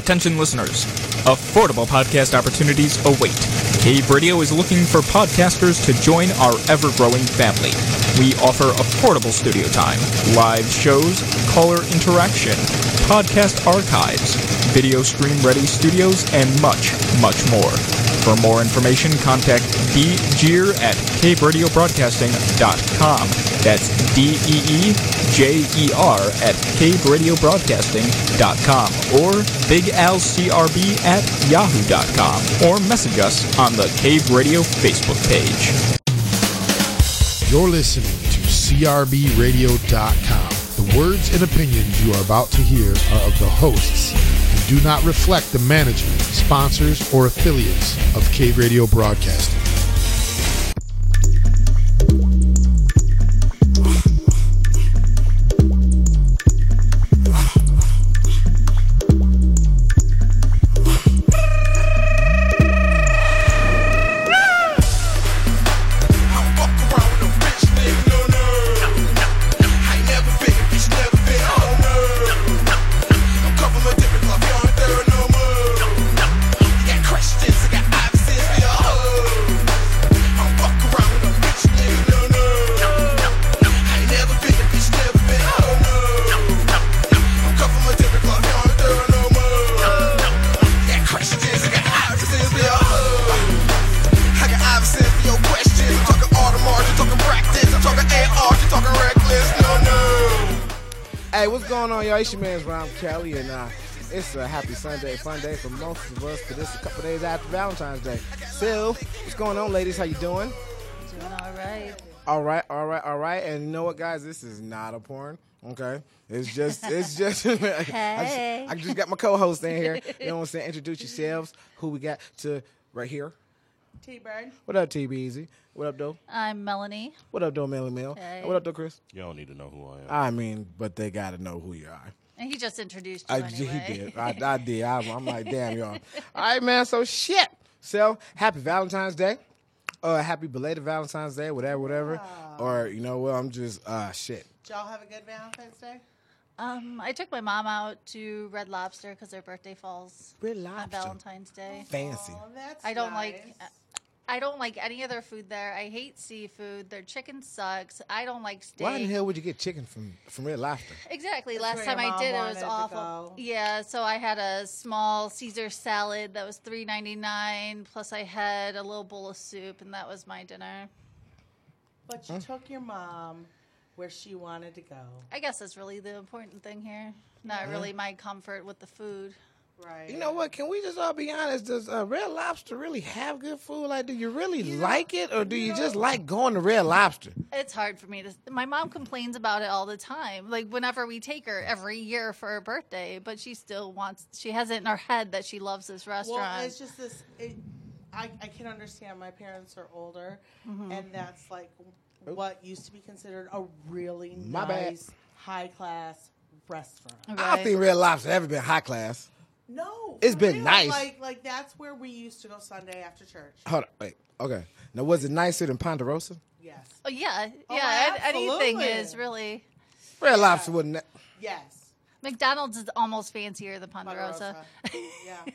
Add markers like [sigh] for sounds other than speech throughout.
Attention listeners, affordable podcast opportunities await. Cave Radio is looking for podcasters to join our ever growing family. We offer affordable studio time, live shows, caller interaction, podcast archives, video stream ready studios, and much, much more. For more information, contact djeer at caveradiobroadcasting.com. That's E D-E-E-J-E-R E at caveradiobroadcasting.com or bigalcrb at yahoo.com or message us on the Cave Radio Facebook page. You're listening to CRBRadio.com. The words and opinions you are about to hear are of the hosts and do not reflect the management, sponsors, or affiliates of Cave Radio Broadcasting. Hey, what's going on, y'all? It's your man's Ron Kelly, and uh, it's a happy Sunday, fun day for most of us, but it's a couple days after Valentine's Day. So, what's going on, ladies? How you doing? Doing all right. All right, all right, all right. And you know what, guys? This is not a porn. Okay, it's just, it's just. [laughs] I, Hey. just I just got my co-host in here. You know what I'm saying? Introduce yourselves. Who we got to right here? T Bird. What up, TB Easy? What up, though? I'm Melanie. What up, though, Melly Mel? Hey. What up, though, Chris? You don't need to know who I am. I mean, but they gotta know who you are. And he just introduced you I, he anyway. did. I, I [laughs] did. I, I'm like, damn, y'all. All right, man. So shit. So happy Valentine's Day. Uh, happy belated Valentine's Day, whatever, whatever. Or you know what? I'm just uh shit. Did y'all have a good Valentine's Day? Um, I took my mom out to Red Lobster because their birthday falls Red on Lobster. Valentine's Day. Fancy. Oh, that's I don't nice. like. I don't like any other food there. I hate seafood. Their chicken sucks. I don't like steak. Why in the hell would you get chicken from from Red Lobster? Exactly. That's Last where time your I did, it mom was wanted to awful. go. Yeah, so I had a small Caesar salad that was three ninety nine. Plus, I had a little bowl of soup, and that was my dinner. But Hmm. you took your mom where she wanted to go. I guess that's really the important thing here. Not really my comfort with the food. Right. You know what? Can we just all be honest? Does uh, Red Lobster really have good food? Like, do you really like it, or do you just like going to Red Lobster? It's hard for me to. My mom complains about it all the time. Like whenever we take her every year for her birthday, but she still wants. She has it in her head that she loves this restaurant. Well, it's just this. It, I, I can understand. My parents are older, Mm-hmm. and that's like what used to be considered a really My bad. nice, high class restaurant. I don't think Red Lobster ever been high class. No, It's for been real. nice. Like, like that's where we used to go Sunday after church. Hold on, wait. Okay. Now, was it nicer than Ponderosa? Yes, Oh, yeah, Oh, yeah. and anything absolutely. is really. Red Lobster wasn't. That- yes. McDonald's is almost fancier than Ponderosa. [laughs] Ponderosa. yeah.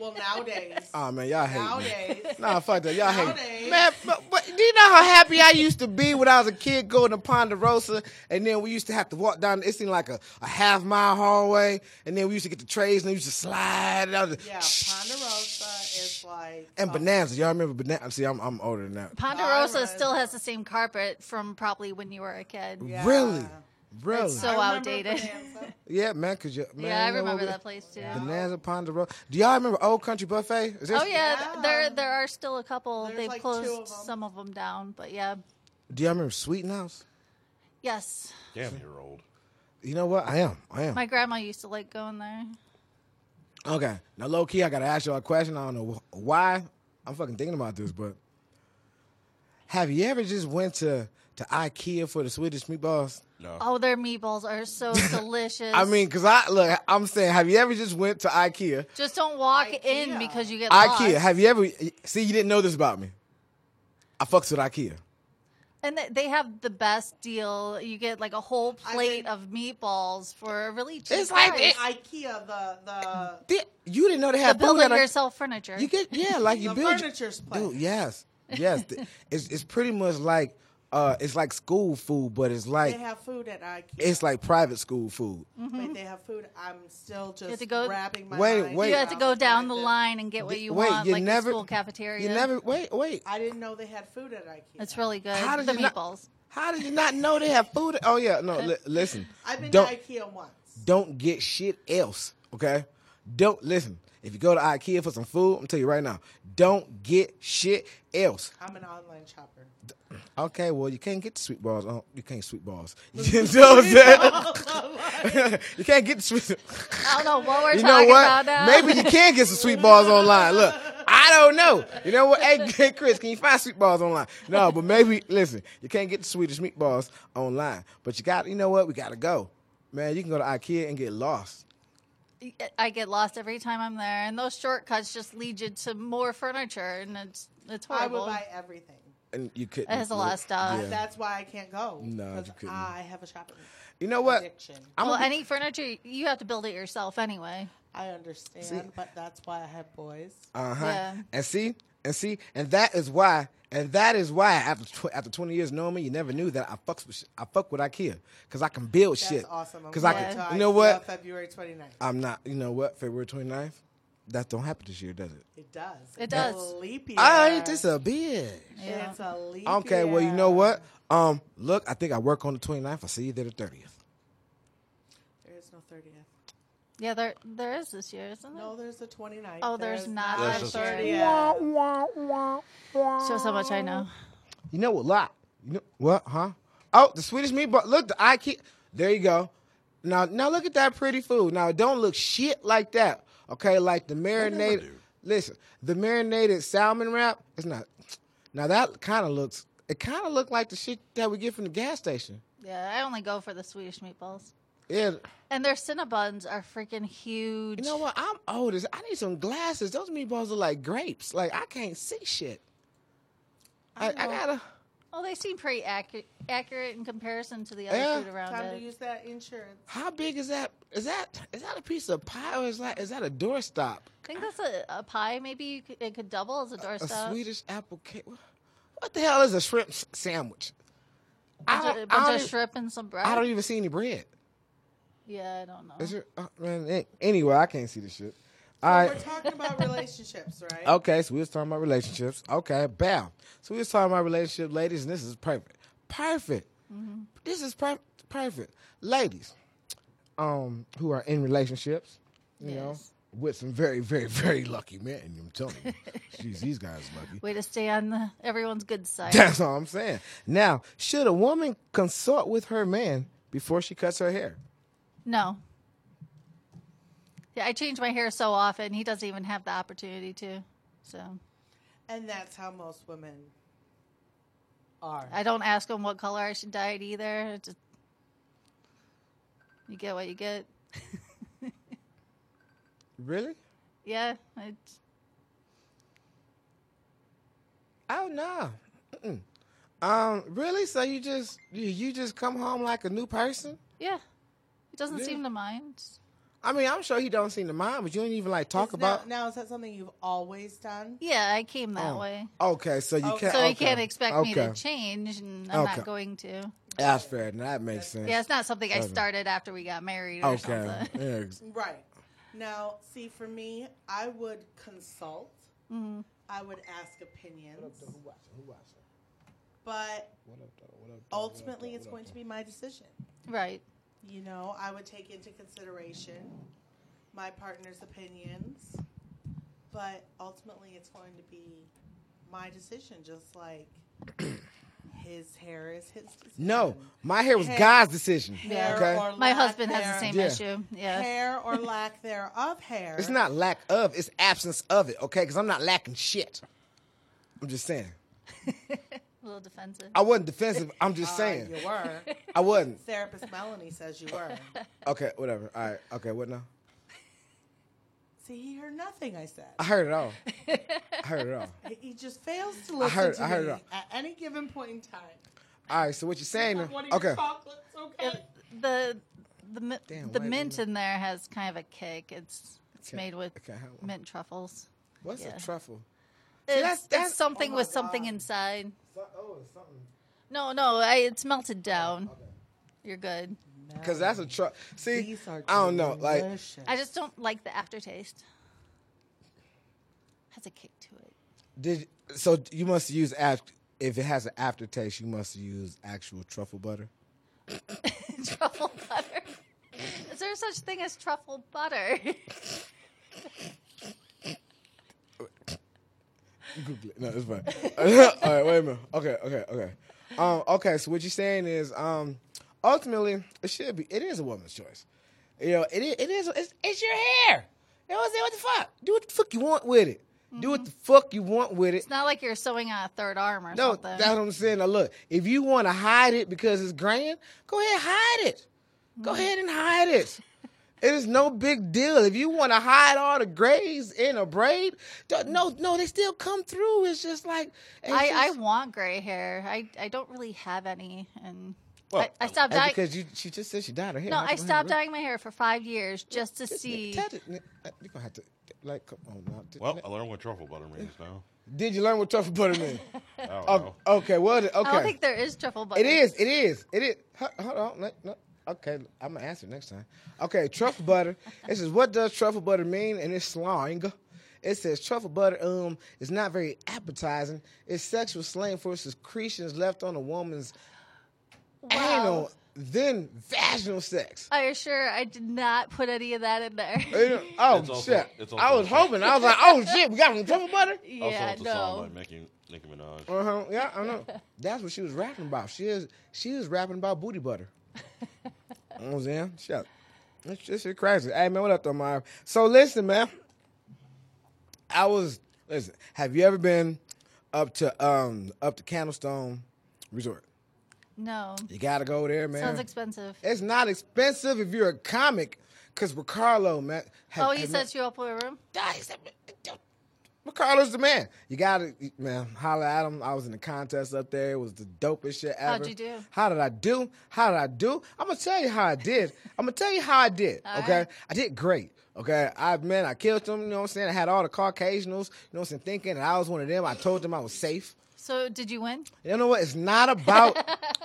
Well, [laughs] nowadays. Oh man, y'all hate me. Nowadays. Nah, fuck that. Y'all hate me. Nowadays. Man, but, but do you know how happy I used to be when I was a kid going to Ponderosa, and then we used to have to walk down. It seemed like a, a half mile hallway, and then we used to get the trays and we used to slide it out. the- Yeah, Ponderosa is like And a Bonanza, y'all remember Bonanza? See, I'm I'm older than that. Ponderosa Darn. still has the same carpet from probably when you were a kid. Yeah. Really, really. so I remember outdated. Bonanza. yeah, man. Cause you, man, Yeah, I you know what remember we- that place too. Bonanza Ponderosa. Do y'all remember Old Country Buffet? Is this- Oh yeah, th- there Yeah. there are still a couple. There's They've like two closed of 'em. some of them down, but yeah. Do y'all remember Sweet House? Yes, Damn, you're old. You know what? I am. I am. my grandma used to like going there. Okay. Now, low key, I gotta ask y'all a question. I don't know wh- why I'm fucking thinking about this, but have you ever just went to to IKEA for the Swedish meatballs? No. Oh, their meatballs [laughs] are so delicious. I mean, cause I look, I'm saying, have you ever just went to IKEA? just don't walk in Ikea. because you get lost. IKEA, have you ever? See, you didn't know this about me. I fucks with IKEA. And they- they have the best deal. You get like a whole I plate mean- of meatballs for a really cheap It's like price. IKEA, the the, Did- you didn't know they the had build food at it a- yourself furniture. You get yeah, like you the build furniture's place. Dude, yes, yes. Th- it's it's pretty much like uh, it's like school food, but it's They like have food at IKEA. it's like private school food. Wait, they have food. I'm still Mm-hmm. have just to go- wrapping my Wait, mind wait. you have to around go down fact the that line and get what you wait, want, you like never- the school cafeteria. You never wait, wait. I didn't know they had food at IKEA. It's really good. How did the you not- meatballs. How did you not know they have food? Oh yeah, no. [laughs] Li- listen, I've been don't to IKEA once. don't get shit else. Okay, don't listen. If you go to IKEA for some food, I'm telling you right now, don't get shit else. I'm an online shopper. Okay, well you can't get the sweet balls. Oh, you can't sweet balls. [laughs] you know what [laughs] I'm saying? [laughs] you can't get the sweet. I don't [laughs] know what we're you know talking what? about now. Maybe you can get some sweet balls online. Look, I don't know. You know what? Hey, [laughs] Chris, can you find sweet balls online? No, but maybe listen, you can't get the Swedish meatballs online, but you got. You know what? We gotta go, man. You can go to IKEA and get lost. I get lost every time I'm there, and those shortcuts just lead you to more furniture, and it's it's I horrible. would buy everything. And you could. It has a lot of stuff. Yeah. That's why I can't go. No, you 'cause couldn't. I have a shopping You know what? addiction. I'm well, gonna be- any furniture you have to build it yourself anyway. I understand, but that's why I have boys. Uh-huh. Yeah. And see, and see, and that is why, and that is why after tw- after twenty years knowing me, you never knew that I fucks with shit. I fuck with IKEA because I can build That's shit. awesome. I'm Because I going can, to you know IKEA what? Um, February 29th. I'm not. You know what? February 29th. That don't happen this year, does it? It does. It does. It's a leap year. I ain't this a bitch. Yeah. It's a leap Okay, well you know year. what? Um, look, I think I work on the 29th. I'll see you there the 30th. There is no 30th. Yeah, there there is this year, isn't there? No, there's the 29th. Oh, there's not the That's just- 30th. Shows how much I know. You know a lot. You know what? Huh? Oh, the Swedish meatball. Look, the IKEA. There you go. Now, now look at that pretty food. Now, it don't look shit like that. Okay, like the marinated. do. Listen, the marinated salmon wrap. It's not. Now that kind of looks. It kind of looked like the shit that we get from the gas station. Yeah, I only go for the Swedish meatballs, Yeah. and their Cinnabons are freaking huge. You know what? I'm old as I need some glasses. Those meatballs are like grapes. Like I can't see shit. I, I gotta. Well, they seem pretty accurate, accurate in comparison to the other Yeah. food around Time to it. use that insurance. How big is that? Is that is that a piece of pie or is that is that a doorstop? I think that's a, a pie. Maybe you could, it could double as a A doorstop. Swedish apple cake. What the hell is a shrimp s- sandwich? I bunch of, don't, I, bunch don't of even, shrimp and some bread. I don't even see any bread. yeah, I don't know. Is there, uh, man, a- anyway, I can't see the shit. All We're right. [laughs] talking about relationships, right? Okay, so we was talking about relationships. Okay, bam. So we was talking about relationship, ladies, and this is perfect. Perfect. This is per- perfect. Ladies, um, who are in relationships, you know, Yes. with some very, very, very lucky men. I'm telling [laughs] you, jeez, these guys lucky. Way to stay on the, everyone's good side. That's all I'm saying. Now, should a woman consult with her man before she cuts her hair? No. Yeah, I change my hair so often. He doesn't even have the opportunity to. So And that's how most women are. I don't ask him what color I should dye it either. It just you get what you get. Really? Yeah. It's, Oh no. Mm-mm. Um, really? So you just you, you just come home like a new person? yeah. He doesn't Yeah. seem to mind. I mean, I'm sure he don't seem to mind, but you ain't even like talk Is about. now, now is that something you've always done? Yeah, I came that Oh. way. Okay, so you Okay. can't. So okay. he can't expect me to Okay. change, and I'm Okay. not going to. That's fair. and That makes sense. Yeah, it's not something I Okay. started after we got married or Okay. [laughs] something. Yeah, ex- Right. Now, see, for me, I would consult. Mm-hmm. I would ask opinions. But ultimately, it's going to be my decision. Right. You know, I would take into consideration my partner's opinions, but ultimately, it's going to be my decision. Just [coughs] like his hair is his decision. No, my hair was God's decision. Hair Okay. or [laughs] My lack husband has the there- same Yeah. issue. Yeah. hair [laughs] or lack thereof hair. [laughs] It's not lack of, it's absence of it, okay? Because I'm not lacking shit. I'm just saying. A little defensive. I wasn't defensive. I'm just Uh, saying. you were. I wasn't. Therapist Melanie says you [laughs] were. Okay, whatever. All right. Okay, what now? See, he heard nothing I said. I heard it all. I heard it all. He- He just fails to listen heard- to I heard me it. at any given point in time. All right, so what you saying? now- What are your Okay. chocolates, okay? the the mi- Damn, the why didn't mint in there has kind of a kick. It's it's Okay, made with okay, how- mint truffles. What's Yeah. a truffle? It's, that's- it's that's- Oh something with something inside. Oh, it's something. No, no, I, it's Oh, melted down. You're good. Cause that's a truck. See, These are I don't know. Like, delicious. I just don't like the aftertaste. Has a kick to it. did so you must use act if it has an aftertaste. You must use actual truffle butter. truffle butter. Is there such thing as truffle butter? [laughs] Google it. No, it's fine. [laughs] All right, wait a minute. Okay, okay, okay. Um, okay, so what you're saying is, um, ultimately, it should be. It is a woman's choice. You know, it is. It is it's, it's your hair. You know what I'm saying? What the fuck? Do what the fuck you want with it. Do what the fuck you want with it. It's not like you're sewing on a third arm or No, something. that's what I'm saying. Now look, if you want to hide it because it's grand, go ahead hide it. Mm. Go ahead and hide it. It is no big deal. If you want to hide all the grays in a braid, don't- no, no, they still come through. It's just like it's I, I just- want gray hair. I, I don't really have any, and Well, I, I stopped That's dyeing. um, because you, she just said she dyed her hair. No, How I come her stopped hair- dyeing my hair for five years just to This nigga see. tatted, nigga. Uh, You gonna have to like come on now. Did- Well, I learned what truffle butter means now. Did you learn what truffle butter means? [laughs] I don't okay, know. okay, well, then, okay. I don't think there is truffle butter. It is. It is. It is. Hu- Hold on. let- let- okay, I'm gonna answer next time. Okay, truffle butter. It says, "What does truffle butter mean?" And it's slang. It says truffle butter um is not very appetizing. It's sexual slang for secretions left on a woman's Wow. anal, then vaginal sex. Are you sure I did not put any of that in there? You know, Oh It's also- shit! it's I also- was hoping. I was like, "Oh shit, we got some truffle [laughs] butter." also, yeah, it's a song no. by Nicki, Nicki Minaj. Uh huh. Yeah, I know. That's what she was rapping about. She is. She is rapping about booty butter. you know what I'm saying? Shut. That's just shit crazy. Hey man, what up though, my? So listen, man. I was listen. Have you ever been up to um up to Candlestone Resort? No. You gotta go there, man. Sounds expensive. it's not expensive if you're a comic, cause Ricardo, man. have- oh, he have sets you up with a room? God, he said, Ricardo's the man. You gotta, man, holla at him. I was in the contest up there. It was the dopest shit ever. How'd you do? How did I do? How did I do? I'm gonna tell you how I did. I'm gonna tell you how I did. All okay, right. I did great. Okay, I man, I killed them. You know what I'm saying? I had all the Caucasians. You know what I'm saying? Thinking that I was one of them. I told them I was safe. So, did you win? You know what? It's not [laughs] about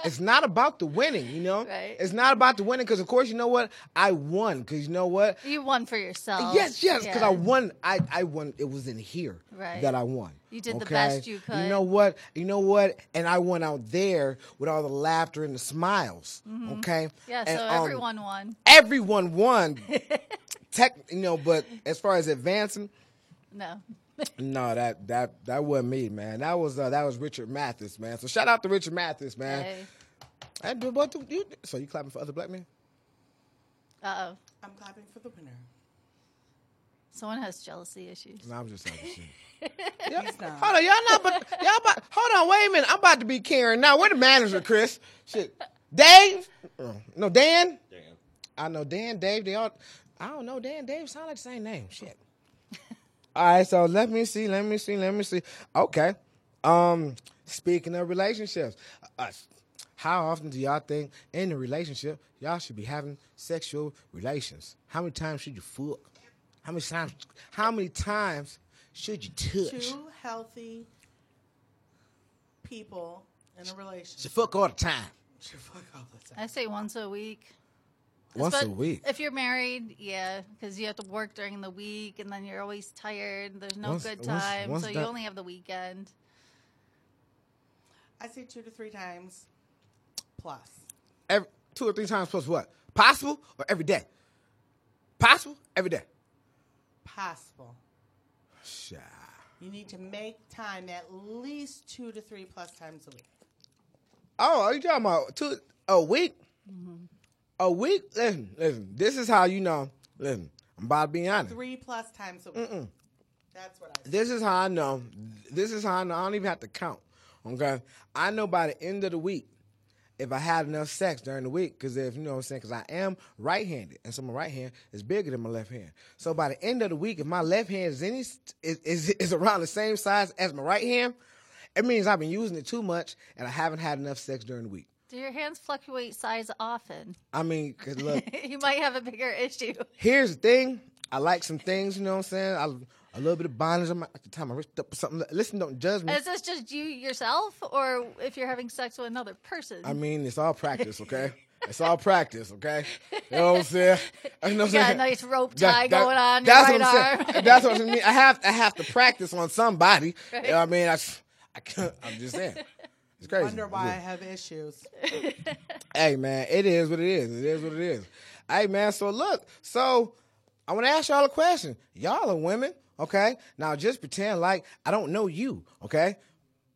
it's not about the winning. You know, Right. it's not about the winning because of course you know what I won because you know what You won for yourself. Yes, yes, because I Yeah. won. I, I won. It was in here Right. that I won. You did the best you You could. know what? You know what? And I went out there with all the laughter and the smiles. Okay. Mm-hmm. Yeah, And, so um, everyone won. everyone [laughs] won. Tech, you know, but as far as advancing, No. no, that that that wasn't me, man. That was uh, that was Richard Mathis, man. So shout out to Richard Mathis, [laughs] man. Okay. Hey, but what do you- so you clapping for other black men? Uh oh. I'm clapping for the winner. Someone has jealousy issues. No, [laughs] I'm just talking shit. He's not. Hold on, y'all not but y'all about hold on, wait a minute. I'm about to be Karen now. Where the manager, Chris? Shit. Dave? Oh, No, Dan? Damn. I know Dan, Dave, they all I don't know, Dan, Dave sound like the same name. Shit. All right, so let me see, let me see, let me see. Okay. Um, speaking of relationships, uh, how often do y'all think in a relationship y'all should be having sexual relations? How many times should you fuck? How many times? How many times should you touch? Two healthy people in a She [laughs] relationship. fuck all the time. Should fuck all the time. I say once a week. Once But a week. If you're married, yeah, because you have to work during the week and then you're always tired. There's no Once- good once- time. once so you that- only have the weekend. I say two to three times plus. Every, two or three times plus what? Possible or every day? Possible? Every day. Possible. Sha. You need to make time at least two to three plus times a week. Oh, are you talking about two a week? A week? Listen, listen. This is how you know. Listen, I'm about to be honest. Three plus times a week. That's what I say. This is how I know. This is how I know. I don't even have to count. Okay. I know by the end of the week if I had enough sex during the week, because if you know what I'm saying, because I am right handed, and so my right hand is bigger than my left hand. So by the end of the week, if my left hand is any is, is, is around the same size as my right hand, It means I've been using it too much and I haven't had enough sex during the week. Do your hands fluctuate size often? [laughs] I mean, 'cause look, you might have a bigger issue. here's the thing. I like some things, you know what I'm saying? I, a little bit of bondage. on my- At the time I ripped up something. Listen, don't judge me. Is this just you yourself, or if you're having sex with another person? I mean, it's all [laughs] practice, okay? It's all practice, okay? You know what I'm saying? [laughs] You know what I'm got a saying? nice rope That- tie that- going on your That's right what I'm arm. saying. That's what I mean. I have I have to practice on [laughs] somebody. You know what I mean? I, s- I can't- I'm just [laughs] saying. It's crazy. Wonder why I have [laughs] issues. Hey man, it is what it is. It is what it is. Hey man, so look, so I want to ask y'all a question. Y'all are women, okay? Now just pretend like I don't know you, okay?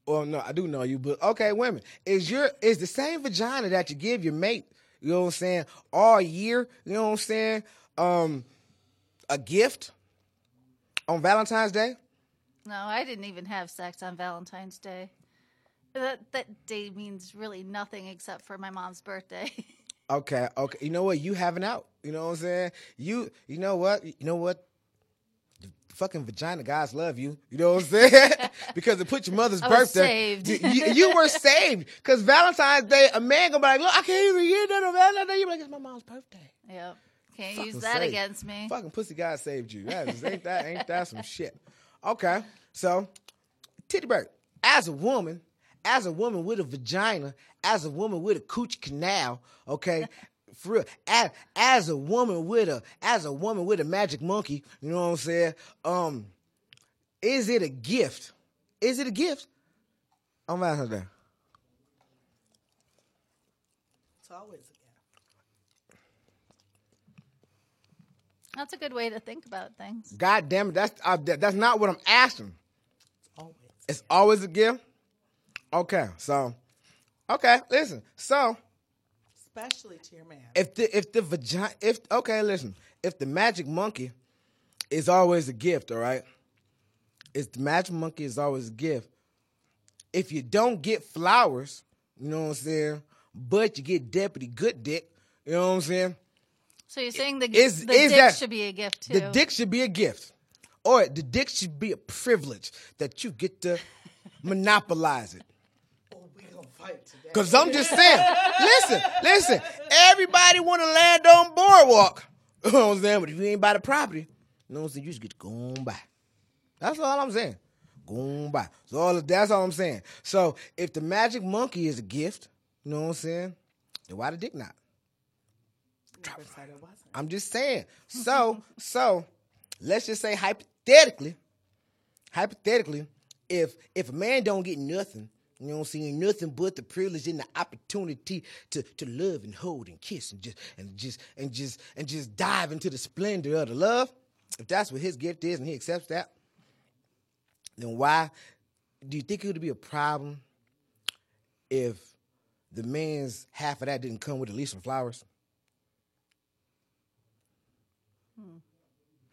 Well, no, I do know you, but okay, women, is your is the same vagina that you give your mate, you know what I'm saying, all year, you know what I'm saying, um, a gift on Valentine's Day? no, I didn't even have sex on Valentine's Day. That that day means really nothing except for my mom's birthday. [laughs] Okay, okay. You know what? You having out. You know what I'm saying? You you know what? You know what? The fucking vagina guys love you. You know what I'm saying? [laughs] because it put your mother's [laughs] I was birthday. saved. You, you- you [laughs] were saved. Because Valentine's Day, a man gonna be like, look, I can't even get that on Valentine's Day. You're like, it's my mom's birthday. yep, can't Fucking use that saved. against me. Fucking pussy God saved you. That is, ain't that ain't that some shit? Okay, so Titty Bird, as a woman, as a woman with a vagina, as a woman with a cooch canal, okay. For real, as, as a woman with a as a woman with a magic monkey, you know what I'm saying? Um, is it a gift? Is it a gift? I'm out there. It's always a gift. That's a good way to think about things. God damn it, that's uh, that, that's not what I'm asking. It's always. It's always a gift. Okay, so okay, listen. So Especially to your man. if the if the vagina if okay, listen. If the magic monkey is always a gift, all right. If the magic monkey is always a gift, if you don't get flowers, you know what I'm saying, but you get deputy good dick, you know what I'm saying. So you're saying the, Is- the is dick that- should be a gift too? The dick should be a gift, or the dick should be a privilege that you get to monopolize it. Oh, we gonna fight today. Cause I'm just saying, listen, listen. Everybody want to land on boardwalk. [laughs] You know what I'm saying? But if you ain't buy the property, you know what I'm saying? You just get to go on by. That's all I'm saying. Go on by. So all of, that's all I'm saying. So if the magic monkey is a gift, you know what I'm saying? Then why the dick not? Never said it wasn't. I'm just saying. So, so let's just say hypothetically, hypothetically, if if a man don't get nothing, you know what I'm saying, nothing but the privilege and the opportunity to to love and hold and kiss and just and just and just and just dive into the splendor of the love, if that's what his gift is and he accepts that, then why do you think it would be a problem if the man's half of that didn't come with at least some flowers?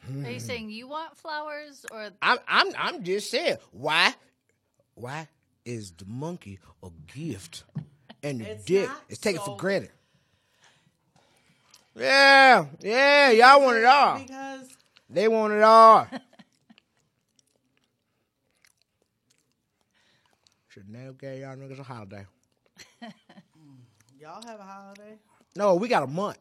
Hmm. Are you saying you want flowers or I'm I'm I'm just saying why why is the monkey a gift and the It's dick not, is taken so- for granted. Yeah, yeah, y'all want it all. Because They want it all. [laughs] Should never gave y'all niggas a holiday. y'all have a holiday. No, we got a month.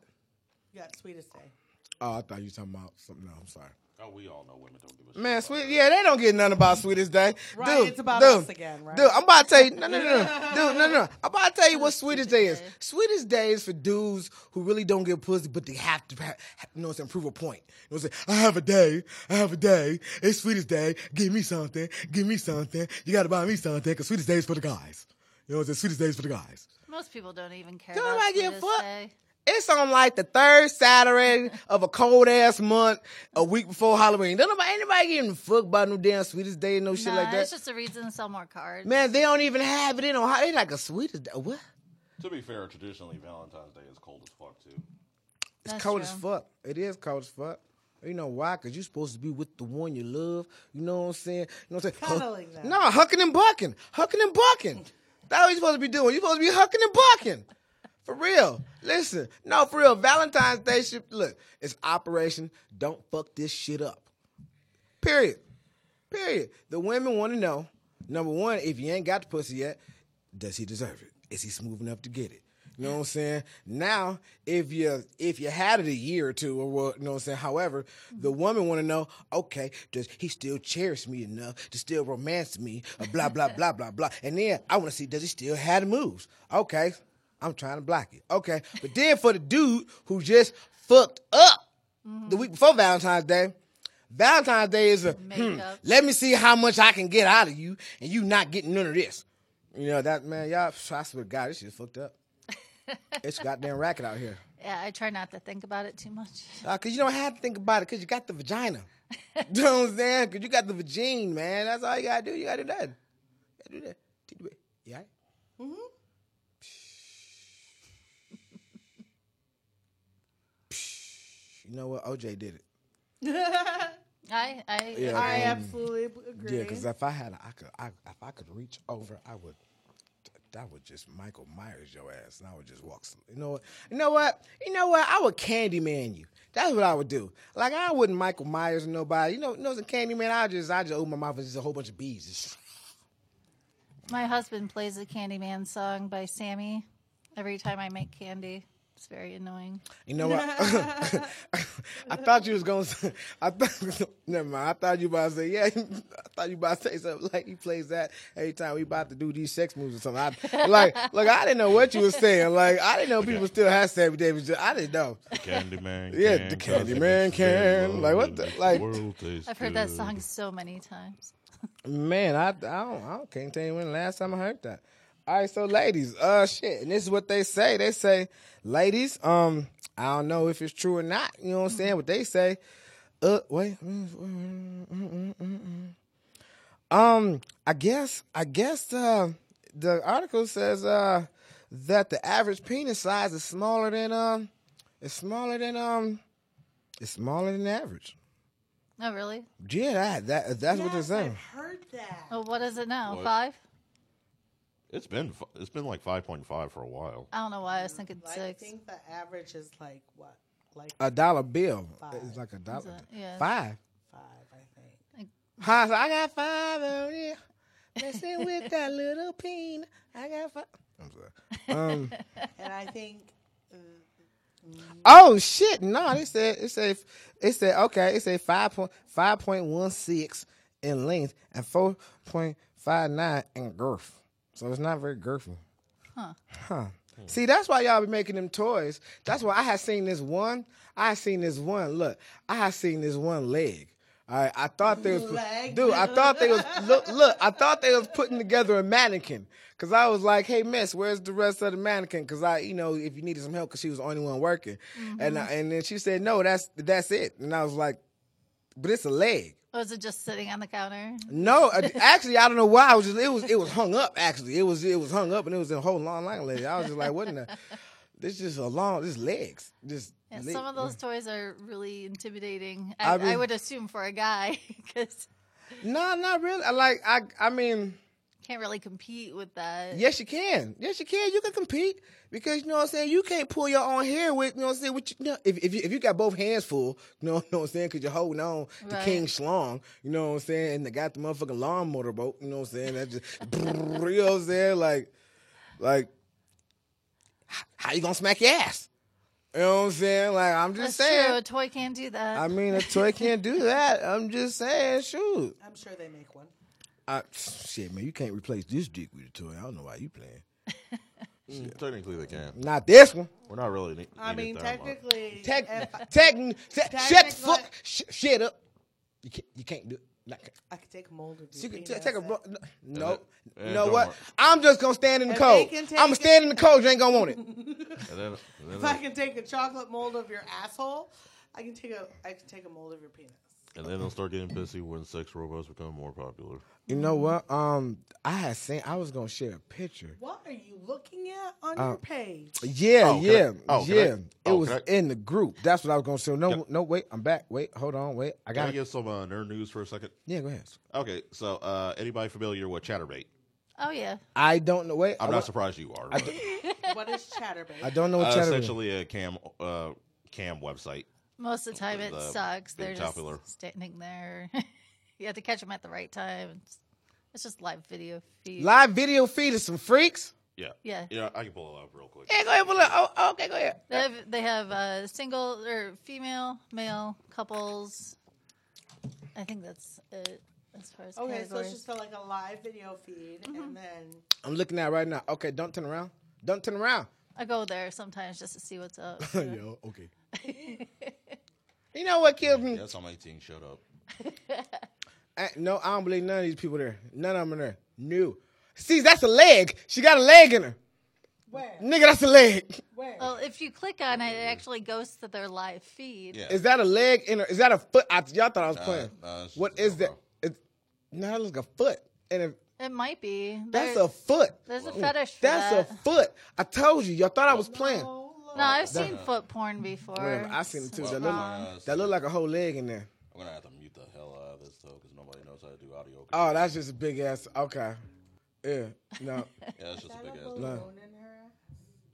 You got sweetest day. Oh, I thought you talking about something. No, I'm sorry. Oh, we all know women don't give a shit. Man, about sweet, yeah, they don't get nothing about sweetest day, Right, dude. it's about dude, us again, right? Dude, I'm about to tell you, no, no, no, [laughs] no, dude, no, no, no. I'm about to tell you what sweetest day is. Sweetest day is for dudes who really don't get pussy, but they have to, have, you know, what I'm saying, prove a point. You know, what I'm saying, I have a day, I have a day. It's sweetest day. Give me something, give me something. You got to buy me something, cause sweetest day is for the guys. You know, what I'm saying, sweetest day is for the guys. most people don't even care? Don't about nobody give a this fuck. day. It's on like the third Saturday of a cold ass month, a week before Halloween. Don't nobody, anybody giving a fuck about no damn sweetest day and no Oh, shit Nah, like that. it's just a reason to sell more cards. [laughs] Man, they don't even have it in Ohio. They like a sweetest day. What? it. To be fair, traditionally Valentine's Day is cold as fuck too. It's That's cold true. as fuck. It is cold as fuck. You know why? Cause you're supposed to be with the one you love. You know what I'm saying? You know what I'm saying? Cuddling them. No, hucking and bucking. Hucking and bucking. That's what you're supposed to be doing. You're supposed to be hucking and bucking. For real. Listen. No, for real. Valentine's Day should look, it's operation. Don't fuck this shit up. Period. Period. The women want to know. Number one, if you ain't got the pussy yet, does he deserve it? Is he smooth enough to get it? You know what I'm saying? Now, if you if you had it a year or two or what, you know what I'm saying? However, the woman want to know, okay, does he still cherish me enough to still romance me? Or blah blah blah blah blah. And then I want to see does he still have the moves? Okay, I'm trying to block it. Okay, but then for the dude who just fucked up the week before Valentine's Day, Valentine's Day is a hmm, Makeup. let me see how much I can get out of you, and you not getting none of this. You know that man, y'all. pff, I swear to God, this shit's fucked up. it's goddamn racket out here. Yeah, I try not to think about it [laughs] too much. Uh, cause you don't have to think about it, cause you got the vagina. you know what I'm saying? Cause you got the vagina, man. That's all you gotta do. You gotta do that. You gotta do that. Did you- Yeah. Mm-hmm. You know what? OJ did it. I, I, Yeah. I um, absolutely agree. Yeah, because if I had, a, I could, I, if I could reach over, I would. That would just Michael Myers your ass, and I would just walk. Some, you know what? You know what? You know what? I would Candyman you. That's what I would do. Like I wouldn't Michael Myers or nobody. You know, you know, as a Candyman, I just, I just open my mouth and just a whole bunch of bees. Just, my husband plays the Candyman song by Sammy every time I make candy. It's very annoying. you know [laughs] what? I thought you was gonna. Say, I thought. [laughs] Never mind. I thought you about to say yeah. [laughs] I thought you about to say something like he plays that every time we about to do these sex moves or something. I, [laughs] like, like I didn't know what you was saying. Like I didn't know people still had Sammy Davis. I didn't know. Candyman. Yeah, can, the cause Candyman it makes can. them Like, what love the- and the like- world tastes I've heard that good. song so many times. Man, I, I don't I don't- can't tell you when the last time I heard that. All right, so ladies, uh, shit, and this is what they say. They say, ladies, um, I don't know if it's true or not. You know what I'm saying? What they say, uh, wait, mm, um, I guess, I guess, uh, the article says, uh, that the average penis size is smaller than um, it's smaller than um, it's smaller than average. Oh, really? Yeah, that, that Uh, that's what they're Yes, saying. I've heard that. Well, what is it now? What? Five? It's been fi- it's been like five point five for a while. I don't know why I was thinking I six. think the average is like what, like a dollar bill. It's Five. like a dollar. it? Yeah. Five. five, I think. Huh? So I [laughs] got five on you. Messing with that little peen. I got five. I'm sorry. Um, [laughs] And I think oh shit! No, they said it said it said okay. It said five point five point one six in length and four point five nine in girth. So it's not very girthy. Huh. See, that's why y'all be making them toys. That's why I had seen this one. I had seen this one. Look, I had seen this one leg. All right, I thought they was Leg. dude. I thought they was look look. I thought they was putting together a mannequin because I was like, hey miss, where's the rest of the mannequin? Because I, you know, if you needed some help, because she was the only one working, and I, and then she said, no, that's that's it, and I was like, but it's a leg. Was Oh, it just sitting on the counter? No, uh, actually, I don't know why. I was just it was it was hung up. Actually, it was it was hung up, and it was a whole long line. Lady, I was just like, what in the? This just a long. This legs. Just Yeah, leg- some of those toys are really intimidating. I I, I, mean- would assume for a guy [laughs] because No, not really. I Like I, I mean, can't really compete with that. yes, you can. Yes, you can. You can compete because you know what I'm saying. You can't pull your own hair with you know what I'm saying. With you, you know, if if you, if you got both hands full, you know, [laughs] you know what I'm saying, because you're holding on to Right. King Schlong. You know what I'm saying, and they got the motherfucking lawn motorboat. You know what I'm saying. That just [laughs] you know what I'm saying, like, like. how you gonna smack your ass? You know what I'm saying? Like I'm just That's true. A saying. toy can't do that. I mean, a toy can't do that. I'm just saying. Shoot. I'm sure they make one. I, shit, man, you can't replace this dick with a toy. I don't know why you playing. Mm. Technically, they can. Not this one. We're not really. Ne- [laughs] I mean, needed that much. technically, Tech, tech, if tech, shut the Technically- fuck, sh- shit up. You can't, you can't do. it. Not, I could take a mold of you your can t- penis take a and- bro- no. no. You Eh, know don't what? work. I'm just gonna stand in the If they cold. can I'm take gonna it- stand in the cold. You ain't gonna [laughs] want it. And then, and If then, I can take a chocolate mold of your asshole, I can take a I can take a mold of your penis. and then they'll start getting pissy when sex robots become more popular. You know what? Um, I had seen. I was gonna share a picture. What are you looking at on your page? Uh, Yeah, Uh, Oh, can I- yeah, oh, can I- yeah. it oh, was can I- in the group. That's what I was gonna say. No, Yeah. no, wait. I'm back. Wait, hold on. Wait, I Can I got. to get some uh, nerd news for a second? Yeah, go ahead. Okay, so uh, anybody familiar with Chatterbait? oh yeah, I don't know. Wait, I'm I, not surprised you are. but, What is chatterbait? I don't know uh, what chatter. is. essentially, a cam uh, cam website. most of the time it The sucks. big They're popular. [laughs] just standing there. you have to catch them at the right time. It's It's just live video feed. Live video feed is some freaks. Yeah. Yeah. Yeah, I can pull it up real quick. Yeah, go ahead, pull it up. Oh, okay, go ahead. They have, they have uh, single or female, male couples. I think that's it as far as Okay, so categories. it's just a, like a live video feed, and then I'm looking at it right now. Okay, don't turn around. Don't turn around. I go there sometimes just to see what's up. [laughs] Yo, okay. you know what killed me? Yeah, that's how my team showed up. I, no, I don't believe none of these people there. None of them are there. No. See, that's a leg. She got a leg in her. where? Nigga, that's a leg. Where? well, if you click on it, it actually goes to their live feed. Yeah. Is that a leg in her? Is that a foot? I, y'all thought I was playing. nah, it's what just a is that? elbow. It, no, that looks like a foot. And if, It might be. that's There- a foot. There's a fetish for That's that. a foot. I told you. Y'all thought I was playing. Oh, Lord. no, I've seen foot porn before. Whatever, I seen it too. It's That uh, wrong. look, that look like a whole leg in there. I'm gonna have to mute the hell out of this though, because nobody knows how to do audio. Oh, that's just a big ass. Okay. Yeah. [laughs] No. yeah, it's just a Is that a big ass. balloon in her?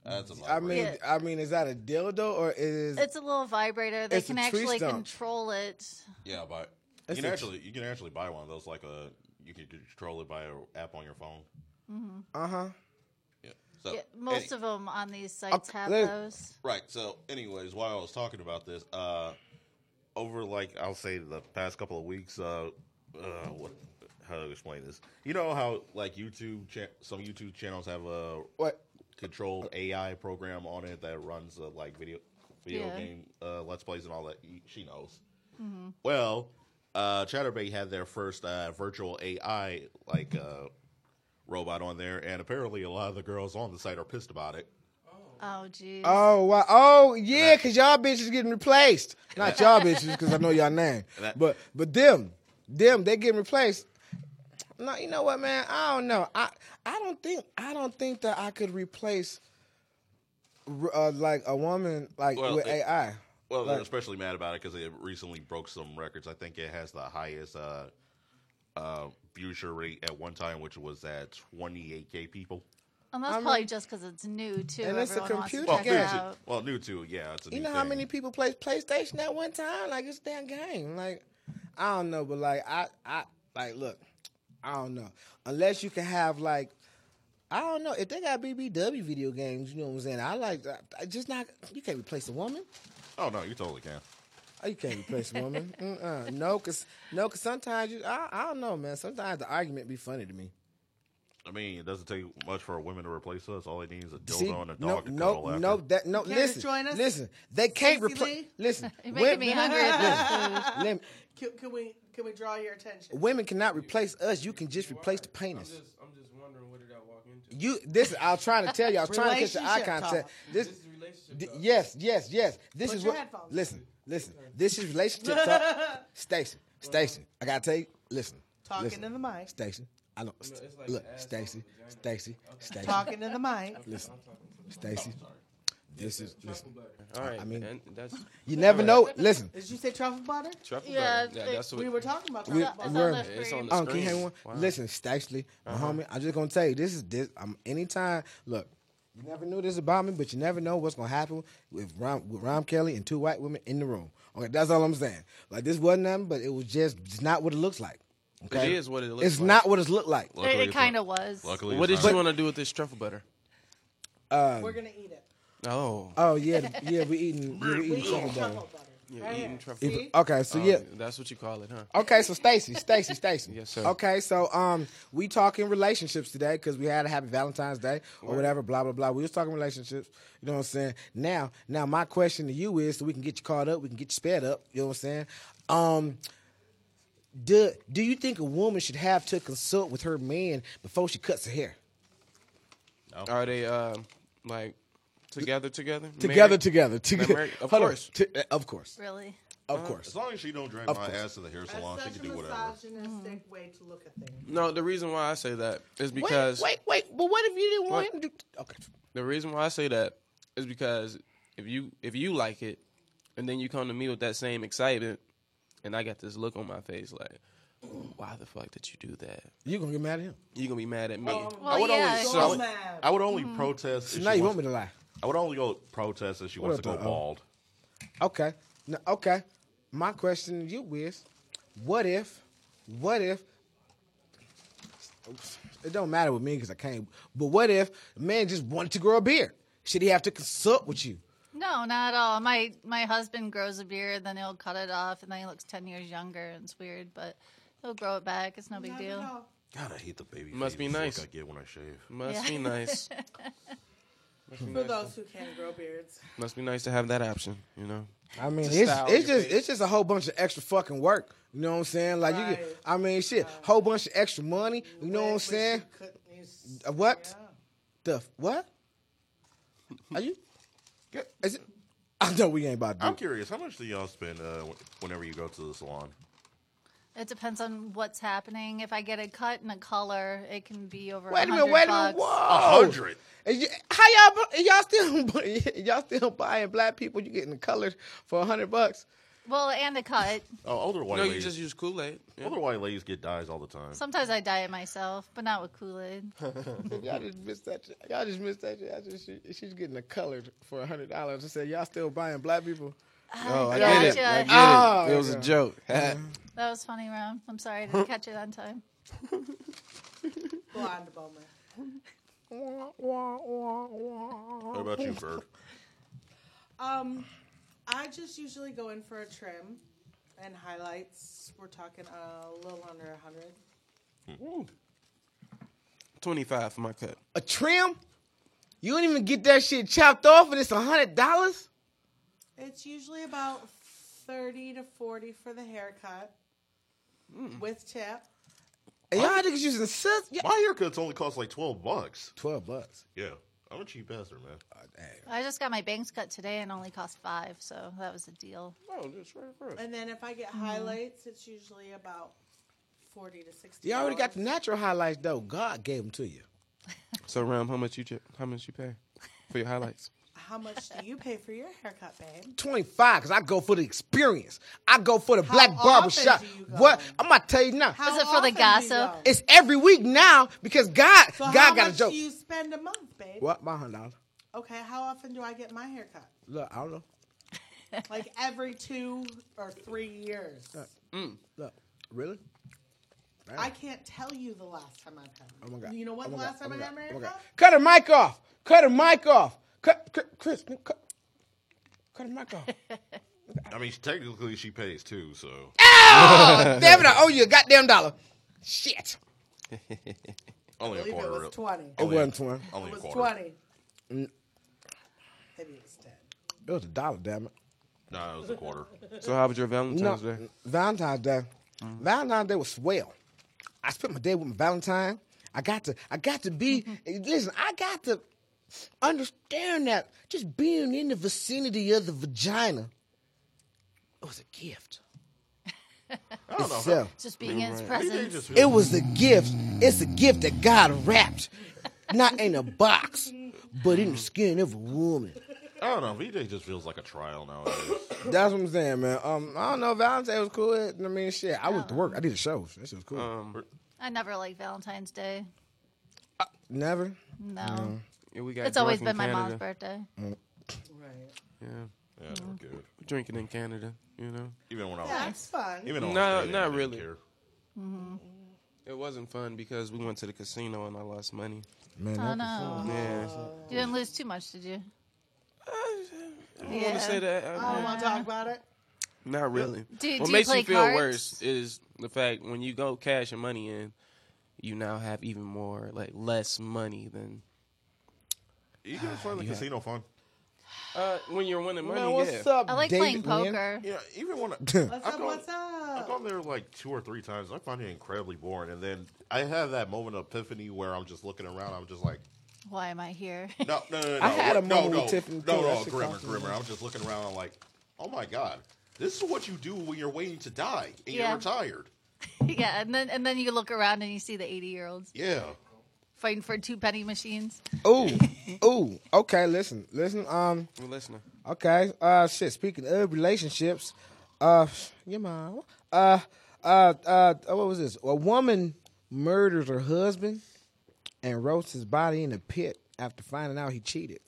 That's a lot. I mean, Yeah. I mean, is that a dildo or is It's a little vibrator. They It's a can tree actually stump. control it. yeah, but you It's can a- actually you can actually buy one of those like a you can control it by an app on your phone. uh huh? Yeah. So Yeah, most any- of them on these sites have let- those. eh, right. So, anyways, while I was talking about this, uh, over like I'll say the past couple of weeks, uh, uh, what how to explain this? You know how like YouTube cha- some YouTube channels have a What? controlled AI program on it that runs uh, like video video Yeah. game uh, let's plays and all that. Y- She knows. Well, uh, Chatterbait had their first uh, virtual AI like uh, robot on there, and apparently a lot of the girls on the site are pissed about it. Oh, geez. Oh wow! Oh yeah, cause y'all bitches getting replaced. Not y'all bitches, cause I know y'all [laughs] name. That- But but them, them, they getting replaced. No, you know what, man? I don't know. I I don't think I don't think that I could replace uh, like a woman like Well, with it- AI. Well, they're Like- especially mad about it because it recently broke some records. I think it has the highest uh, uh, viewer rate at one time, which was at 28k people. and that's probably just because it's new, too. And it's a Everyone wants to computer Well, check new game. it Yeah. to, out. well, new to yeah. It's a You new know how thing. many people play PlayStation at one time? Like it's a damn game. Like I don't know, but like I I like look, I don't know. Unless you can have like I don't know if they got BBW video games. You know what I'm saying? I like I, I just not you can't replace a woman. Oh no, you totally can. Oh, You can't replace a [laughs] woman. Mm-uh. No, cause no, cause sometimes you I, I don't know, man. Sometimes the argument be funny to me. I mean, it doesn't take much for a woman to replace us. All it needs is a dildo See, and a no, dog to cuddle no, after. no, that no. Care to listen, join us? listen. They can't Stacey replace. Lee? Listen, You're making me hungry at this food. Lem- Can, can we can we draw your attention? Women cannot replace us. You can just replace the I'm penis. just, I'm just wondering what did I walk into. You this I was trying to tell you. I was trying to catch your eye Relationship contact. talk. This This is relationship. d- talk. yes, yes, yes. This Put is your what headphones on. listen, listen. This is relationship talk. [laughs] Stacy, Stacy, I gotta tell you, listen. Talking listen, in the mic. Stacy. I know st- it's like look, an ass Stacy, on a vagina. Stacy, Stacy, Talking to the mic. listen, Stacy. This is listen. All right. I mean- and that's You never know. Listen. Did you say truffle butter? truffle Yeah, butter. Yeah, they- that's what We were talking about We- truffle butter. It's we're- on the It's screen. on the- Oh, can you hear screen. one? Wow. Uh-huh. Listen, Staxley, my homie, I'm just gonna tell you, this is this. I'm anytime. Look, you never knew this about me, but you never know what's gonna happen with Ron, with Ron Kelly and two white women in the room. Okay, that's all I'm saying. Like this wasn't nothing, but it was just it's not what it looks like. Okay, is what it looks It's like. not what it looked like. Luckily, it it's kind not- of was. Luckily, What it's did not. you want to do with this truffle butter? We're gonna eat it. Oh, Uh, Oh yeah, the- yeah, we eating, yeah, we We eating eating something. though. Mm, truffle butter. you're Right eating here. truffle. See? Okay, so Oh, yeah. that's what you call it, huh? [laughs] Okay, so Stacy, Stacy, Stacy. Yes, sir. Okay, so um, we talking relationships today because we had a happy Valentine's Day or whatever. Blah blah blah. We was talking relationships. You know what I'm saying? Now, now my question to you is, so we can get you caught up, we can get you sped up. You know what I'm saying? Um, do do you think a woman should have to consult with her man before she cuts her hair? Are they um like together, together, Together, Married? together, together. married? Of Hold on. course. T- uh, of course, Really? of course. As long as she don't drag Of my course. ass to the hair salon, That's she such can a do whatever. misogynistic way to look at things. No, the reason why I say that is Wait, because wait, wait. But what if you didn't want What? him to? Okay. the reason why I say that is because if you if you like it, and then you come to me with that same excitement, and I got this look on my face like, why the fuck did you do that? You're gonna get mad at him. You gonna be mad at me? Well, yeah. Mm-hmm. So Oh, I would, mad. I would only protest. If Now she you wants, want me to lie. I would only go protest if she wants to about go the- oh. bald. Okay. No, okay. My question to you is, what if, what if It don't matter with me because I can't. But what if a man just wanted to grow a beard? Should he have to consult with you? No, not at all. My my husband grows a beard, then he'll cut it off, and then he looks ten years younger. and It's weird, but he'll grow it back. It's no big Not at deal. all. God, I hate the baby. Must be face look nice. I get when I shave. Must Yeah. be nice. [laughs] For those who can't grow beards. Must be nice to have that option, you know. I mean, Just it's style it's your just face. it's just a whole bunch of extra fucking work. You know what I'm saying? Like you, get, Right. I mean, shit, whole bunch of extra money. You know what I'm Wish you saying? couldn't use- Uh, what? Yeah. The f- what? Are you? Is it? I know we ain't about to. I'm Do. curious, how much do y'all spend uh, wh- whenever you go to the salon? [laughs] It depends on what's happening. If I get a cut and a color, it can be over. Wait a minute! Wait a minute! What? A Whoa! hundred. And you- How y'all bu- y'all still [laughs] bu- y'all still buying black people? You getting colored for a hundred [laughs] bucks? Well, and a cut. Oh, older white No, you ladies. just use Kool Aid. Older white ladies get dyes all the time. Sometimes I dye it myself, but not with Kool Aid. Y'all just missed that. shit. Y'all just missed that. Shit. I just, she, she's getting a colored for a hundred dollars. I said y'all still buying black people. Oh, I get get it. it. Gotcha. I I get it. Oh, get it. It was a yeah. joke. [laughs] That was funny, Ram. I'm sorry I didn't catch it on time. Blonde Bowman. What about you, Bird? Um, I just usually go in for a trim and highlights. We're talking a little under a hundred. Twenty five Hmm. for my cut. A trim? You don't even get that shit chopped off, and it's a hundred dollars. It's usually about thirty to forty for the haircut Mm. with tip. And y'all niggas using sis? Yeah. My haircuts only cost like twelve bucks. Twelve bucks. Oh, Yeah, I'm a cheap bastard, man. [laughs] I just got my bangs cut today and only cost five, so that was a deal. Oh, just right for And then if I get Mm-hmm. highlights, it's usually about forty to sixty. You already got the dollars. natural highlights though. God gave them to you. So, Ram, how much you ch- how much you pay for your highlights? How much do you pay for your haircut, babe? Twenty five, cause I go for the experience. I go for the How black barber often shop. do you go? What? I'm gonna tell you now. How Is it for the often do you gossip? go? It's every week now because God, So God how got much a joke. do you spend a month, babe? what? My hundred dollars. Okay, how often do I get my haircut? Look, I don't know. Like every two or three years. Uh, Hmm. Look, really? I can't tell you the last time I've had. Oh my God. You know what? Oh the my last God. time I Oh had my my God. Oh my haircut? God. Cut her mic off. Cut her mic off. Cut, cut Chris. no, Cut, cut her mic off. I mean, technically she pays too, so oh, [laughs] [laughs] damn it! I owe you a goddamn dollar. Shit. [laughs] only I a believe it quarter. was twenty. It It wasn't twenty. Mm, Only was a quarter. twenty. Maybe it was ten. It was a dollar. Damn it. Nah, it was a [laughs] quarter. So, how was your Valentine's no, Day? Valentine's Day. Valentine's Day was swell. I spent my day with my Valentine. I got to, I got to be. Mm-hmm. Listen, I got to understand that just being in the vicinity of the vagina, it was a gift. I don't know. Itself. Just being in his Maybe they presence. just It was a gift. It's a gift that God [laughs] wrapped, not in a box, but in the skin of a woman. I don't know. VJ just feels like a trial nowadays. That's what I'm saying, man. Um, I don't know. Valentine's was cool. I mean, shit. I went to work. I did a show. That shit was cool. I never liked Valentine's Day. Never. No. Yeah, we got It's always drunk been in my mom's Canada. birthday. Mm-hmm. Right. Yeah, yeah, they were good. drinking in Canada. You know, Even when I was, That's fun. even on No, Australia, not I didn't really. care. Mm-hmm. it wasn't fun because we went to the casino and I lost money. Man, Oh that was- no. Yeah, You didn't lose too much, did you? I want to say that. I- I don't want to talk about it. Not really. Do- do what you makes play you feel cards? worse is the fact when you go cash your money in, you now have even more like less money than You guys find the casino fun. uh, when you're winning money. Man, what's yeah. up? I like David playing Nguyen? poker. Yeah, even [laughs] when I, What's I've up? gone- What's I've up? gone there like two or three times. I find it incredibly boring, and then I have that moment of epiphany where I'm just looking around. I'm just like, Why am I here? [laughs] no, no, no, no. I had a no, moment no, with Tiffany, No, too. That no, shit grimmer, cost me grimmer. money. I'm just looking around. I'm like, oh my god, this is what you do when you're waiting to die and Yeah. you're retired. yeah, and then and then you look around and you see the 80 year olds Yeah. fighting for two penny machines. Ooh, ooh. Okay, listen, listen. Um, We're listening. okay. Uh, shit. Speaking of relationships, uh, your mom. Uh, uh, uh. What was this? A woman murders her husband and roasts his body in a pit after finding out he cheated.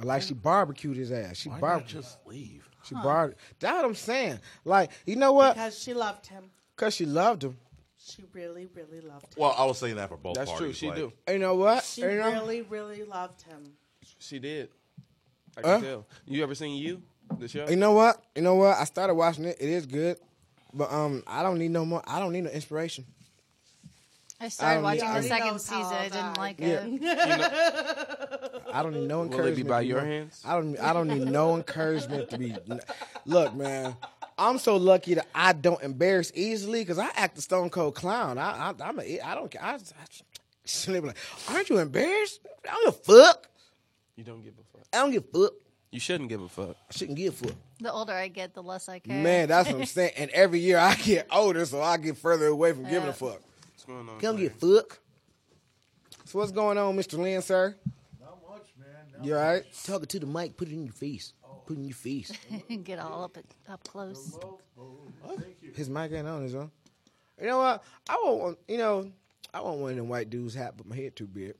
Like she barbecued his ass. She barbecued. just leave? She barbecued. That's what I'm saying. Like you know what? Because she loved him. Cause she loved him. She really, really loved him. Well, I was saying that for both That's true. parties. She like, do. You know what? She you know? really, really loved him. She did. I can tell. You ever seen you? The show? You know what? You know what? I started watching it. It is good, but um, I don't need no more. I don't need no inspiration. I started I don't- watching I the don't- He second knows season. how I old didn't I like am. it. I don't need no be encouragement. by to your be- hands? I don't. I don't need no encouragement to be. Look, man, I'm so lucky that I don't embarrass easily because I act a stone cold clown. I, I I'm a. I don't care. I, I, [laughs] they be like, aren't you embarrassed? I don't give a fuck. You don't give a fuck. I don't give a fuck. You shouldn't give a fuck. I shouldn't give a fuck. The older I get, the less I care. Man, [laughs] that's what I'm saying. And every year I get older, so I get further away from giving a Yeah. fuck. What's going on? Come Clay? get fuck. So what's going on, Mr. Lynn, sir? Not much, Oh. man. Not You all right? Talking to the mic, put it in your face. Put it in your [laughs] face. [laughs] get all up up close. His mic ain't on, is on. You know what? I want one. You know, I want one of them white dudes hat, but my head too big.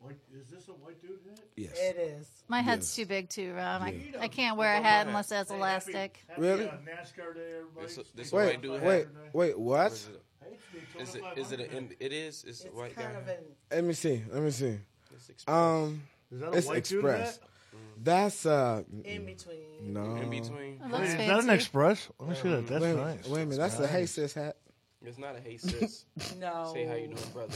White, is this a white dude hat? Yes. It is. My head's too big too, Rob. I, I can't wear a hat unless it has elastic. Really? Uh, NASCAR day, everybody. This a- this a Wait, white wait, dude hat. wait. What? Is it? Is it? A, it is. It's, a It's white guy. kind of an. Let me see. Let me see. It's express. Mm. Um, Is that a it's white express. dude hat? That's uh, In between. no. in between. Um, It Wait, looks is that an fancy. express? Let me see that. That's Wait, a minute, nice. wait a minute. That's a hey sis hat. It's not a hey sis. [laughs] No. Say how you doing, [laughs] brother.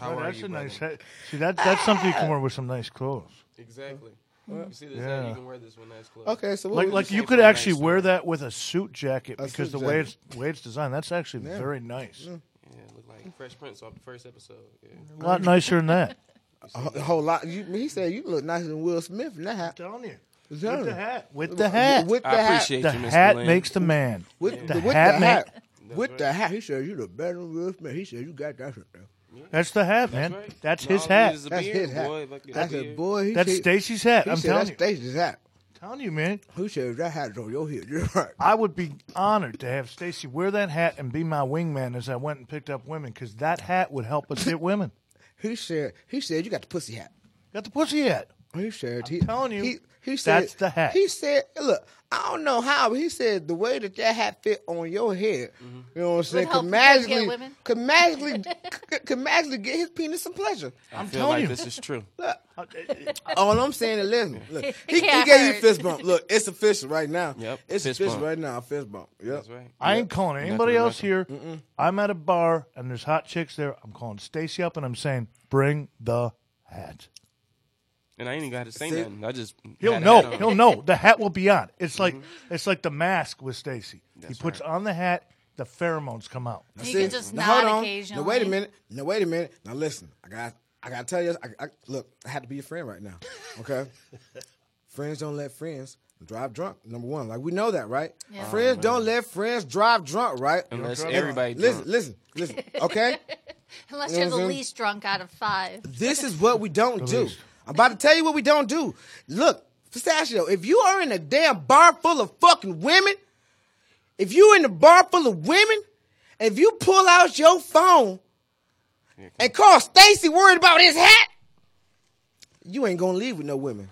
How Oh, are that's you, a brother? nice hat. See that? That's something you can wear with some nice clothes. Exactly. You see this hat? Yeah. You can wear this one. That's close. Okay, so what Like would like you you say could for a actually nice wear one? that with a suit jacket because suit the way jacket. it's the way it's designed, that's actually very nice. Mm. Yeah, it look like Fresh Prince off the first episode. A Yeah. lot nicer than that. a whole lot. You, he said you look nicer than Will Smith in that hat. telling you. With With the hat. With the hat. With the I hat. appreciate the you, Mr. hat Lynn. makes the man. With The the, with hat the make- hat. With the hat. He said you the better than Will Smith. He said you got that shit. though." That's the hat, man. That's right. That's No, his all it hat. is is a That's beard, his hat. boy. Fuck it, I said, beard. boy, he That's said, Stacy's hat. He I'm said telling that's you. Stacy's hat. telling you, man. Who said that hat's on your head? [laughs] You're right. I would be honored to have Stacy wear that hat and be my wingman as I went and picked up women because that hat would help us hit [laughs] women. He said he said you got the pussy hat. Got the pussy hat. He said he, telling you, he, he said that's the hat. He said, look, I don't know how, but he said the way that that hat fit on your head, Mm-hmm. you know what I'm saying, help could you get magically, women. could magically, could, could magically get his penis some pleasure. I feel telling like you. this is true. All I'm saying is, listen, look, he, he can't gave you a hurt. fist bump. Look, it's official right now. Yep, it's fist official bump. right now. Fist bump. Yep. That's right. I ain't calling anybody Nothing, else here. I'm at a bar and there's hot chicks there. I'm calling Stacy up and I'm saying, bring the hat. And I ain't even got to say See? nothing. I just He'll had a know. hat on. Mm-hmm. He'll know. The hat will be on. It's like it's like the mask with Stacy. He That's puts right. on the hat. The pheromones come out. You See? can just Now, nod hold on. occasionally. Now wait a minute. Now wait a minute. Now listen. I got. I gotta tell you. I, I, look, I had to be your friend right now. [laughs] Okay. friends don't let friends drive drunk. Number one, like we know that, right? Yeah. Friends don't let friends drive drunk, right? Oh, Unless Listen, everybody listen, drunk. listen, [laughs] [laughs] listen. [laughs] Okay. Unless You know you're what I'm the saying? least drunk out [laughs] of five. This is what we don't do. I'm about to tell you what we don't do. Look, Pistachio, if you are in a damn bar full of fucking women, if you in a bar full of women, if you pull out your phone and call Stacy worried about his hat, you ain't gonna leave with no women.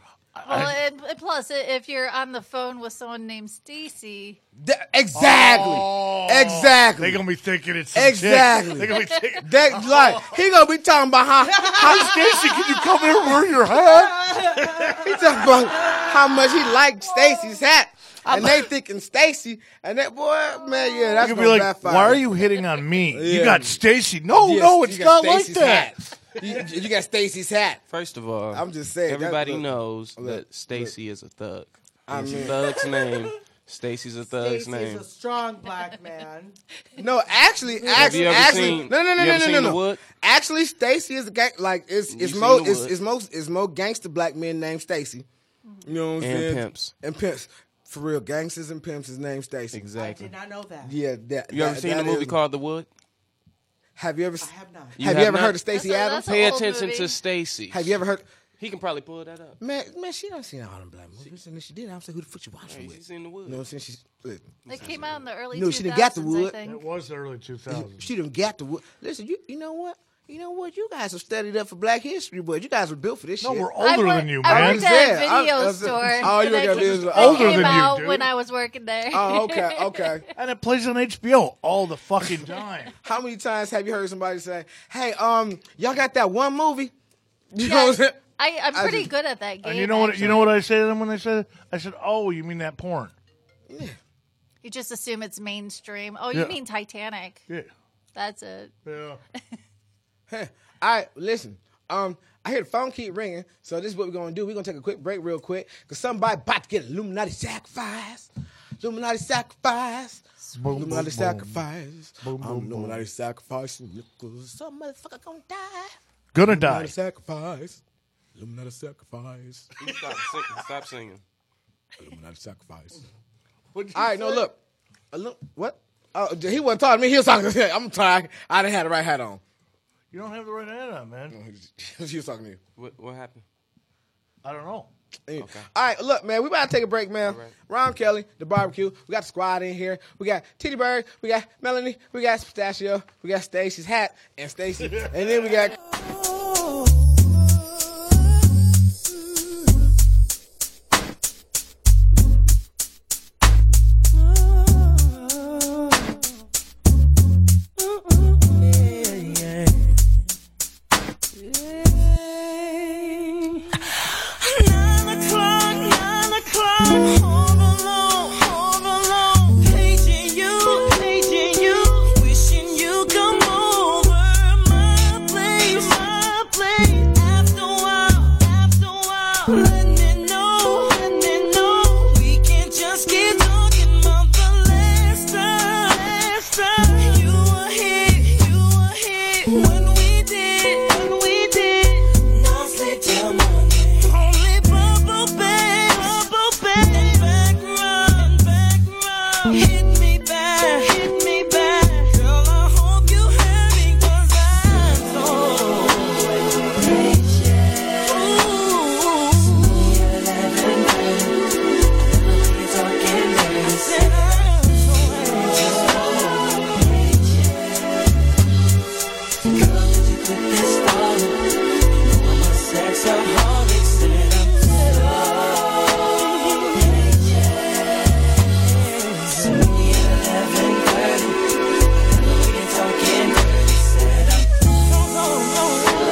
Well, and, and plus, i- if you're on the phone with someone named Stacy, Th- exactly. Oh. exactly. They're gonna be thinking it's Exactly. They're gonna [laughs] be thinking. that, like he gonna be talking about how, how Stacy, can you come here and wear your [laughs] hat? He talking about how much he liked Stacy's hat. And they thinking Stacy, and that boy, man, yeah, that's You'll gonna be like, backfire. why are you hitting on me? You Yeah. got Stacy. No, Yes, no, you it's got not like Stacy's that. hat. [laughs] You, you got Stacy's [laughs] hat. First of all, I'm just saying, that- Everybody look, knows look, that Stacy is a thug. I It's mean- a [laughs] thug's name. Stacy's a thug's Stacy's name. a strong black man. [laughs] No, actually, Have actually, you ever actually, seen- no, no, no, you no, ever no, no, seen The no. Wood? Actually, Stacy is a gang, like it's it's seen mo The it's, Wood? it's most it's mo gangster black men named Stacy. You know what I'm And saying? pimps. and pimps for real, gangsters and pimps is named Stacy. I Exactly. did not know that. Yeah, that. You ever that- seen the that movie is- called The Wood? Have you ever? I have not. have you have ever not? heard of Stacy That's a- Adams? that's a- Pay old attention movie. to Stacy. Have you ever heard? He can probably pull that up. Man, man, she done seen all them black movies, and if she did, I'm saying, who the fuck you watching Hey, with? she's in The Wood. You know what I'm saying? She's, look, it came out in the early No, 2000s. she done got the wood. I think. was the early 2000s. she done got the wood. Listen, you you know what? you know what? You guys have studied up for Black History, but you guys were built for this No, shit. we're older I than you, worked- I man. worked at a Yeah, I- video I was- store. all Oh, you that gotta do is- that Older than came you, out dude. when I was working there. [laughs] Oh, okay, okay. And it plays on HBO all the [laughs] fucking time. How many times have you heard somebody say, "Hey, um, y'all got that one movie"? You know what I'm Yes. saying? I, I'm I pretty just- good at that game. And you know what? You actually. know what I say to them when they said it? I said, "Oh, you mean that porn?" You just assume it's mainstream. Oh, you Yeah. mean Titanic? Yeah, That's it. [laughs] yeah. All right, listen. Um, I hear the phone keep ringing, so this is what we're gonna do. We're gonna take a quick break, real quick, cause somebody about to get Illuminati sacrifice. Illuminati sacrifice. Boom, Illuminati boom, sacrifice. Boom, I'm boom, Illuminati sacrifice. Nickels. Some motherfucker gonna die. Gonna Illuminati die. sacrifice. Illuminati sacrifice. Stop, sing- [laughs] stop singing. Illuminati sacrifice. All right, no, look. Illu- what? Oh, he wasn't talking to me. He was talking to me. I'm tired. I didn't have the right hat on. You don't have the right hand on, man. she was talking to [laughs] you. What, what happened? I don't know. Anyway. All right, look, man, we about to take a break, man. Ron Kelly, the barbecue. We got the squad in here. We got Titty Bird. We got Melanie. We got Pistachio. We got Stacy's hat and Stacy. and then we got. Oh, Nine o'clock, nine o'clock, home alone, home alone, paging you, paging you, wishing you come over my place, my place. After a while, after a while, let me know, let me know, we can just keep talking about the last time, last time you were here, you were here when we did, when we did. Now sleep till morning. Only bubble bed, bubble bed. Back round, back round. Hit me back, hit me back. Girl, I hope you hear me 'cause I'm so Ooh. I said I'm so Girl, did you quit this bottle? Sexaholic said I'm so dangerous. Soon you'll have been dirty. We're talking dirty. Said I'm so, so, so,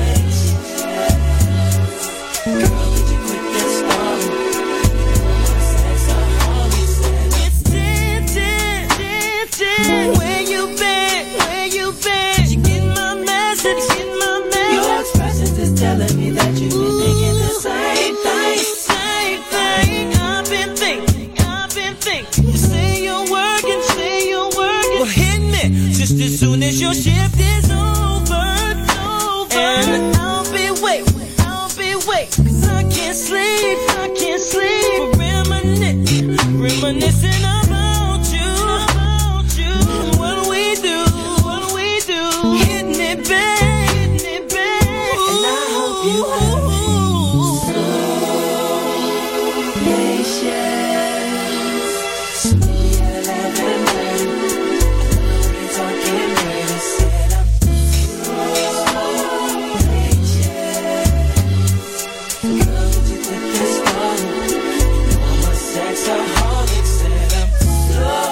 so dangerous. Girl, did you quit this bottle? Sexaholic said I'm It's dancing, dancing. Where you been? Where you been? Did you get my message? Get my message? Your expressions is telling me that you've been thinking the same thing. Same thing. I've been thinking. I've been thinking. You say you're working. Say you're working. Well, hit me just as soon as your shift is over. It's over. And I'll be waiting. I'll be waiting. 'Cause I can't sleep. I can't sleep. For reminiscing. Reminiscing about you. About you. And what we do. What we do. Hitting it back. Hitting it back. And I hope you have Sexaholic said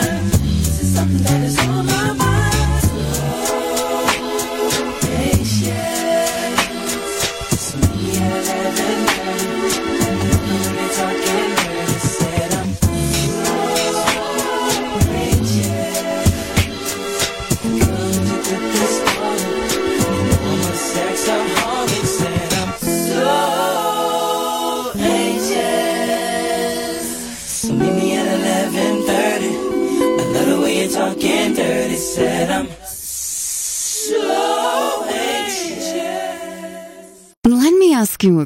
Oh, already said I'm so Let me ask you a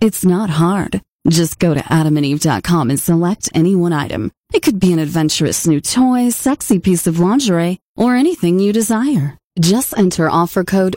It's not hard. Just go to adamandeve.com and select any one item. It could be an adventurous new toy, sexy piece of lingerie, or anything you desire. Just enter offer code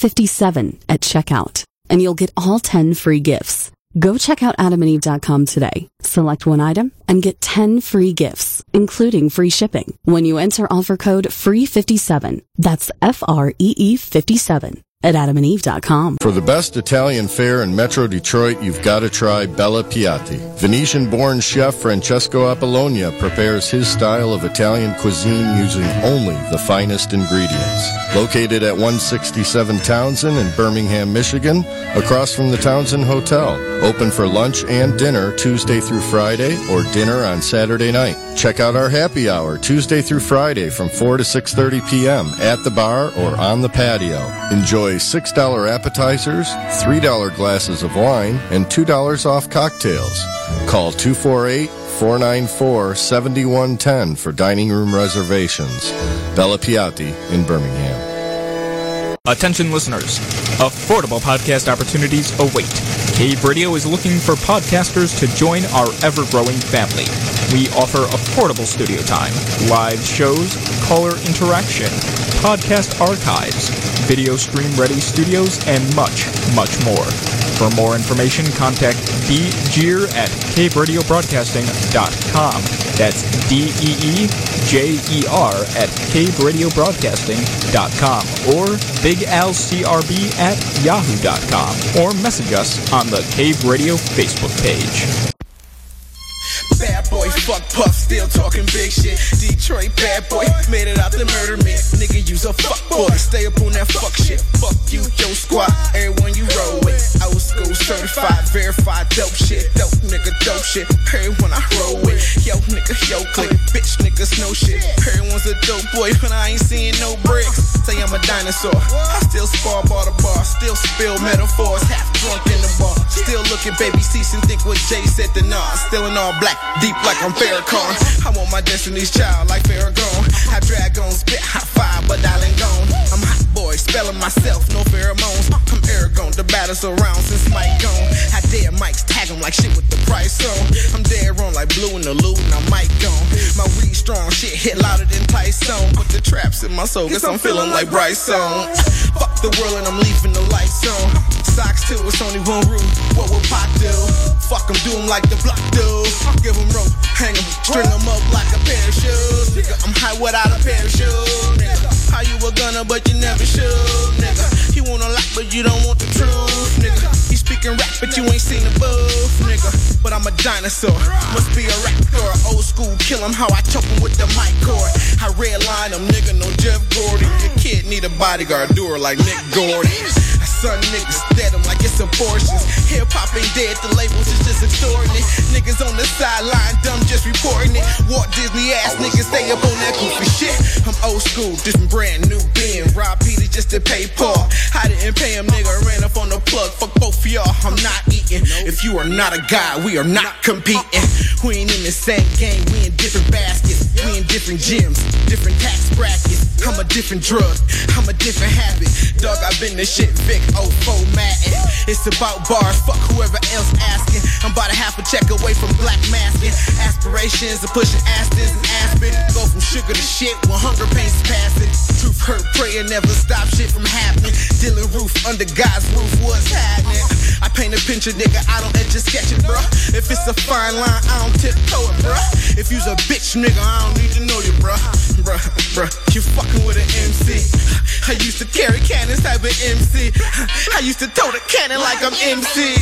FREE57 at checkout, and you'll get all 10 free gifts. Go check out adamandeve.com today. Select one item and get 10 free gifts, including free shipping, when you enter offer code FREE57. That's F R E E 57 at adamandeve.com. For the best Italian fare in Metro Detroit, you've got to try Bella Piatti. Venetian born chef Francesco Apollonia prepares his style of Italian cuisine using only the finest ingredients. Located at 167 Townsend in Birmingham, Michigan, across from the Townsend Hotel. Open for lunch and dinner Tuesday through Friday or dinner on Saturday night. Check out our happy hour Tuesday through Friday from 4 to 6:30 p.m. at the bar or on the patio. Enjoy $6 appetizers, $3 glasses of wine, and $2 off cocktails. Call 248-494-7110 for dining room reservations. Bella Piatti in Birmingham. Attention listeners, affordable podcast opportunities await. Cave Radio is looking for podcasters to join our ever growing family. We offer affordable studio time, live shows, caller interaction, podcast archives, video stream ready studios, and much, much more. For more information, contact djeer at caveradiobroadcasting.com. That's D E E J E R at caveradiobroadcasting.com or bigalcrb at yahoo.com or message us on the Cave Radio Facebook page. Bad boy, fuck puff, still talking big shit. Detroit bad boy, made it out the murder mitt. Nigga, use a fuck boy. Stay up on that fuck shit. Fuck you, your squad, everyone you roll with. Old school certified, verified dope shit. Dope nigga, dope shit. Everyone I roll with. Yo nigga, yo click. Bitch niggas, no shit. Everyone's a dope boy, but I ain't seeing no bricks. Say I'm a dinosaur. I still spar bar to bar, still spill metaphors. Half drunk in the bar. Still looking baby cease and think what Jay said to Nas. Still in all black, deep like I'm Farrakhan. I want my destiny's child like Farrakhan. I drag on, spit hot fire, but I ain't gone. I'm hot boy, spelling myself, no pheromones. Uh, I'm Aragon, the battle's around since Mike gone. I dare Mike's tag him like shit with the price on. I'm dead wrong like blue in the loot, and I'm Mike gone. My weed strong, shit hit louder than Tyson. Put the traps in my soul, guess I'm feeling like Bryson. Fuck the world and I'm leaving the lights on. Socks too, it's only one rule. What will Pac do? Fuck him, do him like the block do. Give him rope, hang him, string him up like a pair of shoes. Nigga, I'm high without a pair of shoes. Nigga, how you a gunner but you never shoot? Nigga, you want a lot but you don't want the truth. Nigga, you speaking rap but you ain't seen the booth. Nigga, but I'm a dinosaur. Must be a raptor, old school. Kill him how I choke him with the mic cord. I redline him, nigga, no Jeff Gordy. Your kid need a bodyguard, do her like Nick Gordy. I son niggas dead them like it's abortions. Hip hop ain't dead, the labels is just extorting it. Niggas on the sideline, dumb just reporting it. Walt Disney ass niggas stay up on that goofy shit. I'm old school, this brand new being. Rob Peter just to pay Paul. I didn't pay him, nigga, ran up on the plug. Fuck both of y'all, I'm not eating. If you are not a guy, we are not competing. We ain't in the same game, we in different baskets. We in different gyms, different tax brackets. I'm a different drug, I'm a different habit. Dog, I've been this shit Vic Ofo Madden. It's about bars, fuck whoever else asking. I'm about a half a check away from black masking. Aspirations of pushing Astons and Aspen. Go from sugar to shit when hunger pains passing. Truth hurt, prayer never stop shit from happening. Dealing roof under God's roof, what's happening? I paint a picture, nigga, I don't edge a sketch it, bruh. If it's a fine line, I don't tiptoe it, bruh. If you's a bitch, nigga, I don't need to know you, bruh. Bruh, bruh, you fucking with an MC. I used to carry cannons type of MC. I used to throw the cannon like I'm MC.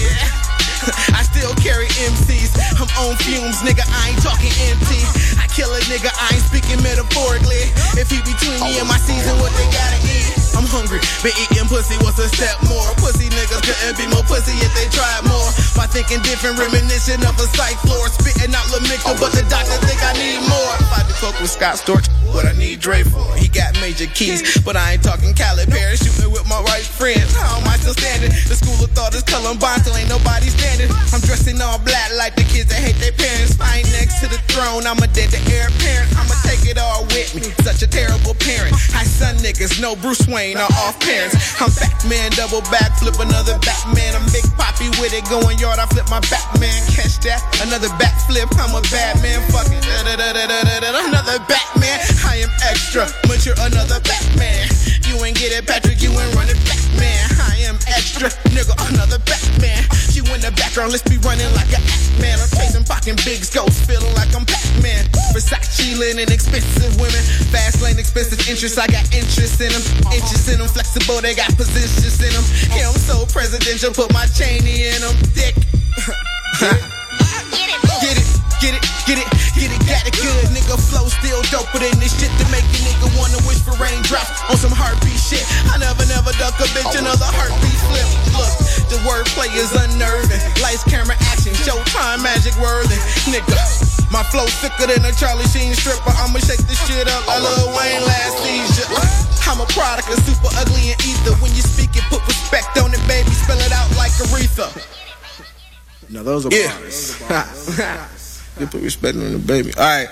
[laughs] I still carry MCs. I'm on fumes, nigga. I ain't talking empty. I Kill a nigga, I ain't speaking metaphorically. If he between me and my season, what they gotta eat? I'm hungry, been eating pussy, what's a step more? Pussy niggas couldn't be more pussy if they tried more. By thinking different, reminiscent of a psych floor. Spitting out LaMica, but the doctor think I need more. If I do coke with Scott Storch, what I need Dre for? He got major keys, but I ain't talking Khaled Perry. Shooting with my right friends, how am I still standing? The school of thought is Columbine, till ain't nobody standing. I'm dressing all black like the kids that hate their parents. I ain't next to the throne, I'm a dead to heir parent. I'ma take it all with me, such a terrible parent. I son niggas, no Bruce Wayne or off parents. I'm Batman, double back, flip another Batman. I'm Big Poppy with it, going yard, I flip my Batman. Catch that, another backflip, I'm a bad man. Fuck it, da-da-da-da-da-da-da, another Batman. I am extra, mature, another Batman. You ain't get it, Patrick, you ain't running Batman. I am extra, nigga, another Batman. You in the background, let's be running like a man. I'm chasing fucking big ghosts, feeling like I'm Pac-Man. Versace linen, expensive women. Fast lane, expensive interests. I got interest in them. Interest in them, flexible, they got positions in them. Yeah, I'm so presidential, put my Cheney in them. Dick. Get it, get it, get it, get it, got it good. Nigga flow still doper than this shit to make the nigga wanna wish for raindrops on some heartbeat shit. I never, never duck a bitch another heartbeat flip. Look, the wordplay is unnerving. Lights, camera, action, showtime, magic wording. Nigga, my flow thicker than a Charlie Sheen stripper. I'ma shake this shit up like Lil Wayne last season. I'm a product of super ugly and ether. When you speak it, put respect on it, baby. Spell it out like Aretha. No, those are Yeah. [laughs] bars. you put respect on the baby. All right.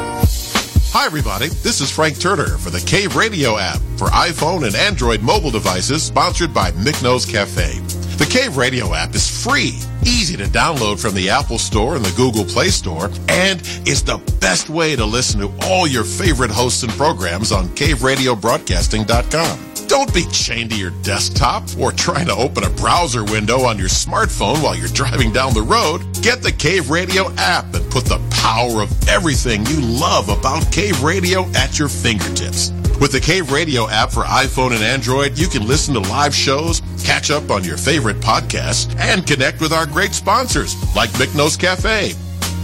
Hi, everybody. This is Frank Turner for the Cave Radio app for iPhone and Android mobile devices, sponsored by Micknose Cafe. The Cave Radio app is free, easy to download from the Apple Store and the Google Play Store, and is the best way to listen to all your favorite hosts and programs on caveradiobroadcasting.com. Don't be chained to your desktop or trying to open a browser window on your smartphone while you're driving down the road. Get the Cave Radio app and put the power of everything you love about Cave Radio at your fingertips. With the Cave Radio app for iPhone and Android, you can listen to live shows, catch up on your favorite podcasts, and connect with our great sponsors like McNose Cafe.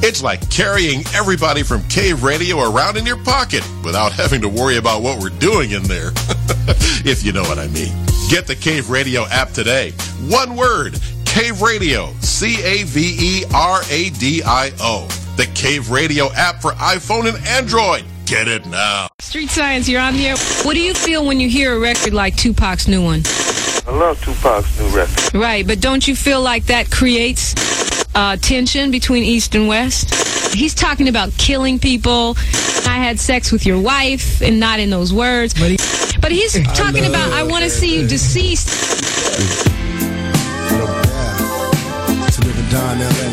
It's like carrying everybody from Cave Radio around in your pocket without having to worry about what we're doing in there, if you know what I mean. Get the Cave Radio app today. One word Cave Radio, C A V E R A D I O. The Cave Radio app for iPhone and Android. Get it now. Street Science, you're on the air. What do you feel when you hear a record like Tupac's new one? I love Tupac's new record. Right, but don't you feel like that creates uh, tension between East and West? He's talking about killing people. I had sex with your wife, and not in those words. But, he's talking about, I want to see you deceased. to live and die in LA,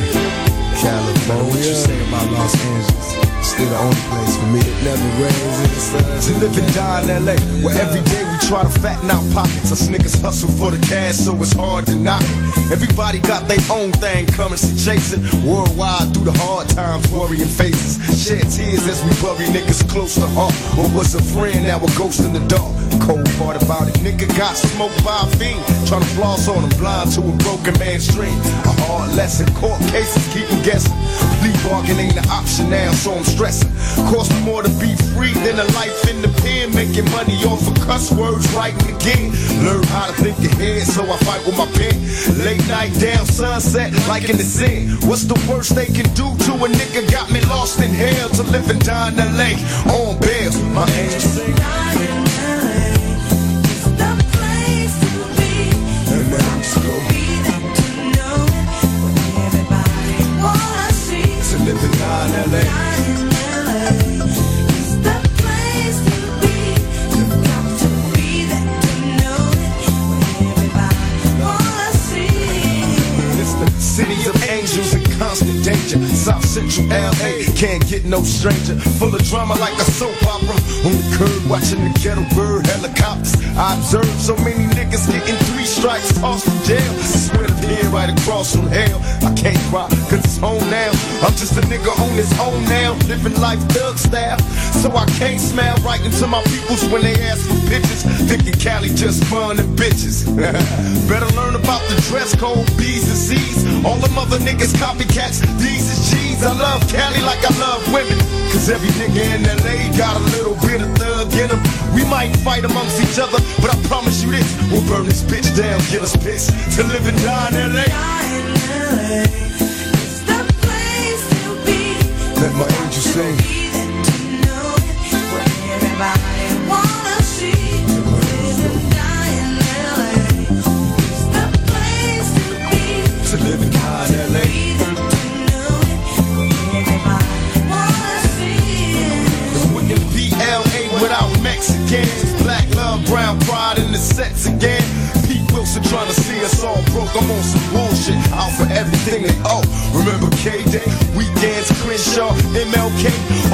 California. What you say about Los Angeles? Still the only place for me. It never rains in the sun. To live and die in LA, where every day we try to fatten our pockets. Us niggas hustle for the cash, so it's hard to knock it. Everybody got their own thing coming, so chasing worldwide through the hard times, worrying faces. Shed tears as we bury niggas close to heart. What was a friend, now a ghost in the dark. Cold part about it, nigga got smoked by a fiend. Tryna floss on him, blind to a broken man's dream. A hard lesson, court cases keep him guessing. Plea bargain ain't an option now, so I'm stressing. Cost me more to be free than a life in the pen. Making money off of cuss words, writing again. Learn how to think ahead, so I fight with my pen. Late night, down sunset, like in the sin. What's the worst they can do to a nigga? Got me lost in hell to live and die in LA. On bail, my angel. It's the city of angels in constant danger. South Central LA can't get no stranger. Full of drama like a soap opera. On the curb watching the ghetto bird helicopters. I observe so many niggas getting three strikes, tossed to jail. Swear to here right across from hell. I can't cry, cause it's home now. I'm just a nigga on his own now, living life thug style. So I can't smile right into my pupils when they ask for pictures. Thinking Cali just fun and bitches. [laughs] Better learn about the dress code, B's and C's. All them other niggas copycats, these is G's. I love Cali like I love women. Cause every nigga in LA got a little bit of thug in 'em. We might fight amongst each other, but I promise you this. We'll burn this bitch down, get us pissed. To live and die in LA. Let my angel sing. To live and die in LA. Wouldn't it be LA without Mexicans? Black love, brown pride, and the sets again. Pete Wilson trying to see us all broke. I'm on some bullshit. Out for everything they owe. Remember K Day? Weekends, Crenshaw, MLK.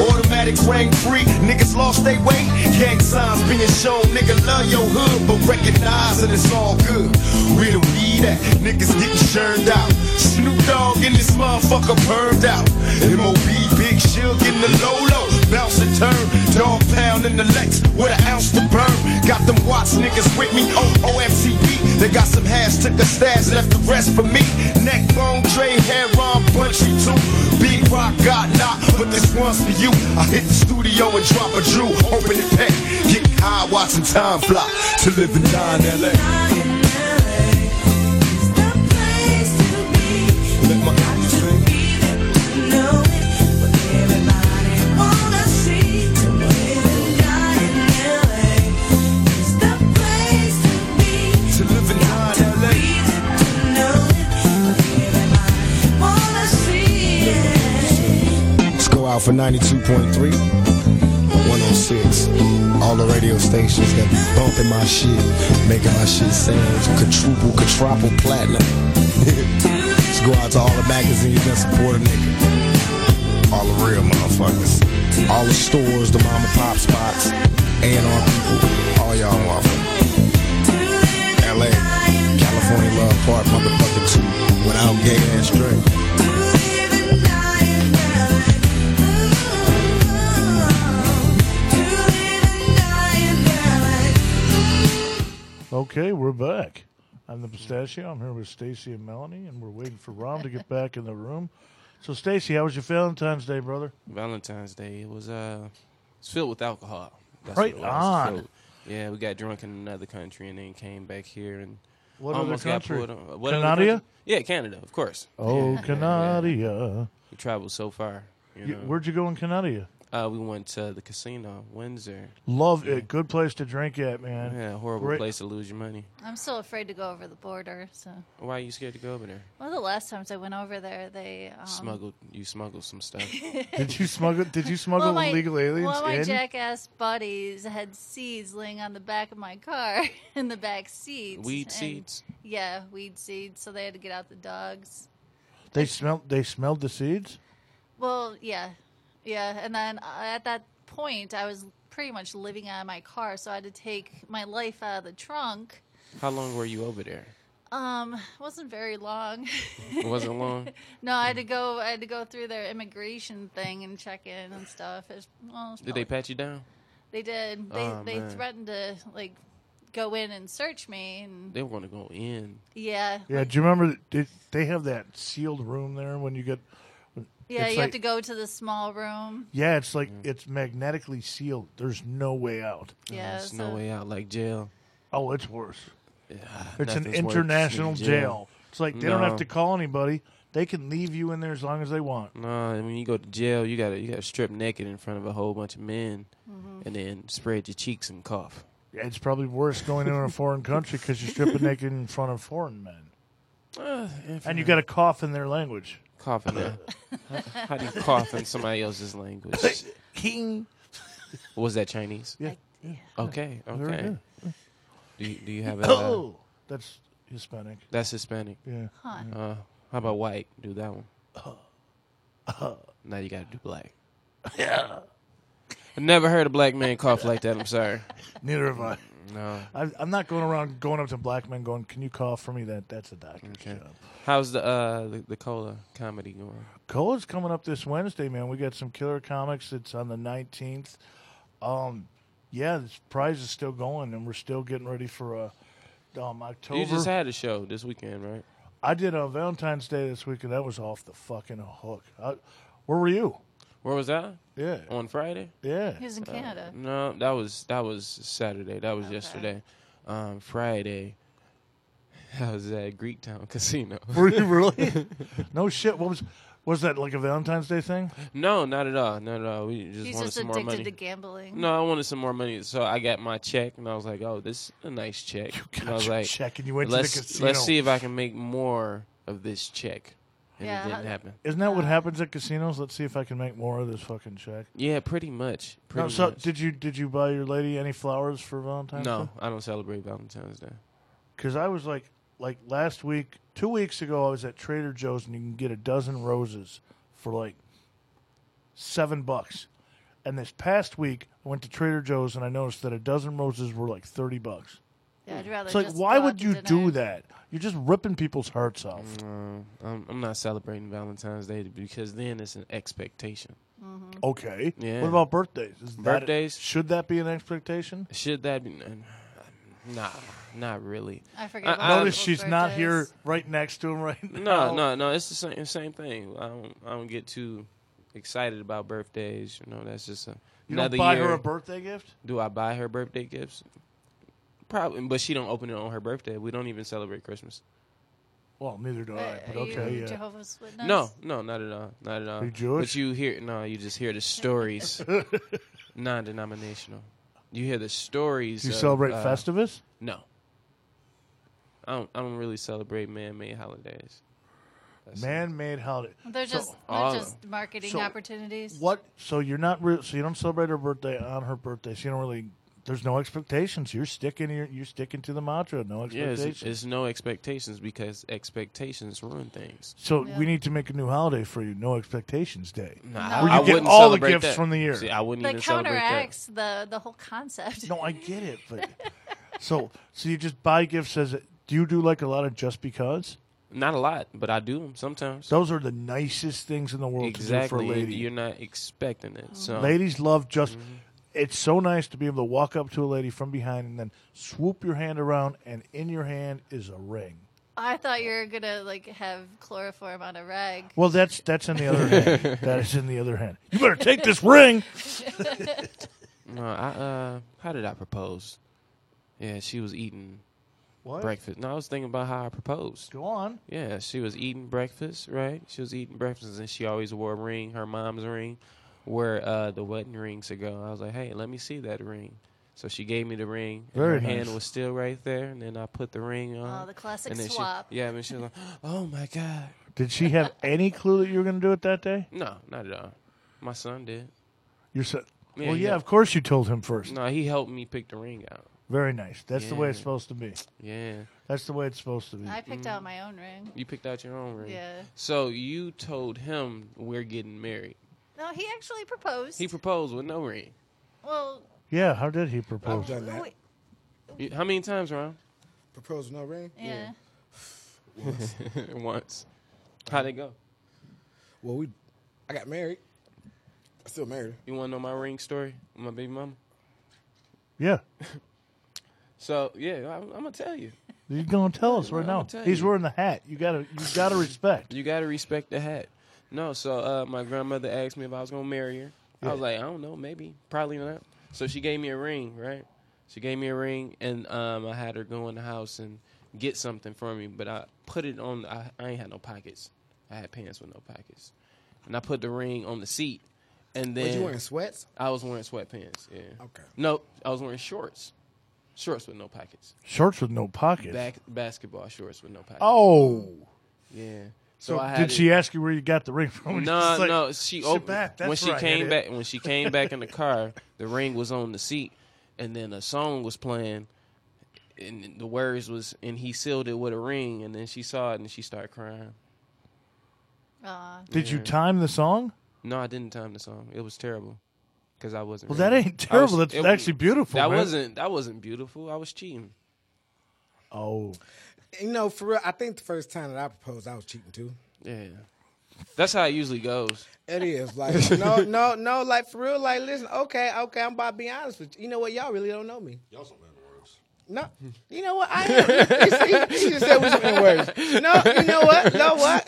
Automatic rang free. Niggas lost they weight. Gang signs being shown. Nigga, love your hood, but recognize that it's all good. We the weed at. Niggas getting churned out. Snoop Dogg in this motherfucker burned out. MOB, Big Shug in the low low. Bounce and turn. Dog pound in the Lex with an ounce to burn. Got them watts niggas with me. Oh, OFCB. They got some hash, took a stash, left the rest for me. Neck bone, trade, hair on, punchy too. Big rock got knocked, but this one's for you. I hit the studio and drop a Drew. Open it pack. Get high, watching time fly. To live and die in LA. Let my angel sing. To live and die in LA. Let's go out for 92.3, 106. All the radio stations that be bumping my shit, making my shit sound quadruple, quadruple platinum. [laughs] Let's go out to all the magazines that support a nigga. All the real motherfuckers. All the stores, the mom and pop spots, and our people. All y'all motherfuckers. LA, California Love Park, motherfucker, too. Without gay ass drink. Okay, we're back. I'm the pistachio. I'm here with Stacy and Melanie, and we're waiting for Rom to get back in the room. So, Stacy, how was your Valentine's Day, brother? Valentine's Day. It was uh, it's filled with alcohol. Right it was. It's on. filled- Yeah, we got drunk in another country and then came back here and What other almost country? got pulled on. What other Canada? country? Yeah, Canada, of course. Oh, yeah, Canadia. We traveled so far. You You- know. Where'd you go in Canadia? Uh, we went to the casino, Windsor. Love it. Good place to drink at, man. Yeah, horrible Great- place to lose your money. I'm still afraid to go over the border. So Why are you scared to go over there? one of the last times I went over there, they um, [laughs] smuggled. You smuggled some stuff. Did you smuggle? Did you smuggle Well, my- illegal aliens One of my in? jackass buddies had seeds laying on the back of my car [laughs] in the back seats. Weed and- seeds? Yeah, weed seeds. So they had to get out the dogs. They smelled. They smelled the seeds. Well, yeah, yeah. And then uh, at that point, I was pretty much living out of my car, so I had to take my life out of the trunk. How long were you over there? Um, it wasn't very long. [laughs] It wasn't long. no, I had Mm. to go. I had to go through their immigration thing and check in and stuff. It was, well, it was Did they pat you down? They did. They Oh, they man. threatened to like go in and search me and They want to go in. yeah. Yeah. Do you remember? Did they have that sealed room there when you get? when- Yeah, it's you like, have to go to the small room. Yeah, it's like it's magnetically sealed. There's no way out. Yeah, There's no so- way out, like jail. Oh, it's worse. Yeah, it's an nothing's worse than international jail. jail. It's like they don't have No. to call anybody. They can leave you in there as long as they want. No, and when you go to jail, you gotta you gotta strip naked in front of a whole bunch of men, and then spread your cheeks and cough. Yeah, It's probably worse going in [laughs] a foreign country because you're stripping naked in front of foreign men, and you got to cough in their language. Coughing. there. [laughs] How do you cough in somebody [laughs] else's language? King. Was that Chinese? Yeah. Yeah. Okay. Very Okay. good. Do you, do you have a? uh, Oh, that's Hispanic. [laughs] That's Hispanic. Yeah. Huh. Uh, how about white? Do [laughs] Uh. that one. now you got to do black. Yeah. I never heard a black man cough like that. I'm sorry. [laughs] Neither have I. No. I, I'm not going around going up to black men going, "Can you cough for me?" That that's a doctor's job. How's the uh the, the cola comedy going? Cola's coming up this Wednesday, man. We got some killer comics. It's on the 19th. Um, yeah, this prize is still going, and we're still getting ready for uh, um, October. You just had a show this weekend, right? I did on Valentine's Day this weekend. That was off the fucking hook. I, where were you? [laughs] Where was that? Yeah. On Friday? Uh, Yeah. He was in Canada. no, that was that was Saturday. That was yesterday. Um, Friday. [laughs] I was at Greek Town [laughs] Casino. [laughs] Were you really? no shit. What was was that like a Valentine's Day thing? [laughs] No, not at all. Not at all. We just He's wanted just some more addicted money. to gambling. No, I wanted some more money, so I got my check, and I was like, "Oh, this is a nice check." You got and I was your like, check and you went to the let's, casino." Let's see if I can make more of this check. And Yeah, it how- didn't happen. Isn't that what happens at casinos? Let's see if I can make more of this fucking check. Yeah, pretty much. Pretty No, so much. did you did you buy your lady any flowers for Valentine's? No, I don't celebrate Valentine's Day. because I was like like last week, two weeks ago, I was at Trader Joe's and you can get a dozen roses for like seven bucks. And this past week, I went to Trader Joe's and I noticed that a dozen roses were like thirty bucks. Yeah, I'd rather It's like, just why go out would to you dinner. do that? You're just ripping people's hearts off. No, I'm, I'm not celebrating Valentine's Day because then it's an expectation. Mm-hmm. Okay. Yeah. What about birthdays? Is that- Birthdays? should that be an expectation? Should that be? Nah, not really. I forget I- what Notice people's [laughs] she's not birthdays. here, right next to him, right now. No, no, no. It's the same same thing. I don't I don't get too excited about birthdays. You know, that's just a, You don't another buy her year. a birthday gift? Do I buy her birthday gifts? Probably, but she don't open it on her birthday. We don't even celebrate Christmas. Well, neither do I. But are you okay, yeah. Jehovah's Witness? No, no, not at all, not at all. Are you Jewish? But you hear no, you just hear the [laughs] stories, non-denominational. You hear the stories. Do you of, celebrate uh, Festivus? No, I don't. I don't really celebrate man-made holidays. That's- Man-made holiday. They're So- uh, just all they're of just marketing So opportunities. What? So you're not re- so you don't celebrate her birthday on her birthday. So you don't really. There's no expectations. You're sticking. You're, you're sticking to the mantra. No Yeah, expectations. it's, it's no expectations because expectations ruin things. so we need to make a new holiday for you. No expectations day. Where Nah, you I get wouldn't all the celebrate gifts that. from the year. See, I wouldn't That even celebrate that. counteracts the the whole concept. No, I get it, but so so you just buy gifts as. a- Do you do like a lot of just because? Not a lot, but I do them sometimes. Those are the nicest things in the world to do for a Exactly, lady. you're not expecting it. So Ladies love just. Mm-hmm. It's so nice to be able to walk up to a lady from behind and then swoop your hand around, and in your hand is a ring. [laughs] I thought you were gonna like have chloroform on a rag. Well, that's that's in the other hand. That is in the other hand. You better take this [laughs] [laughs] ring. No, I uh, how did I propose? Yeah, she was eating What? breakfast. No, I was thinking about how I proposed. Go on. Yeah, she was eating breakfast, right? She was eating breakfast, and she always wore a ring, her mom's ring, where uh, the wedding rings to go. I was like, hey, let me see that ring. So she gave me the ring. And Very her hand nice. was still right there, and then I put the ring on. Oh, the classic and then she- swap. yeah, and she was like, oh my god. Did she have any clue that you were going to do it that day? No, not at all. My son did. You said, Yeah, "Well, yeah, yeah. of course you told him first. No, he helped me pick the ring out. Very nice. That's the way it's Yeah. supposed to be. Yeah. Mm. That's the way it's supposed to be. I picked out my own ring. You picked out your own ring. Yeah. So you told him we're getting married. No, he actually proposed. He proposed with no ring. well, Yeah, how did he propose? I've done that. You- How many times, Ron? [laughs] Proposed no ring. yeah. Once. Once. How'd it go? Well, we, I got married. I still married. You want to know my ring story? with My baby mama? Yeah, So, yeah, I, I'm going to tell you. he's going to tell us right now. tell He's you. wearing the hat. You got to you got to respect. You got to respect the hat. No, so uh, my grandmother asked me if I was going to marry her. I was Yeah. like, I don't know, maybe, probably not. So she gave me a ring, right? She gave me a ring, and um, I had her go in the house and get something for me, but I put it on, I, I ain't had no pockets. I had pants with no pockets. And I put the ring on the seat. And Was then you wearing sweats? I was wearing sweatpants, yeah. Okay. No, I was wearing shorts. Shorts with no pockets. Shorts with no pockets. Back, basketball shorts with no pockets. Oh. Yeah. So, So, I had did it- she [laughs] ask you where you got the ring from? [laughs] No, She's like, no. She "Sit opened back, that's when she where I came hid back. it." When she came [laughs] back in the car, the ring was on the seat, and then a song was playing, and the words was, and he sealed it with a ring, and then she saw it and she started crying. Aw. Did you Yeah. time the song? No, I didn't time the song. It was terrible. because I wasn't. Well, that ready. ain't I was- terrible. That's it- actually beautiful, That man. wasn't. That wasn't beautiful. I was cheating. Oh, You know, for real, I think the first time that I proposed, I was cheating too. yeah. That's how it usually goes. It is like no, no, no, like for real, like listen, okay, okay, I'm about to be honest with you. You know what? Y'all really don't know me. Y'all some words. No, you know what? I am. He, he, he just said we some N words. No, you know what? No, what?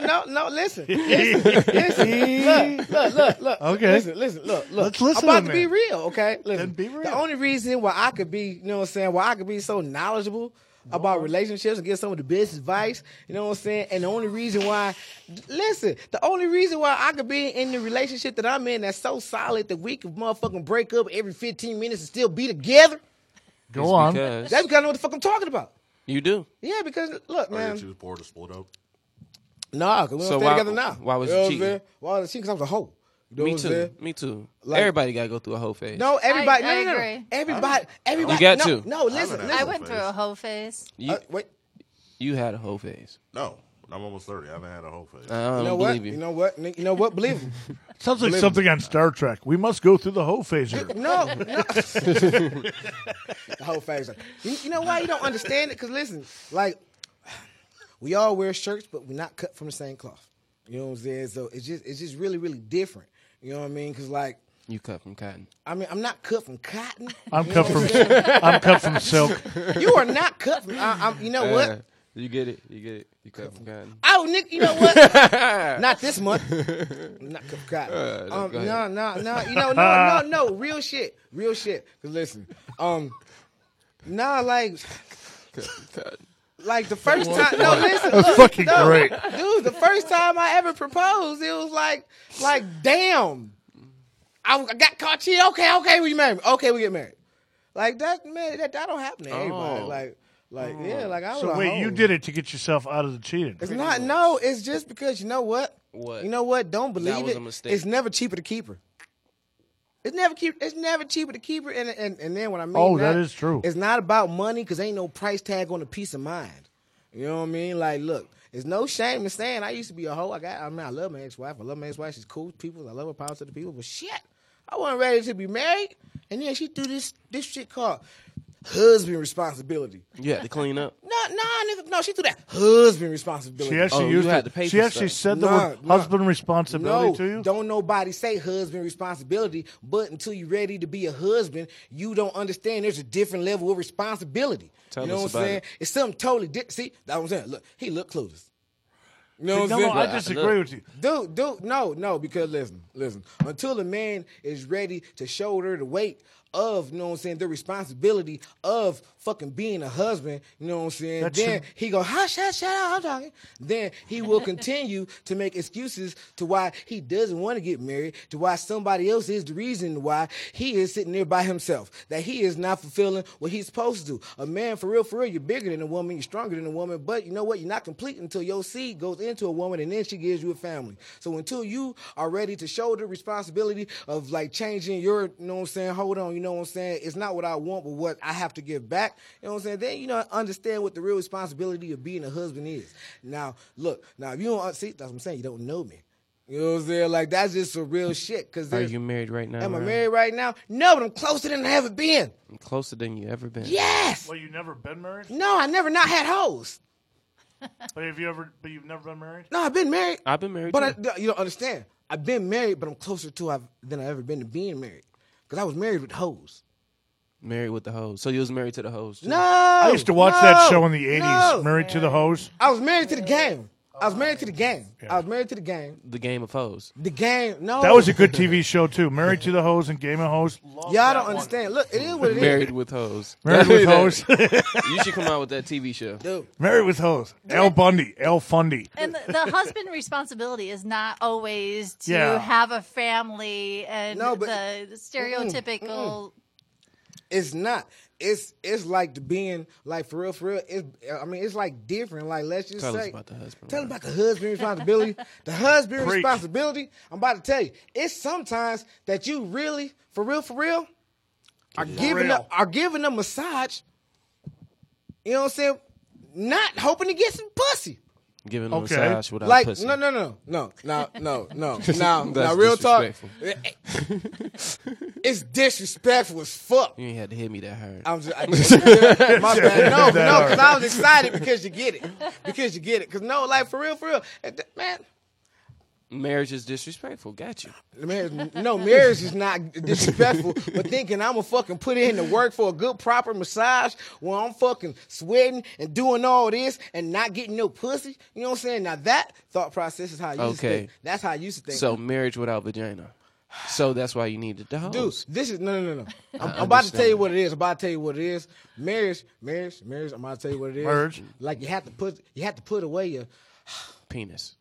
No, no, no. Listen, listen, listen. Look, look, look, look. Okay. Listen, listen, look, look. Let's listen I'm to about to be him. real, okay? Listen. be real. The only reason why I could be, you know what I'm saying, why I could be so knowledgeable about relationships and get some of the best advice, you know what I'm saying? And the only reason why listen, the only reason why I could be in the relationship that I'm in that's so solid that we could motherfucking break up every 15 minutes and still be together. Go on. because- That's because I know what the fuck I'm talking about. You do. Oh, Yeah, because look, Are you man. too poor to split up? Nah, because we don't So stay why- together now. why was you know you what I'm cheating? saying? Why was I cheating? Because I was a hoe. You know Me what I'm saying? too. Me too. Like- everybody got to go through a whole phase. No, everybody. I no, no, no. agree. Everybody. Everybody. got no, to. No, listen. listen. I went through a whole phase. You, Uh, wait. you had a whole phase. No, I'm almost thirty. I haven't had a whole phase. I don't You know believe what? you. You know what? Nick? You know what? Believe me. [laughs] sounds like Believe something on Star Trek. We must go through the whole phase here. No, no. the whole face. You, you know why you don't understand it? Because listen, like we all wear shirts, but we're not cut from the same cloth. You know what I'm saying? So it's just it's just really really different. You know what I mean? Because like you cut from cotton. I mean I'm not cut from cotton. I'm cut from I'm cut from silk. [laughs] you are not cut from. I, I'm, you know Uh, what? you get it. You get it. You cut from cotton. Oh, Nick, you know [laughs] what? Not this month. Not Cup of Cotton. um, go no, no, no. You [laughs] know, no, no, no. Real shit. Real shit. Cause listen, um, nah, like, like the first time. No, listen. Look, fucking no, great. dude. The first time I ever proposed, it was like, like, damn. I I got caught cheating. Okay, okay, we married. Okay, we get married. Like that, man. That, that don't happen to everybody. Oh. Like, like, yeah. Like I was. So a wait, you hoe. did it to get yourself out of the cheating. It's not. No, it's just because you know what. What? You know what? Don't believe was it. a mistake. It's never cheaper to keep her. It's never keep. It's never cheaper to keep her. And and, and then what I mean. Oh, that is true. It's not about money because ain't no price tag on the peace of mind. You know what I mean? Like, look, it's no shame in saying I used to be a hoe. I got. I mean, I love my ex-wife. I love my ex-wife. She's cool with people. I love her. Power to the people. But shit, I wasn't ready to be married. And then she threw this this shit called husband responsibility. You had to clean up. No, no, nigga, no. She threw that husband responsibility. She actually Oh, you used had it. to pay She for actually stuff. said the Nah, word nah. husband responsibility No, to you. don't nobody say husband responsibility, but until you're ready to be a husband, you don't understand there's a different level of responsibility. Tell you know us what I'm about saying? it. It's something totally different. See, that's what I'm saying. Look, he looked clueless. You know what no, I'm no, saying? I disagree with you. Dude, dude, no, no, because listen, listen. Until a man is ready to shoulder the weight of, you know what I'm saying, the responsibility of fucking being a husband, you know what I'm saying, That's then true. he go, hush, hush, shut up, I'm talking. Then he will continue to make excuses to why he doesn't want to get married, to why somebody else is the reason why he is sitting there by himself, that he is not fulfilling what he's supposed to. A man, for real, for real, you're bigger than a woman, you're stronger than a woman, but you know what? You're not complete until your seed goes into a woman and then she gives you a family. So until you are ready to shoulder responsibility of like changing your, you know what I'm saying, hold on, you know what I'm saying, it's not what I want, but what I have to give back, you know what I'm saying, then you know, understand what the real responsibility of being a husband is. Now, look, now if you don't, un- see, that's what I'm saying, you don't know me. You know what I'm saying? Like, that's just some real shit. Cause Mm. Are there's- you married right now? Am I Ryan? married right now? No, but I'm closer than I ever been. I'm closer than you ever been. Yes. Well, you never been married, No, I never not had hoes. [laughs] but have you ever? But you've never been married. No, I've been married. I've been married. But too. I, no, you don't understand. I've been married, but I'm closer to I've, than I've ever been to being married. Because I was married with hoes. married with the hoes. So you was married to the hoes. too? No. I used to watch that show in the no. '80s, Married to the Hose. I was married to the game. I was married to the game. I was married to the game. The game of hoes. The game. No. That was a [laughs] good TV show too. Married to the Hose and Game of Hose. Love Y'all that don't one. understand. Look, it is what it is. [laughs] Married with hoes. Married with Hose. [laughs] you should come out with that TV show. Dude. Married with Hose. L Bundy. L Fundy. And the, [laughs] the husband responsibility is not always to Yeah. have a family and No, but- mm, the stereotypical. It's not. It's it's like the being like for real, for real. It's I mean it's like different. Like let's just Tell us say about the husband, Tell them Ryan. about the husband [laughs] responsibility. the husband Preach. responsibility. I'm about to tell you. It's sometimes that you really for real, for real are giving real. up are giving a massage. You know what I'm saying? Not hoping to get some pussy. giving them a massage without like, pussy. No, no, no, no, no, no, [laughs] no. Now, now, real talk. [laughs] It's disrespectful as fuck. You ain't had to hit me that hard. I'm just, [laughs] I, my bad. No, no, That because hard. I was excited because you get it, because you get it. Because no, like for real, for real, It- th- man. Marriage is disrespectful. Got you. Marriage, no, marriage is not disrespectful, but thinking I'm gonna fucking put in the work for a good proper massage where I'm fucking sweating and doing all this and not getting no pussy. You know what I'm saying? Now that thought process is how you used to Okay. think. That's how I used to think. So marriage without vagina. So that's why you needed the Dude, hose. this is no, no, no, no. I'm, oh. I I'm about to understand tell you what it is. I'm about to tell you what it is. Marriage, marriage, marriage. I'm about to tell you what it is. Merge. Like you have to put, you have to put away your. Penis.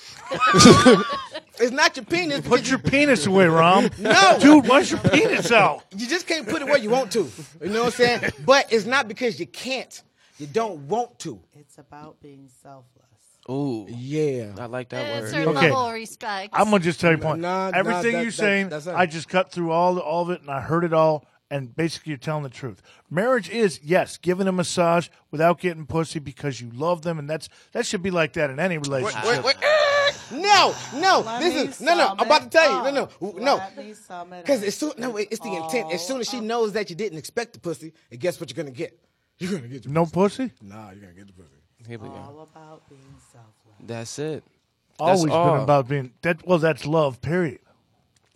[laughs] it's not your penis. Put your penis away, Rom. [laughs] No, Um, Dude, why's your penis out? You just can't put it where you want to. You know what I'm saying? But it's not because you can't. You don't want to. It's about being selfless. Ooh. Yeah. I like that At a word. certain Okay. level of respect. I'm gonna just tell you a point. Nah, nah, Everything that- you're that- saying, that's it. I just cut through all the, all of it, and I heard it all. And basically, you're telling the truth. Marriage is yes, giving a massage without getting pussy because you love them, and that's that should be like that in any relationship. wait, wait. No, no, Let me this is no, no. sum I'm about to it tell you, no, up. no, no. Let me sum it Because up. [laughs] as soon, no, wait, it's the intent. As soon as she knows that you didn't expect the pussy, and guess what you're gonna get? You're gonna get your No pussy. Nah, you're gonna get the pussy. Here we All go. about being selfless. That's it. That's Always all. been about being that. Well, that's love. Period.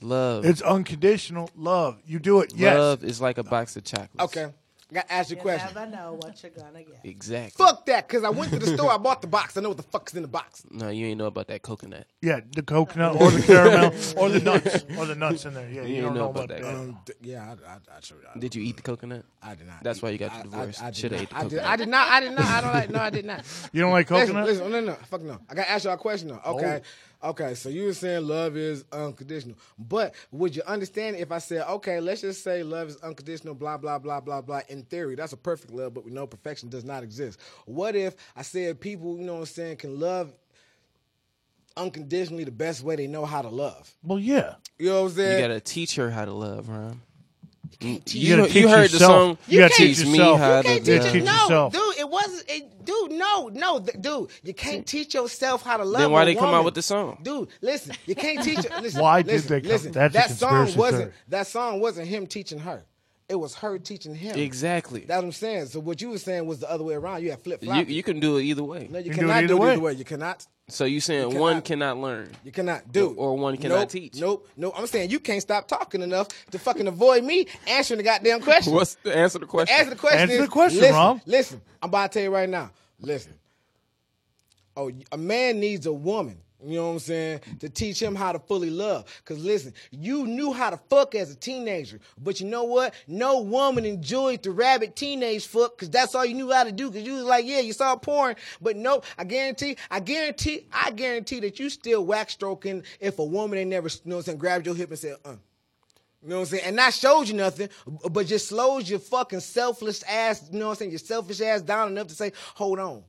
love. It's unconditional love. You do it. Yes. Love is like a box of chocolates. Okay, I gotta ask you a You question. never know what you're gonna get. Exactly. Fuck that, because I went to the store, I bought the box. I know what the fuck's in the box. No, you ain't know about that coconut. Yeah, the coconut or the caramel or the nuts or the nuts in there. Yeah, you, ain't don't know about about that. that. Um, d- yeah, I, I, I, sure- I, Did you eat the coconut? I did not. That's why you got I- your divorce. I, I, did Should have ate not. the I, did, coconut. I did not. I did not. I don't like. No, I did [laughs] not. You don't like Listen, coconut? Oh. Listen, no, no, fuck no. I got to ask you a question though. Okay, okay. So you were saying love is unconditional, but would you understand if I said, okay, let's just say love is unconditional, blah blah blah blah blah. In theory, that's a perfect love, but we know perfection does not exist. What if I said people, you know what I'm saying, can love unconditionally the best way they know how to love? Well, yeah. You know what I'm saying? You gotta teach her how to love, Ron. You, You gotta know- teach you heard the yourself. song. You gotta teach me yourself. how You to can't teach love. it. Teach yourself. dude, it wasn't. It, dude, no, no, th- dude, you can't teach yourself how to love. Then why a they come out woman. with the song? Dude, listen, you can't teach. Listen, Why did listen, [laughs] they come- Listen, that's a that song conspiracy wasn't. theory. That song wasn't him teaching her. It was her teaching him. Exactly. That's what I'm saying. So what you were saying was the other way around. You had flip You, flop. you can do it either way. no, you, can do it cannot do it either either way. way. You cannot. So you saying You one cannot- cannot learn? You cannot do. Or one cannot nope, teach. Nope. Nope. I'm saying you can't stop talking enough to fucking avoid me answering the goddamn question. [laughs] What's the answer to the question? Answer the question. Answer is- the question, listen, Rom. Listen, I'm about to tell you right now. Listen. Oh, a man needs a woman. You know what I'm saying? To teach him how to fully love. Cause listen, you knew how to fuck as a teenager, but you know what? No woman enjoyed the rabbit teenage fuck, cause that's all you knew how to do. Cause you was like, yeah, you saw porn, but nope. I guarantee, I guarantee, I guarantee that you still whack stroking if a woman ain't never, you know what I'm saying, grabbed your hip and said, uh. You know what I'm saying? And not showed you nothing, b- but just slows your fucking selfless ass, you know what I'm saying, your selfish ass down enough to say, hold on,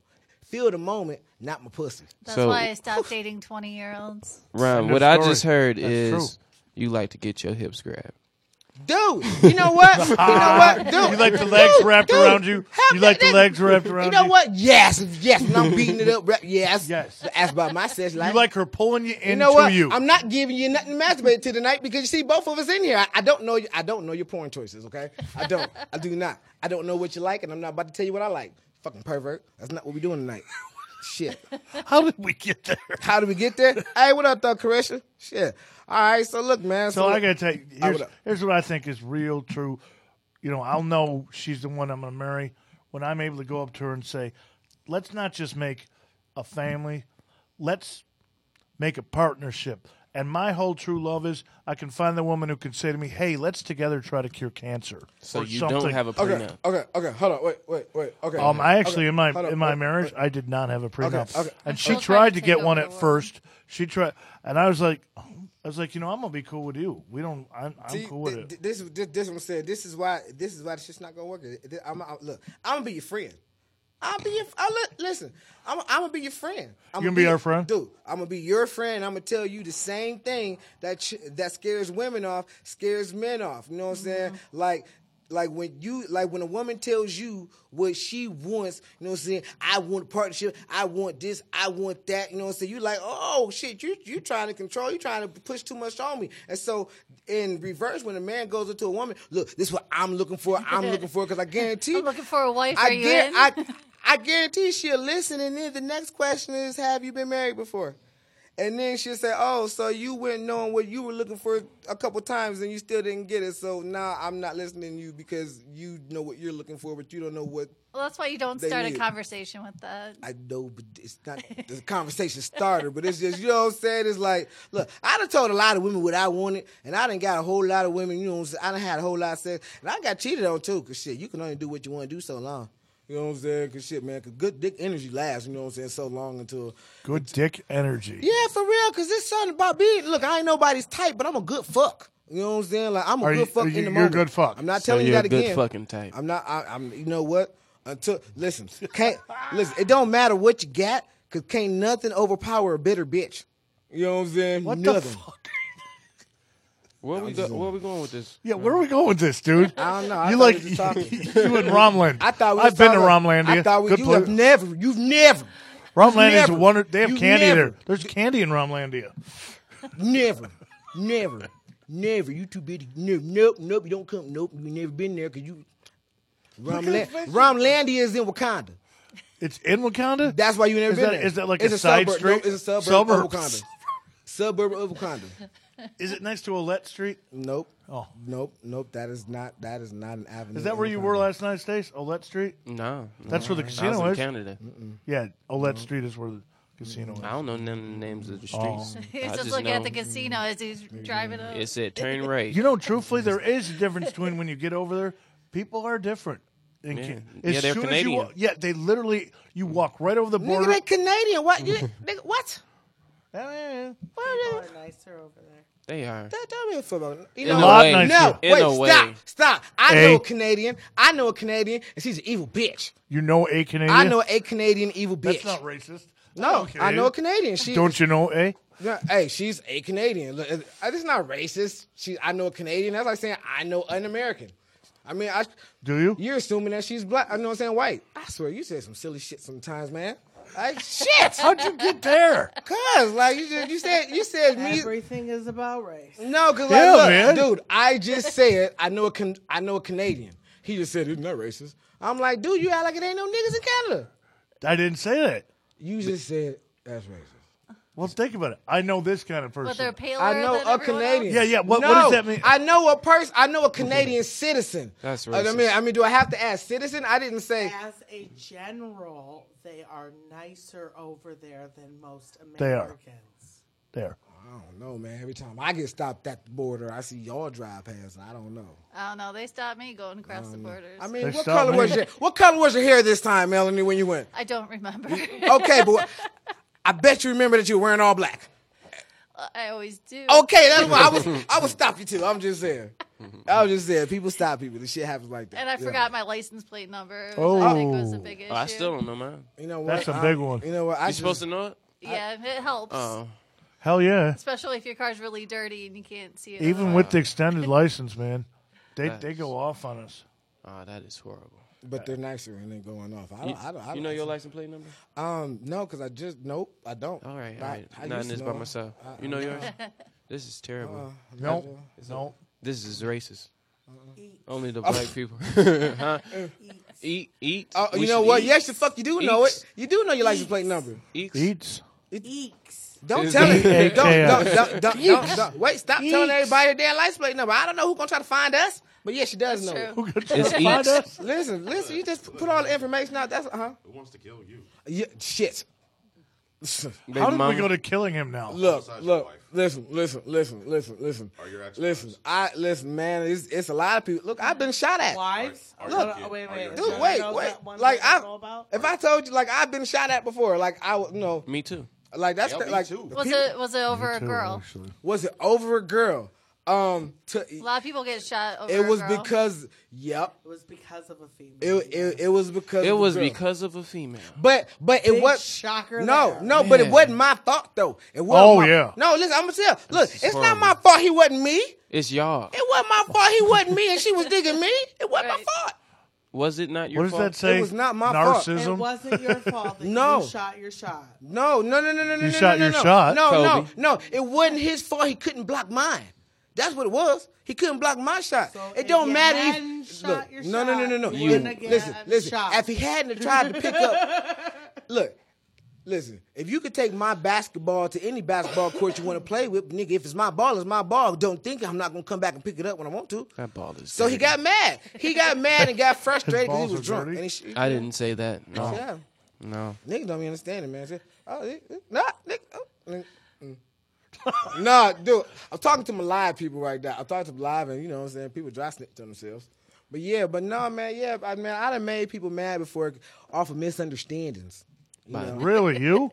feel the moment, not my pussy. That's So- why I stopped dating 20 year olds. Ron, End of what I story. just heard That's is true. you like to get your hips grabbed. Dude, [laughs] you know what? You know [laughs] what? Dude, Ah. [laughs] You like the legs wrapped around you? have You like that- the legs wrapped around You know you? what? Yes, yes, and I'm beating it up. rap- Yes, Yes. That's about my sex life. You like her pulling you into You know what? you. I'm not giving you nothing to masturbate to tonight because you see both of us in here. I, I don't know. you- I don't know your porn choices. Okay, I don't. I do not. I don't know what you like, and I'm not about to tell you what I like. Fucking pervert. That's not what we doing tonight. Shit. [laughs] How did we get there? How did we get there? Hey, what up, though, Carisha? Shit. All right. So look, Oh, man. So I gotta tell you, I here's, would- here's what I think is real true. You know, I'll know she's the one I'm gonna marry when I'm able to go up to her and say, "Let's not just make a family, let's make a partnership." And my whole true love is I can find the woman who can say to me, "Hey, let's together try to cure cancer." So or you something. don't have a prenup. Okay. Okay. Okay. Hold on. Wait. Wait. Wait. Okay. Um, I actually Okay, in my hold on, in my wait, marriage, I did not have a prenup, Okay, okay. and she Well, trying tried to to take get over one the at world. first. She tried, and I was like, I was like, you know, I'm gonna be cool with you. We don't, I'm, I'm See, cool with th- it. th- this is this, this one said. This is why this is why this shit's not gonna work. It- it- I'm, I- look, I'm gonna be your friend. I'll be your. I look, listen. I'm, I'm gonna be your friend. I'm You gonna be our friend? dude. I'm gonna be your friend. I'm gonna tell you the Mm-hmm. same thing that ch- that scares women off, scares men off. You know what I'm saying? Like like when you like when a woman tells you what she wants, you know what I'm saying? I want partnership, I want this, I want that, you know what I'm saying? You like, oh shit, you you trying to control, you trying to push too much on me. And so in reverse, when a man goes into a woman, look, this is what I'm looking for, I'm looking for, [laughs] because I guarantee I'm looking for a wife. I Are you guar- in? [laughs] I I guarantee she'll listen and then the next question is, have you been married before? And then she'll say, "Oh, so you went knowing what you were looking for a couple times, and you still didn't get it. So now I'm not listening to you because you know what you're looking for, but you don't know what Well, that's why you don't They start a need- conversation with that. I know, but it's not the conversation starter. But it's just you know what I'm saying. It's like, look, I done told a lot of women what I wanted, and I done got a whole lot of women. You know, what I'm saying? I done had a whole lot of sex, and I got cheated on too. Cause shit, you can only do what you want to do so long. You know what I'm saying? Cause shit, man, cause good dick energy lasts. You know what I'm saying? So long until Good dick energy. yeah, for real. Cause it's something about being. Look, I ain't nobody's type, but I'm a good fuck. You know what I'm saying? Like I'm a Are good you- fuck are you- in the you're a moment. good fuck. I'm not So telling you you're a that good again. fucking type. I'm not. I, I'm. You know what? Until listen, can't listen. It don't matter what you got, cause can't nothing overpower a bitter bitch. You know what I'm saying? What nothing. the fuck? Where we go, where we going with this? Yeah, where are we going with this, dude? I don't know. I you thought like we was talking. [laughs] you in Romland? I thought we was I've been to talking- Romlandia. I thought we, Good you place. have never. You've never. Romlandia is a never- wonder. They have you candy never- there. There's candy in Romlandia. Never, never, never. You too big. to- Nope, nope, nope. You don't come. Nope, you never been there because you. Look at his Romland, face. Romlandia is in Wakanda. It's in Wakanda. That's why you never Is been that- there. is that like It's a side suburb- street? No, it's a suburb Suburb. of Wakanda. suburb of Wakanda. [laughs] Is it next to Olette Street? Nope. Oh, nope, nope. That is not. That is not an avenue. Is that where in you Wakanda. were last night, Stace? Olette Street? No, That's where the no. casino I was in is. Canada. Yeah, Olette Street is where the casino I don't know none of the names of the Oh. streets. [laughs] He's Mm, I just, looking at know the casino as he's Mm. driving up. It said turn right. is. You know, truthfully, there is a difference between when you get over there. People are different. In Yeah. Ca- Yeah, they're as you wa- Canadian. yeah, they literally you walk right over the Nigga, border. they Canadian. What? [laughs] You, nigga, what? People are nicer over there. They are. That don't mean football. You In know a what? way. Lot No, nicer. In wait, a way. stop, stop. I Hey. know a Canadian. I know a Canadian, and she's an evil bitch. [laughs] you know a Canadian. I know a Canadian evil bitch. That's not racist. No, I know a Canadian. She Don't you know a? No, hey, she's a Canadian. Look, it- It's not racist. She, I know a Canadian. That's like saying I know an American. I mean, I, Do you? you're assuming that she's black. I know I'm saying white. I swear, you say some silly shit sometimes, man. Like shit. [laughs] How'd you get there? Cause like you just you said you said me. Everything is about race. No, cause like Yeah, look, man. dude, I just said I know a Can- I know a Canadian. He just said it's not racist. I'm like, dude, you act like it ain't no niggas in Canada. I didn't say that. You just said that's racist. Well, think about it. I know this kind of But they're person. paler I know than a everyone else. Canadian. Yeah, yeah, what- what does that mean? I know a person. I know a [laughs] Canadian citizen. That's I racist. mean, I mean, do I have to ask citizen? I didn't say. As a general, they are nicer over there than most Americans. They are. There. I don't know, man. Every time I get stopped at the border, I see y'all drive past. and I don't know. I don't know. They stopped me going across the borders. Um, I I, mean, They what stop color me. was your What color was your hair this time, Melanie? When you went? don't remember. [laughs] Okay, [laughs] but I bet you remember that you were wearing all black. I always do. Okay, [laughs] that's why I was. I would stop you too. I'm just saying. I was just saying. People stop people. The shit happens like that. And I Yeah. forgot my license plate number. Which oh, I think was a Oh. big issue. Oh, I still don't know mine. You know what? That's a I- big one. You know what? I You just- supposed to know it? yeah, it helps, Oh, Hell yeah. especially if your car's really dirty and you can't see it. Even Oh, otherwise. with the extended license, man, they they That's- go off on us. oh that is horrible. But they're nicer and they're going off. I don't. You, I don't, I don't you know your license plate number? Um, no, because I just nope. I don't. All right, I- all right. I Not in used to this by know. myself. I- Uh, You know yours? [laughs] [laughs] This is terrible. No, no. This is racist. Uh-uh. Eat. Only the black [laughs] people. huh? Eat, eat. Oh, We you know should what? eat. Yes, the fuck you do know it. Eeks. You do know your license plate number. Eat. Eats. Eeks. Don't Is tell it. Don't, it- don't, don't, don't, don't, Eeks. don't. Wait, stop telling everybody their damn license plate number. I don't know who's gonna try to find us, but yeah, she does know. it. True. It's Find eats. us. Listen, listen. You just put all the information out. That's uh huh. Who wants to kill you? Yeah, shit. Baby How did we mama. go to killing him now? Look, Besides your look, wife. listen, listen, listen, listen, listen. Or your ex-wives. Listen, I listen, man. It's, it's a lot of people. Look, I've been shot at. Wives? Are- are Look, you- wait, are wait. you- Dude, Yeah. wait, Those wait. that one Like thing I, know about? if I told you, like I've been shot at before. Like I, would- you know, Me too. like that's Yeah, the, me like too. Was people- it was it over a girl? was it over a girl? Um, to, A lot of people get shot over. it was a girl. because yep, It was because of a female. it it, it was because It of a was girl. because of a female. But but it Big was shocker No, there. no, but it Yeah. wasn't my fault though. It wasn't Oh, my- yeah. No, listen, I'm gonna tell. you. Look, it's not horrible. my fault. He wasn't me. It It's y'all. wasn't my fault. He wasn't me, and she was digging me. It wasn't my fault. Was it not your does fault? that say? It was not my fault. Narcissism? It wasn't your fault [laughs] that No. you shot your shot. No, no, no, no, no, no, no, shot no, your no, shot, no, no, Kobe. no. It wasn't his fault. He couldn't block mine. That's what it was. He couldn't block my shot. it don't you matter. hadn't If, shot look, your no, no, no, no, no. you wouldn't have If- Listen, gotten listen. shot. If he hadn't tried to pick up, [laughs] look, listen. If you could take my basketball to any basketball court you want to play with, nigga, if it's my ball, it's my ball. Don't think I'm not gonna come back and pick it up when I want to. That ball is. So he got mad. He got mad and got frustrated because balls he was are drunk. dirty? And he, I didn't say that. No. Yeah. No. Niggas don't be understanding, man. Say, oh, it- it- nah, nigga. oh, nigga, mm. [laughs] nah, dude. I'm talking to my live people right now. I'm talking to live, and you know what I'm saying? People dry snitch on themselves. But yeah, but no, man. Yeah, I man, I done made people mad before off of misunderstandings. You know? [laughs] Really, you?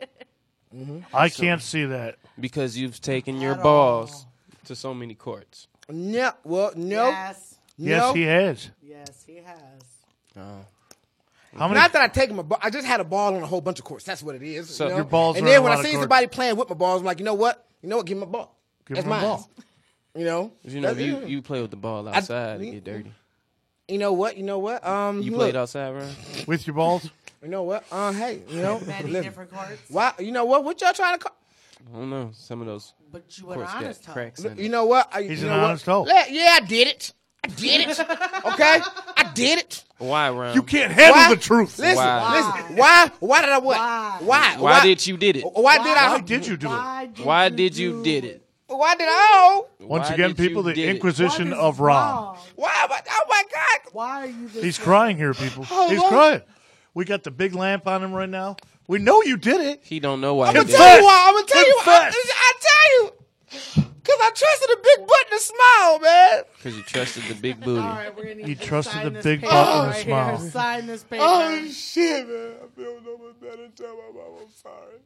Mhm. I can't see that. Because you've taken your balls to so many courts. No, well, no. Yes. Yes, he has. Yes, he has. Oh. How many- Not that I take my ball. I just had a ball on a whole bunch of courts. That's what it is. So- you know? Your balls And are on then a when I lot of seen courts. somebody playing with my balls, I'm like, you know what? You know what? Give me my ball. Give That's him my mine. ball. You know. 'Cause You know, if That's- you, you play with the ball I- mm-hmm. outside, it [laughs] get dirty. You know what? You know what? Um, You look. played outside, bro? With your balls? You know what? Uh, hey, you know, Many listen. different cards. Why? You know what? What y'all trying to call? I don't know. Some of those. But you were courts got honest, Tom. cracks Look, in You it. know what? I, He's you an know what? honest hoe. Le- Yeah, I did it. I did [laughs] it. Okay, I did it. Why, Ron? You can't handle Why? the truth. Listen, Why? listen. Why? Why did I what? Why? Why? Why, did you did it? Why did I? Why did, you did it? Why did I? Once Why again, did you people, the did it? Inquisition of Rom. Why? am I- Oh my God! Why are you? This He's crying here, people. Oh, He's Lord. crying. We got the big lamp on him right now. We know you did it. He don't know why. I'm gonna he tell did you it. why. I'm gonna Oh, tell you. I, Confess. I tell you, cause I trusted a big butt and a smile, man. Because you trusted the big booty. All right, we're gonna need You to trusted sign the this big paper button right to smile. Here. Sign this paper. Oh shit, man! I feel no much better. Tell my mom I'm sorry.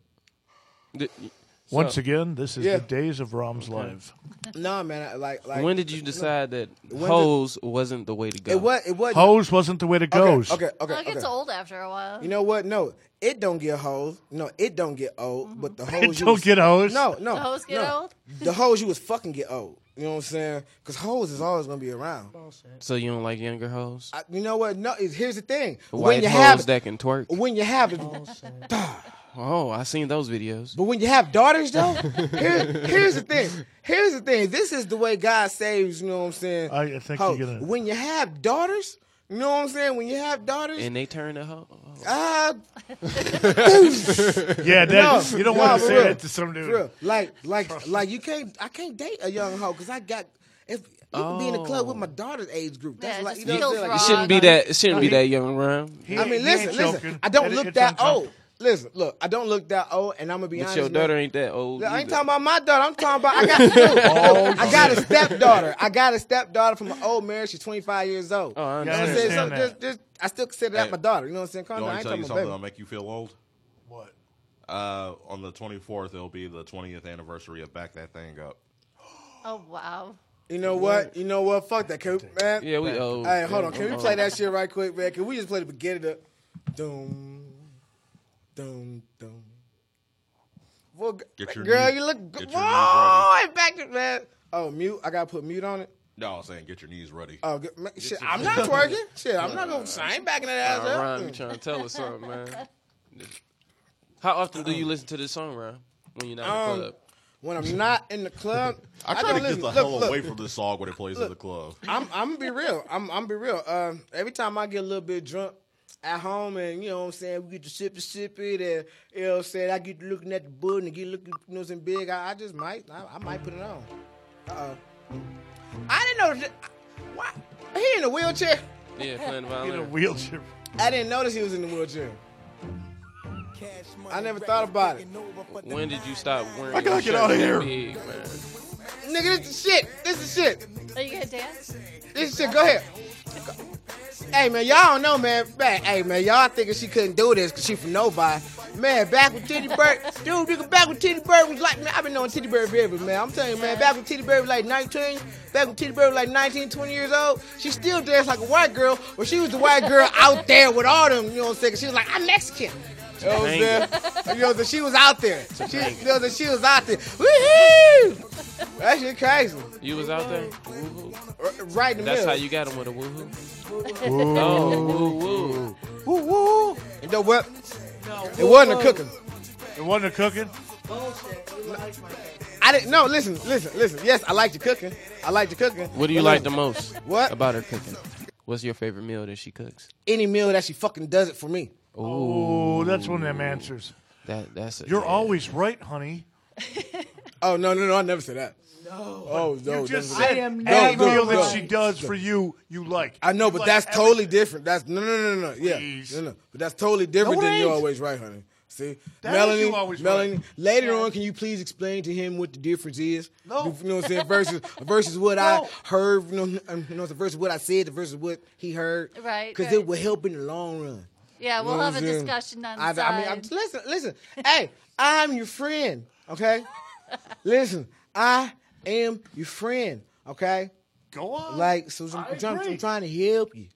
Th- Once so, again, this is Yeah. the days of Rom's life. No, man. I, like, like. when did you decide that When did- hoes wasn't the way to go? It was. It was. Hose wasn't the way to go. Okay. Okay. Okay. Well, it okay. gets old after a while. You know what? No, it don't get hoes. No, it don't get old. But the hoes you don't was- get hoes? No, no. Mm-hmm. The hoes get no. old? The hoes you was fucking get old. You know what I'm saying? Because hoes is always gonna be around. So you don't like younger hoes? I- you know what? No, it- here's the thing. White when you hoes have that can twerk? when you have Oh, I seen those videos. But when you have daughters, [laughs] though, here, here's the thing. Here's the thing. This is the way God saves. You know what I'm saying? I- I think Hoes. you get it. When you have daughters, you know what I'm saying? When you have daughters, And they turn a hoe. Uh, Oh. [laughs] Yeah, that, you don't want to for say real. that to some dude. For real. Like, like, like you can't. I can't date a young hoe because I got. If you can be in the club with my daughter's age group, that's like you know. What I'm saying? You Like, Oh. shouldn't be that. It shouldn't be that young, Ron. I mean, listen, listen. I don't look that old. Listen, look, I don't look that old, and I'm gonna be But honest. your man. daughter ain't that old. I ain't either. talking about my daughter. I'm talking about [laughs] I Oh, got I got a stepdaughter. I got a stepdaughter from an old marriage. She's 25 years old. Oh, I You know what I'm saying? So understand that. just, just, I still consider that Hey, my daughter. You know what I'm saying? Calm You down. want I me ain't to tell talking you about something baby. that'll make you feel old? What? Uh, on the 24th, it'll be the 20th anniversary of Back That Thing Up. Oh wow. You know what? You know what? Fuck that, Coop, man. Yeah, we old. Hey, hold on. Yeah, Can we I'm play old. that shit right quick, man? Can we just play the beginning of Doom, doom, doom. Well, g- Get your girl, knee- you look good. get your knee Whoa, it back to man. Oh, mute. I gotta put mute on it. No, I'm saying get your knees ready. Oh, good. Ma- shit. I'm not twerking. Shit, I'm not gonna. I ain't backing that ass Uh, up. Ron, you trying to tell us something, man. How often do you listen to this song, Ron? When you're not in Um, the club? when I'm not in the club, [laughs] I try don't to get listen. the Look, hell look. away from this song when it plays in the club. I'm I'm gonna be real. I'm I'm be real. Um, every time I get a little bit drunk at home, and you know what I'm saying, we get to sip it, sip it, and you know what I'm saying, I get to looking at the bud and get looking, you know what I'm saying, big. I, I just might, I, I might put it on. Uh oh, I didn't know. That, why he in a wheelchair? Yeah, playing the violin. In a wheelchair. I didn't notice he was in the wheelchair. I never thought about it. When did you stop wearing? I gotta your get shirt outta that here. big, man? Nigga, this is shit. This is shit. Are you gonna dance? This is shit. Go ahead. Hey man, y'all don't know, man. Back, hey man, y'all thinking she couldn't do this because she from nobody. Man, back with Titty Bird, [laughs] dude, nigga, back with Titty Bird was like, man, I've been knowing Titty Bird forever, man. I'm telling you, man, back with Titty Bird was like 19, back with Titty Bird was like 19, 20 years old. She still danced like a white girl, but she was the white girl out there with all them. You know what I'm saying? 'Cause She was like, I'm Mexican. You know what I'm saying? You know, that she was out there. She, you know, that she was out there. Woohoo! That shit crazy. You was out there? Right in the That's middle. how you got him with a woohoo. Woo. Oh, woo woo. Woo woo. And the whip. it wasn't a cooking. It wasn't a cooking. Bullshit. You like my I didn't. No, listen, listen, listen. Yes, I liked the cooking. I liked the cooking. What do you But like the listen, most? What? about her cooking? What's your favorite meal that she cooks? Any meal that she fucking does it for me. Oh, that's one of them answers. That that's a, You're always right, honey. [laughs] oh no, no, no! I never said that. No. Oh no! You just that's- said no, every no, meal no, that she no. does for you, you like. I know, You but like that's every- totally different. That's no, no, no, no, no. Yeah, no, no. But that's totally different No, it than you ain't. always right, honey. See, That is Melanie, You Always Melanie. Right. Later on, can you please explain to him what the difference is? No. you know what I'm saying. [laughs] Versus versus what I heard. You know, um, you know, versus what I said versus what he heard. Right, Because right. it will help in the long run. Yeah, You we'll know what have a I'm saying? discussion on I, the I mean, I'm, listen, listen. [laughs] hey, I'm your friend. [laughs] Okay, listen, I am your friend. Okay, go on. Like, so I'm, I I'm trying, I'm agree. trying to help you.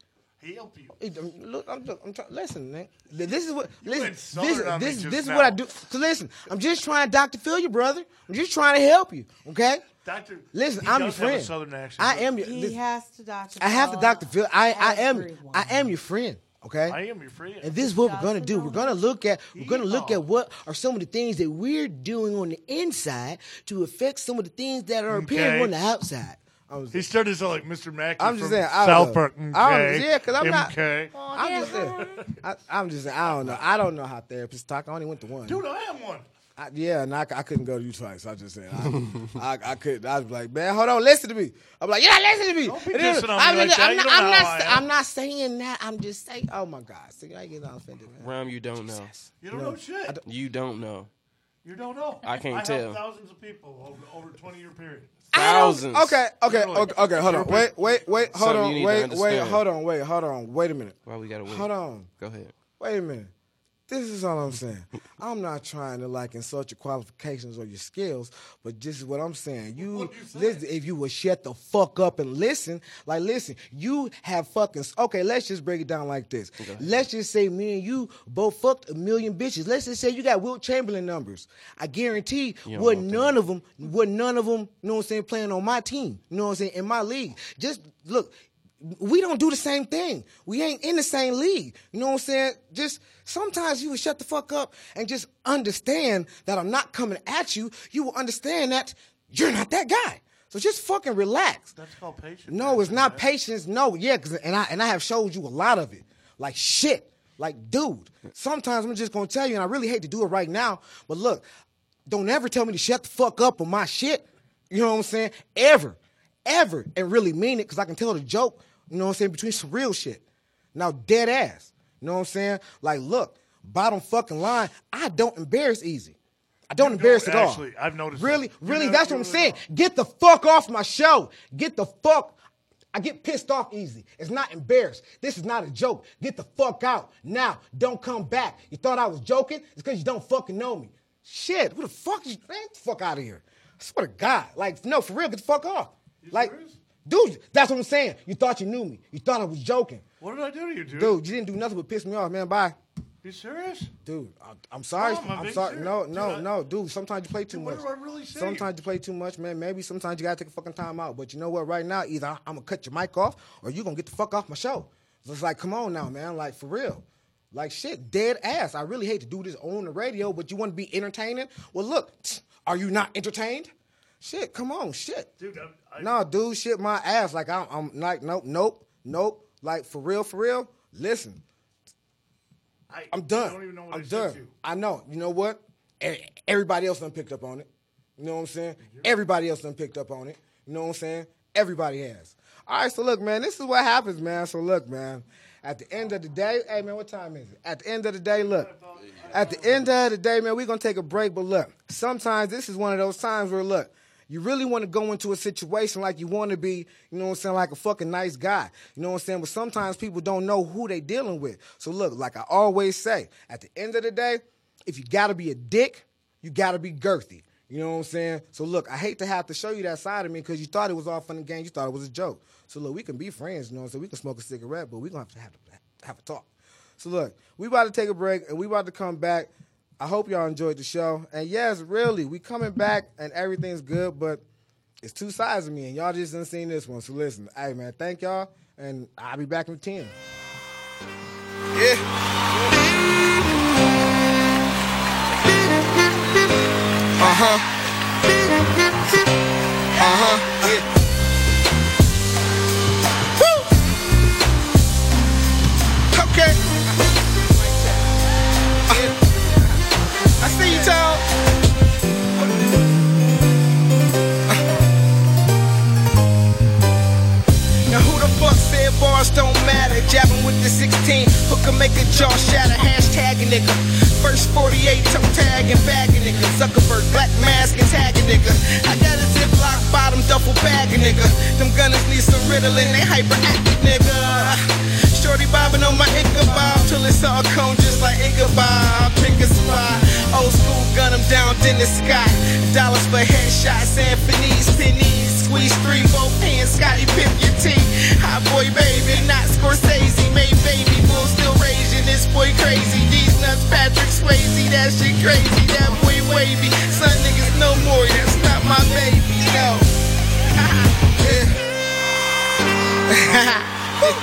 Help you. Hey, I'm- um, Look, I'm, I'm trying. Listen, man. This is what. Listen, insulted this, on me this, just this is now. what I do. So listen, I'm just trying to Dr. Phil you, brother. I'm just trying to help you. Okay. Doctor. Listen, he I'm your does have a friend. southern accent. I am your. He listen, has to Dr. I have to Phil Dr. Phil. I, I am. I am your friend. Okay. I am your friend. And this is what we're gonna do. We're gonna look at we're gonna look at what are some of the things that we're doing on the inside to affect some of the things that are appearing Okay. on the outside. He started to sound like Mr. Mackey I'm just from saying, I don't South know. Park. I don't, okay, yeah, because I'm not. MK. I'm just saying. I, I'm just saying. I don't know. I don't know how therapists talk. I only went to one. Dude, I am one. I, yeah, and I, c- I couldn't go to you twice. I just said I, I, I couldn't. I was like, man, hold on, listen to me. I'm like, yeah, listen to me. Don't be And then- dissing on me I'm, like just- that. I'm You not, don't I'm know not how I s- am. I'm not saying that. I'm just saying. Oh my God, see, I get all offended. Man. Ram, you don't know. You don't know shit. You don't know. You don't know. I can't helped tell. Thousands of people over, over a 20 year period. Thousands. Okay, okay, okay, okay. Hold on. Wait, wait, wait. Hold Something you on. need to Wait, wait. understand. Hold on. Wait, hold on. Wait a minute. Why we gotta wait? Hold on. Go ahead. Wait a minute. This is all I'm saying. [laughs] I'm not trying to like insult your qualifications or your skills, but this is what I'm saying. You, listen, if you would shut the fuck up and listen, like listen, you have fucking okay. Let's just break it down like this. Let's just say me and you both fucked a million bitches. Let's just say you got Will Chamberlain numbers. I guarantee don't would want none of them would none of them. You know what I'm saying? Playing on my team. You know what I'm saying? In my league. Just look we don't do the same thing. We ain't in the same league. You know what I'm saying? Just sometimes you would shut the fuck up and just understand that I'm not coming at you. You will understand that you're not that guy. So just fucking relax. That's called patience. No, it's not patience. No, yeah, 'cause- and I and I have showed you a lot of it. Like shit. Like dude. Sometimes I'm just gonna tell you, and I really hate to do it right now, but look, don't ever tell me to shut the fuck up on my shit. You know what I'm saying? Ever, ever, and really mean it, because I can tell the joke. You know what I'm saying? Between some real shit. Now dead ass. You know what I'm saying? Like look, bottom fucking line. I don't embarrass easy. I don't embarrass don't at all. actually. I've noticed Really, that. You really, know- that's you what I'm really saying. Get the fuck off my show. Get the fuck. I get pissed off easy. It's not embarrassed. This is not a joke. Get the fuck out now. Don't come back. You thought I was joking? It's because you don't fucking know me. Shit, who the fuck is man, get the fuck out of here? I swear to God, like no, for real, get the fuck off. Like, dude, that's what I'm saying. You thought you knew me. You thought I was joking, What did I do to you, dude? dude. You didn't do nothing but piss me off, man. Bye. You serious? Dude, I, I'm sorry. No, I'm a I'm big sorry. serious- No, dude, no, I- no, dude. Sometimes you play too what much. do I really say? Sometimes you play too much, man. Maybe sometimes you gotta take a fucking time out. But you know what? Right now, either I'm gonna cut your mic off, or you gonna get the fuck off my show. So it's like, come on now, man. Like for real. Like shit, dead ass. I really hate to do this on the radio, but you want to be entertaining. Well, look, are you not entertained? Shit, come on, shit. Dude, I'm, I, No, dude, shit my ass. Like I'm, I'm like, nope, nope, nope. Like for real, for real. Listen, I, I'm done. I don't even know what I'm I said done. to you. I know. You know what? E- Everybody else done picked up on it. You know what I'm saying? Everybody else done picked up on it. You know what I'm saying? Everybody has. All right, so look, man, this is what happens, man. So look, man. At the end of the day, hey man, what time is it? At the end of the day, look. At the end of the day, man, we're gonna take a break, but look, sometimes this is one of those times where look, you really want to go into a situation like you want to be, you know what I'm saying, like a fucking nice guy. You know what I'm saying? But sometimes people don't know who they dealing with. So look, like I always say, at the end of the day, if you gotta be a dick, you gotta be girthy. You know what I'm saying? So look, I hate to have to show you that side of me because you thought it was all fun and games. You thought it was a joke. So look, we can be friends, you know what I'm saying? We can smoke a cigarette, but we're gonna have to have, to have a talk. So look, we about to take a break and we about to come back. I hope y'all enjoyed the show. And yes, really, we coming back and everything's good, but it's two sides of me, and y'all just didn't seen this one. So listen, hey man, thank y'all, and I'll be back in ten. Uh-huh. Uh-huh. Yeah. Woo! Okay. Uh, I see you, Tom. Now who the fuck said bars don't matter? Jabbing with the 16, hooker make a jaw shatter, hashtag a nigga. First 48, toe tag and bag a nigga. Zuckerberg, black mask and tag a nigga. I got a ziplock bottom duffel bag a nigga. Them gunners need some riddling, they hyperactive nigga. Shorty bobbing on my Ichabod till it's all cone just like Ichabod. Pick a spot, old school gun 'em down, Dennis Scott. Dollars for headshots, Anthony's, pennies. Squeeze three, both hands, Scotty pimp your teeth. Hot boy, baby, not Scorsese. Made baby, bull still raging. This boy crazy. These nuts, Patrick Swayze. That shit crazy. That boy wavy. Son niggas, no more. That's not my baby.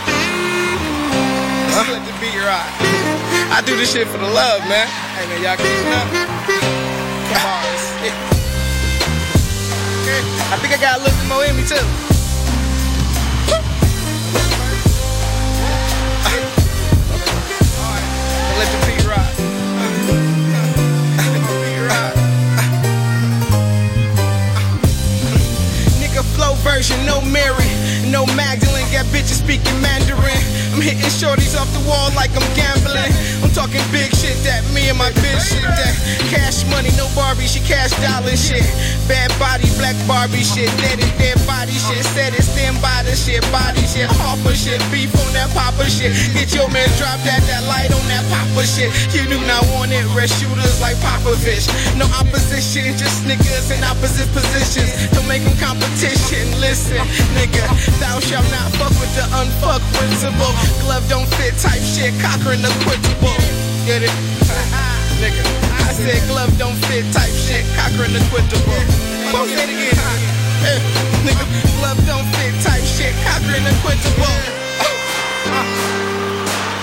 No. [laughs] [laughs] Just let the beat rock. I do this shit for the love, man. Hey man, y'all keeping up? Come on. Yeah. I think I got a little bit more in me too. Let the beat rock. Let the beat rock. Nigga flow version, no Mary, no Magdalene. Got bitches speaking Mandarin. I'm hitting shorties off the wall like I'm gambling. I'm talking big shit that me and my bitch shit that cash money, no Barbie, she cash dollar shit. Bad body, black Barbie shit, dead and dead body shit. Said it, stand by the shit, body shit, hopper shit, beef on that popper shit. Get your man drop that, that light on that popper shit. You do not want it, red shooters like Popovich. No opposition, just niggas in opposite positions. Don't make them competition. Listen, nigga, thou shalt not fuck with the unfuck principle. Glove don't fit type shit, Cochran equitable. Get it? [laughs] nigga, I said glove don't fit type shit, Cochran equitable. Won't say it again. Eh, nigga, glove don't fit type shit, Cochran equitable. [laughs]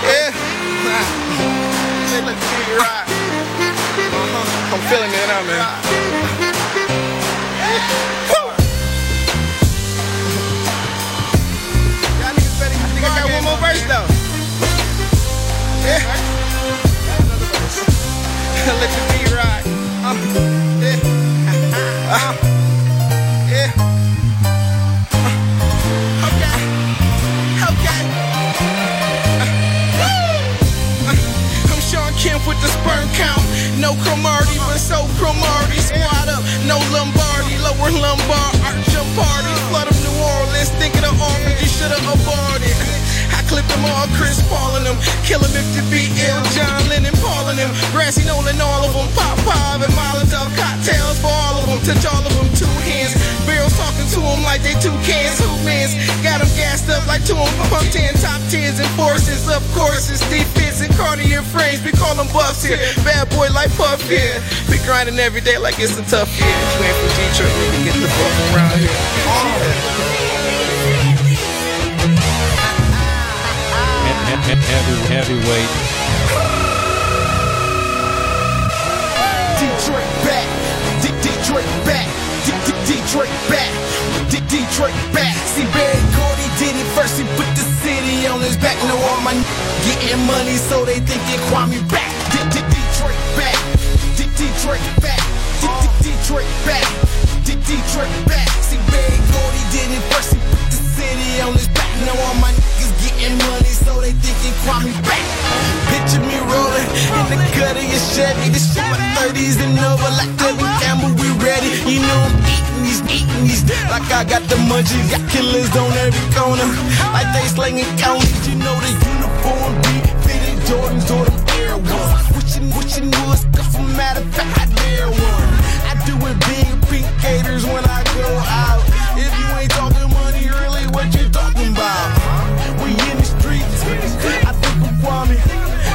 Yeah. Let the beat rock. I'm feeling it now, man. Woo! Y'all niggas better, I think I got one more verse though. Yeah. Let the beat rock. Uh, yeah. Uh, yeah. Uh, okay. Okay. Uh, woo! Uh, I'm Sean Kemp with the sperm count. No Cromartie, but so Cromartie. Squad up, no Lombardi. Lower lumbar, arch your party. Flood of New Orleans, thinking of Auburn. You should have aborted. I clip them all, Chris Paul and them. Kill them if you be ill, John Lennon, Paul and them. Grassy Nolan, all of them. Pop Pop and Molotov cocktails for all of them. Touch all of them, two hands. Barrels talking to them like they two cans, two mans. Got them gassed up like two of them. Pump 10, top 10s and forces, up courses, defense and cardio frames. We call them buffs here. Bad boy like Puff here. We grinding every day like it's a tough year. This man from Detroit, we can get the fuck around here. Heavy, heavy, heavyweight. Detroit back, D- Detroit back, D- D- Detroit back, D- Detroit back. See, Barry Gordy did it first. He put the city on his back. Know all my n- getting money, so they think they Kwame back. D- D- Detroit back, D- Detroit back, D- D- Detroit back, D- Detroit back. See, Barry Gordy did it first. He put the city on his back. Now all my niggas getting money, so they think he Kwame back. Picture me rolling in the gutter, you Chevy. This shit my 30s and over, like Debbie Campbell, we ready. You know I'm eating these, eating I got the munchies, got killers on every corner. Like they slinging cones, you know the uniform be fitted Jordans or them Air One. Wishing, wishing was stuff from matter of fact, I dare one. I do it big, pink gators when I go out. If you ain't talking money, really, what you talking about? We in the streets, I think we want me.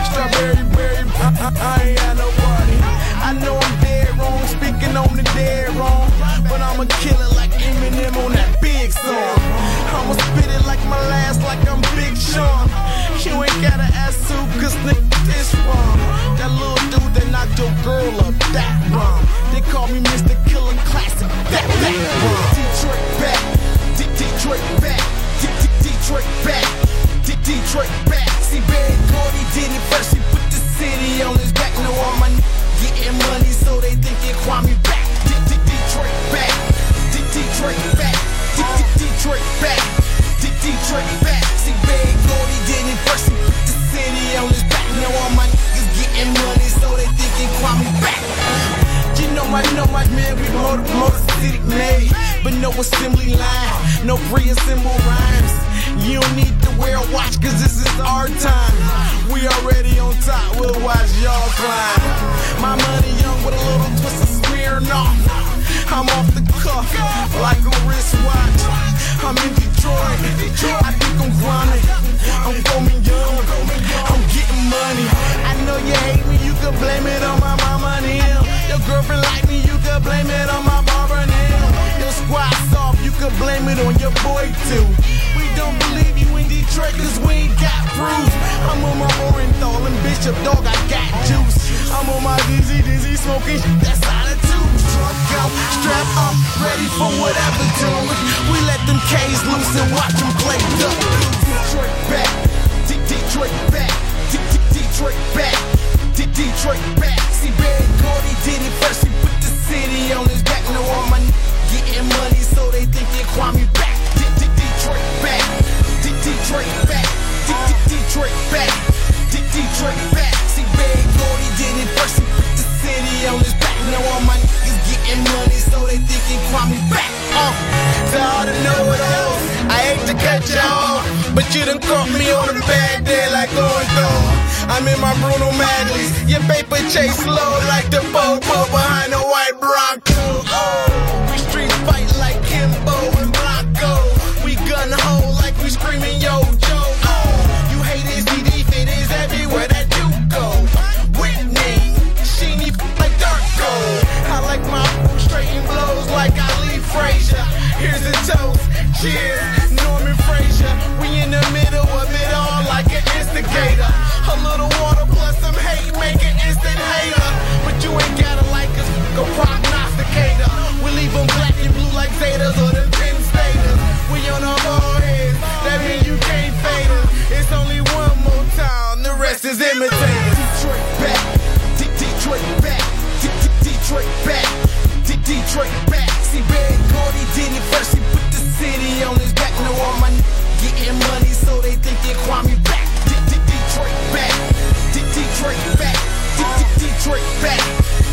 Strawberry berry, I, I, I ain't got no party. I know I'm dead wrong, speaking on the dead wrong. But I'ma kill it like Eminem on that big song. I'ma spit it like my last, like I'm Big Sean. You ain't gotta ask who, cause nigga, this wrong. That little dude that knocked your girl up, that wrong. They call me Mr. Killer Classic, that, that wrong. Detroit back, D- Detroit back, D- D- Detroit back, D- Detroit back. See, Barry Gordy did it first, he put the city on his back. No, all my n- getting money, so they think it Kwame back. D- D- Detroit back, D- Detroit back, D- D- Detroit back, D- Detroit back. See, Barry Gordy did it first, he put the city on his back. Now all my niggas getting money, so they think it Kwame back. You know my, know my man, we motor, motor city made, but no assembly line, no pre-assembled rhymes. You don't need to wear a watch, cause this is our time. We already on top, we'll watch y'all climb. My money young with a little twist of smear off. I'm off the cuff, like a wristwatch. I'm in Detroit, I think I'm grinding. I'm going young, I'm getting money. I know you hate me, you can blame it on my mama and him. Your girlfriend like me, you can blame it on my barber and him. Your squad soft, you can blame it on your boy too. We don't believe you in Detroit, cause we ain't got proof. I'm on my Orenthal and Bishop Dog, I got juice. I'm on my dizzy, dizzy smoking shit that's out of two. Drunk out, strap up, ready for whatever dude. We let them K's loose and watch them play duck. Detroit back, D- Detroit back, D- D- Detroit back, D- Detroit back. See, Barry Gordy did it first, he put the city on his back. Now all my n- getting money, so they think they Kwame back. D- D- Detroit back, D- Detroit back, D- D- Detroit back, D- Detroit back. See, Barry Gordy did it first, he put the city on his back. Now all my niggas getting money, so they think they Kwame back. Uh, to all the know-it-alls, I hate to cut y'all, but you done caught me on a bad day like going through. I'm in my Bruno Madley's, your paper chase low like the Bobo behind the white Bronco. Oh, we street fight like Kimbo and Blanco. We gun ho like we screaming yo yo. Oh, you haters, DD fitters everywhere that you go. Whitney, she need like dark gold. I like my straight and blows like Ali Frazier. Here's a toast, cheers, Norman Frazier. We in the middle of it all like an instigator. A little water plus some hate make an instant hater. But you ain't gotta like us, go prognosticator. We leave 'em black and blue like Zetas or them Penn Staters. We on our ball heads, that mean you can't fade us. It's only one more time, the rest is imitators. Detroit back, D- Detroit back, D- D- Detroit back, D- Detroit back. See, Barry Gordy did it first, he put the city on his back. Now all my n- getting money, so they think they Kwame back. D- D- Detroit back, D- Detroit back, D- D- Detroit back,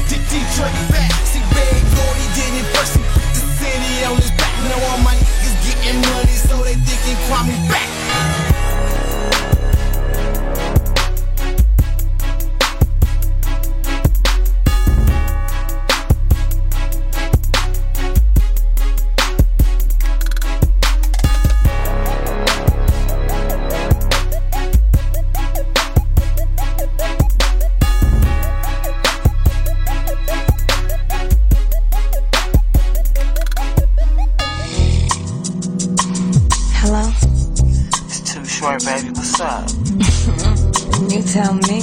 D- Detroit back. See, Barry Gordy did it first, he put the city on his back. Now all my niggas getting money, so they think they Kwame back. Hello? It's too short, baby. What's up? You tell me.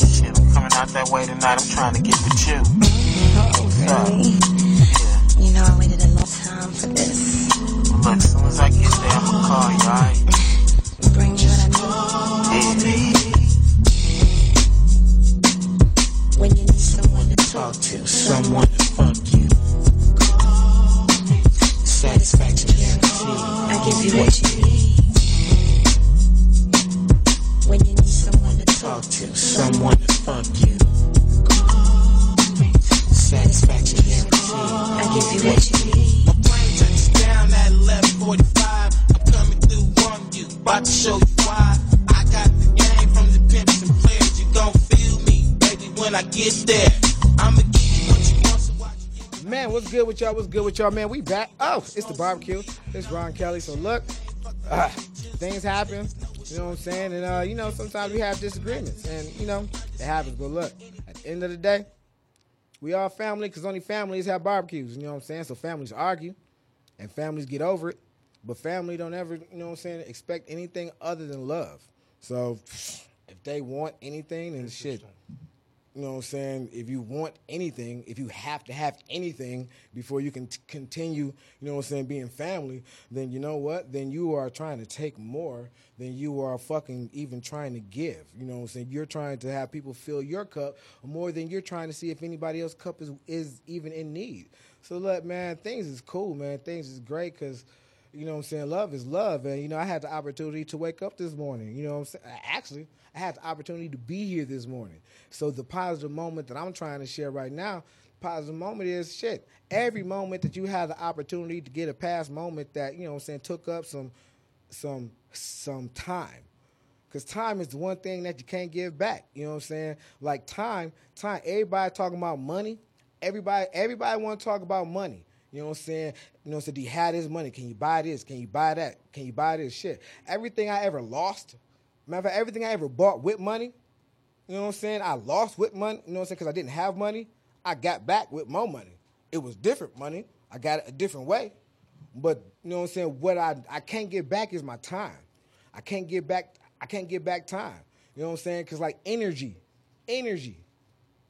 Shit, I'm coming out that way tonight. I'm trying to get with you. What's up? You know I waited a long time for this. Look, as soon as I get there, I'm gonna call you, alright? Bring you what I need. When you need someone to talk to, someone to fuck you. Satisfaction guaranteed. I give you what you need. When you need someone to talk to, someone to fuck you. Satisfaction guaranteed. I give you what you need. My brain turns get there. I'ma give you what you want. So Man, what's good with y'all? What's good with y'all, man? We back. Oh, it's the barbecue. It's Ron Kelly. So look, uh, things happen. You know what I'm saying? And uh, you know, sometimes we have disagreements, and you know, it happens. But look, at the end of the day, we all family because only families have barbecues. You know what I'm saying? So families argue, and families get over it. But family don't ever, you know what I'm saying, expect anything other than love. So if they want anything, then shit. You know what I'm saying? If you want anything, if you have to have anything before you can t- continue, you know what I'm saying, being family, then you know what? Then you are trying to take more than you are fucking even trying to give. You know what I'm saying? You're trying to have people fill your cup more than you're trying to see if anybody else's cup is, is even in need. So, look, man, things is cool, man. Things is great because. You know what I'm saying? Love is love. And, you know, I had the opportunity to wake up this morning. You know what I'm saying? Actually, I had the opportunity to be here this morning. So the positive moment that I'm trying to share right now, positive moment is shit. Every moment that you have the opportunity to get a past moment that, you know what I'm saying, took up some some some time. Cause time is the one thing that you can't give back. You know what I'm saying? Like time, time. Everybody talking about money. Everybody, everybody want to talk about money. You know what I'm saying? You know, so do you have this money? Can you buy this? Can you buy that? Can you buy this shit? Everything I ever lost, matter of fact, everything I ever bought with money, you know what I'm saying? I lost with money, you know what I'm saying? Because I didn't have money. I got back with more money. It was different money. I got it a different way. But you know what I'm saying? What I, I can't get back is my time. I can't get back, I can't get back time. You know what I'm saying? Cause like energy, energy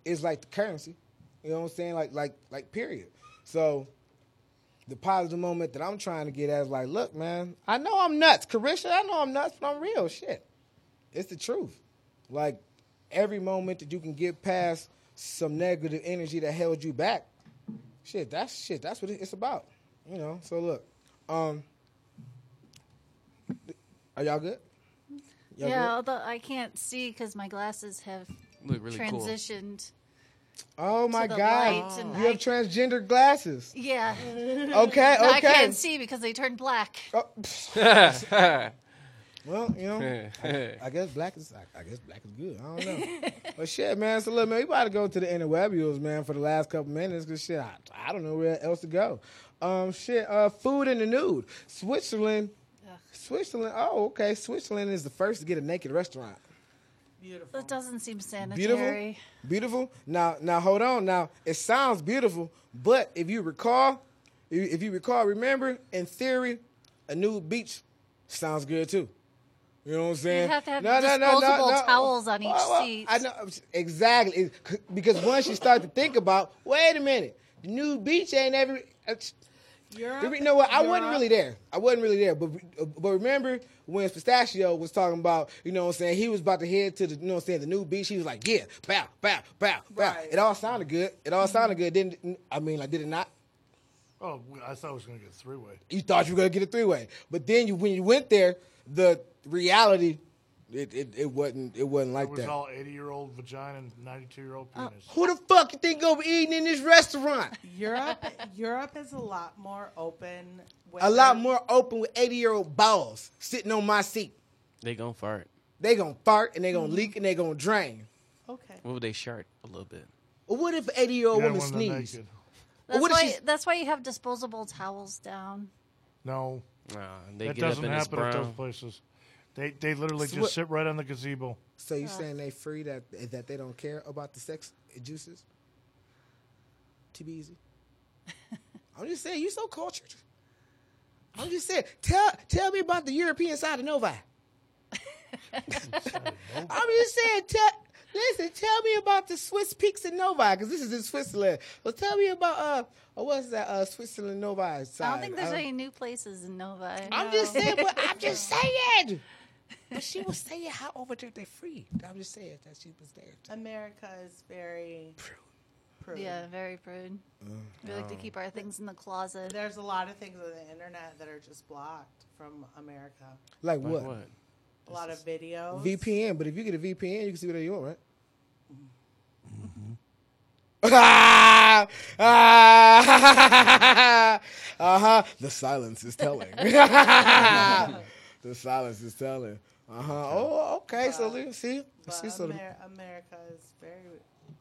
is like the currency. You know what I'm saying? Like, like, like period. So the positive moment that I'm trying to get at is like, look, man, I know I'm nuts. Carisha, I know I'm nuts, but I'm real. Shit. It's the truth. Like, every moment that you can get past some negative energy that held you back, shit, that's shit. That's what it- it's about. You know, so look. Um Are y'all good? Y'all yeah, although I can't see because my glasses have Look really cool. transitioned. Oh to my the God. light and You have transgender [laughs] glasses. [laughs] Yeah. Okay, No, I okay. Oh. can't see because they turned black. Well, you know, I, I guess black is I, I guess black is good. I don't know. but shit, man. So look, man, we about to go to the interwebules, man, for the last couple minutes because shit, I, I don't know where else to go. Um, shit, uh, food in the nude, Switzerland. Switzerland. Oh, okay. Switzerland is the first to get a naked restaurant. That doesn't seem sanitary. Beautiful, beautiful. Now, now, hold on. Now, it sounds beautiful, but if you recall, if if you recall, remember, in theory, a nude beach sounds good too. You know what I'm saying? have to have No, no, no, no, disposable no. towels on each Well, well, seat. I know exactly It- because once you start to think about, wait a minute, the nude beach ain't every. it's- Europe, you know what? I wasn't Europe. really there. I wasn't really there. But but remember when Pistachio was talking about, you know what I'm saying? He was about to head to the, you know what I'm saying, the new beach. He was like, yeah, bow, bow, bow, bow. It all sounded good. It all sounded good. Didn't I mean, like, did it not? Oh, I thought I was going to get three way. You thought you were going to get a three way. But then you when you went there, the reality, it, it, it wasn't it wasn't like It was that. all 80 year old vagina and 92 year Oh. old penis. Who the fuck you think gonna be eating in this restaurant? Europe, Europe is a lot more open. With A lot more open with 80 year old balls sitting on my seat. They gonna fart. They gonna fart and they gonna leak and they gonna drain. Okay. What would they shart a little bit? Well, What if an 80 year old Yeah, woman one of them sneezed? naked. That's What if why. she's- That's why you have disposable towels down. No. Nah, they that get up doesn't in this happen at those brown. places. They, they literally So just what- sit right on the gazebo. So you Yeah. saying they free that that they don't care about the sex juices? To be [laughs] easy. I'm just saying you so cultured. I'm just saying tell tell me about the European side of [laughs] Novi. I'm just saying tell. Listen, tell me about the Swiss peaks in Novi, because this is in Switzerland. So tell me about uh, uh, what's that uh, Switzerland Novi side? Uh, I don't think there's any new places in uh, Nova. I'm just saying, but [laughs] I'm just saying. But she was saying how over there they free. I'm just saying that she was there. America is very prude. Yeah, very prude. Mm. we like to keep our things in the closet. There's a lot of things on the internet that are just blocked from America. Like Like what? what? A lot of videos. VPN, but if you get a VPN, you can see whatever you want, right? [laughs] uh huh. The silence is telling. [laughs] the silence is telling. Uh huh. Oh, okay. So let's see. But see so the- Amer- America is very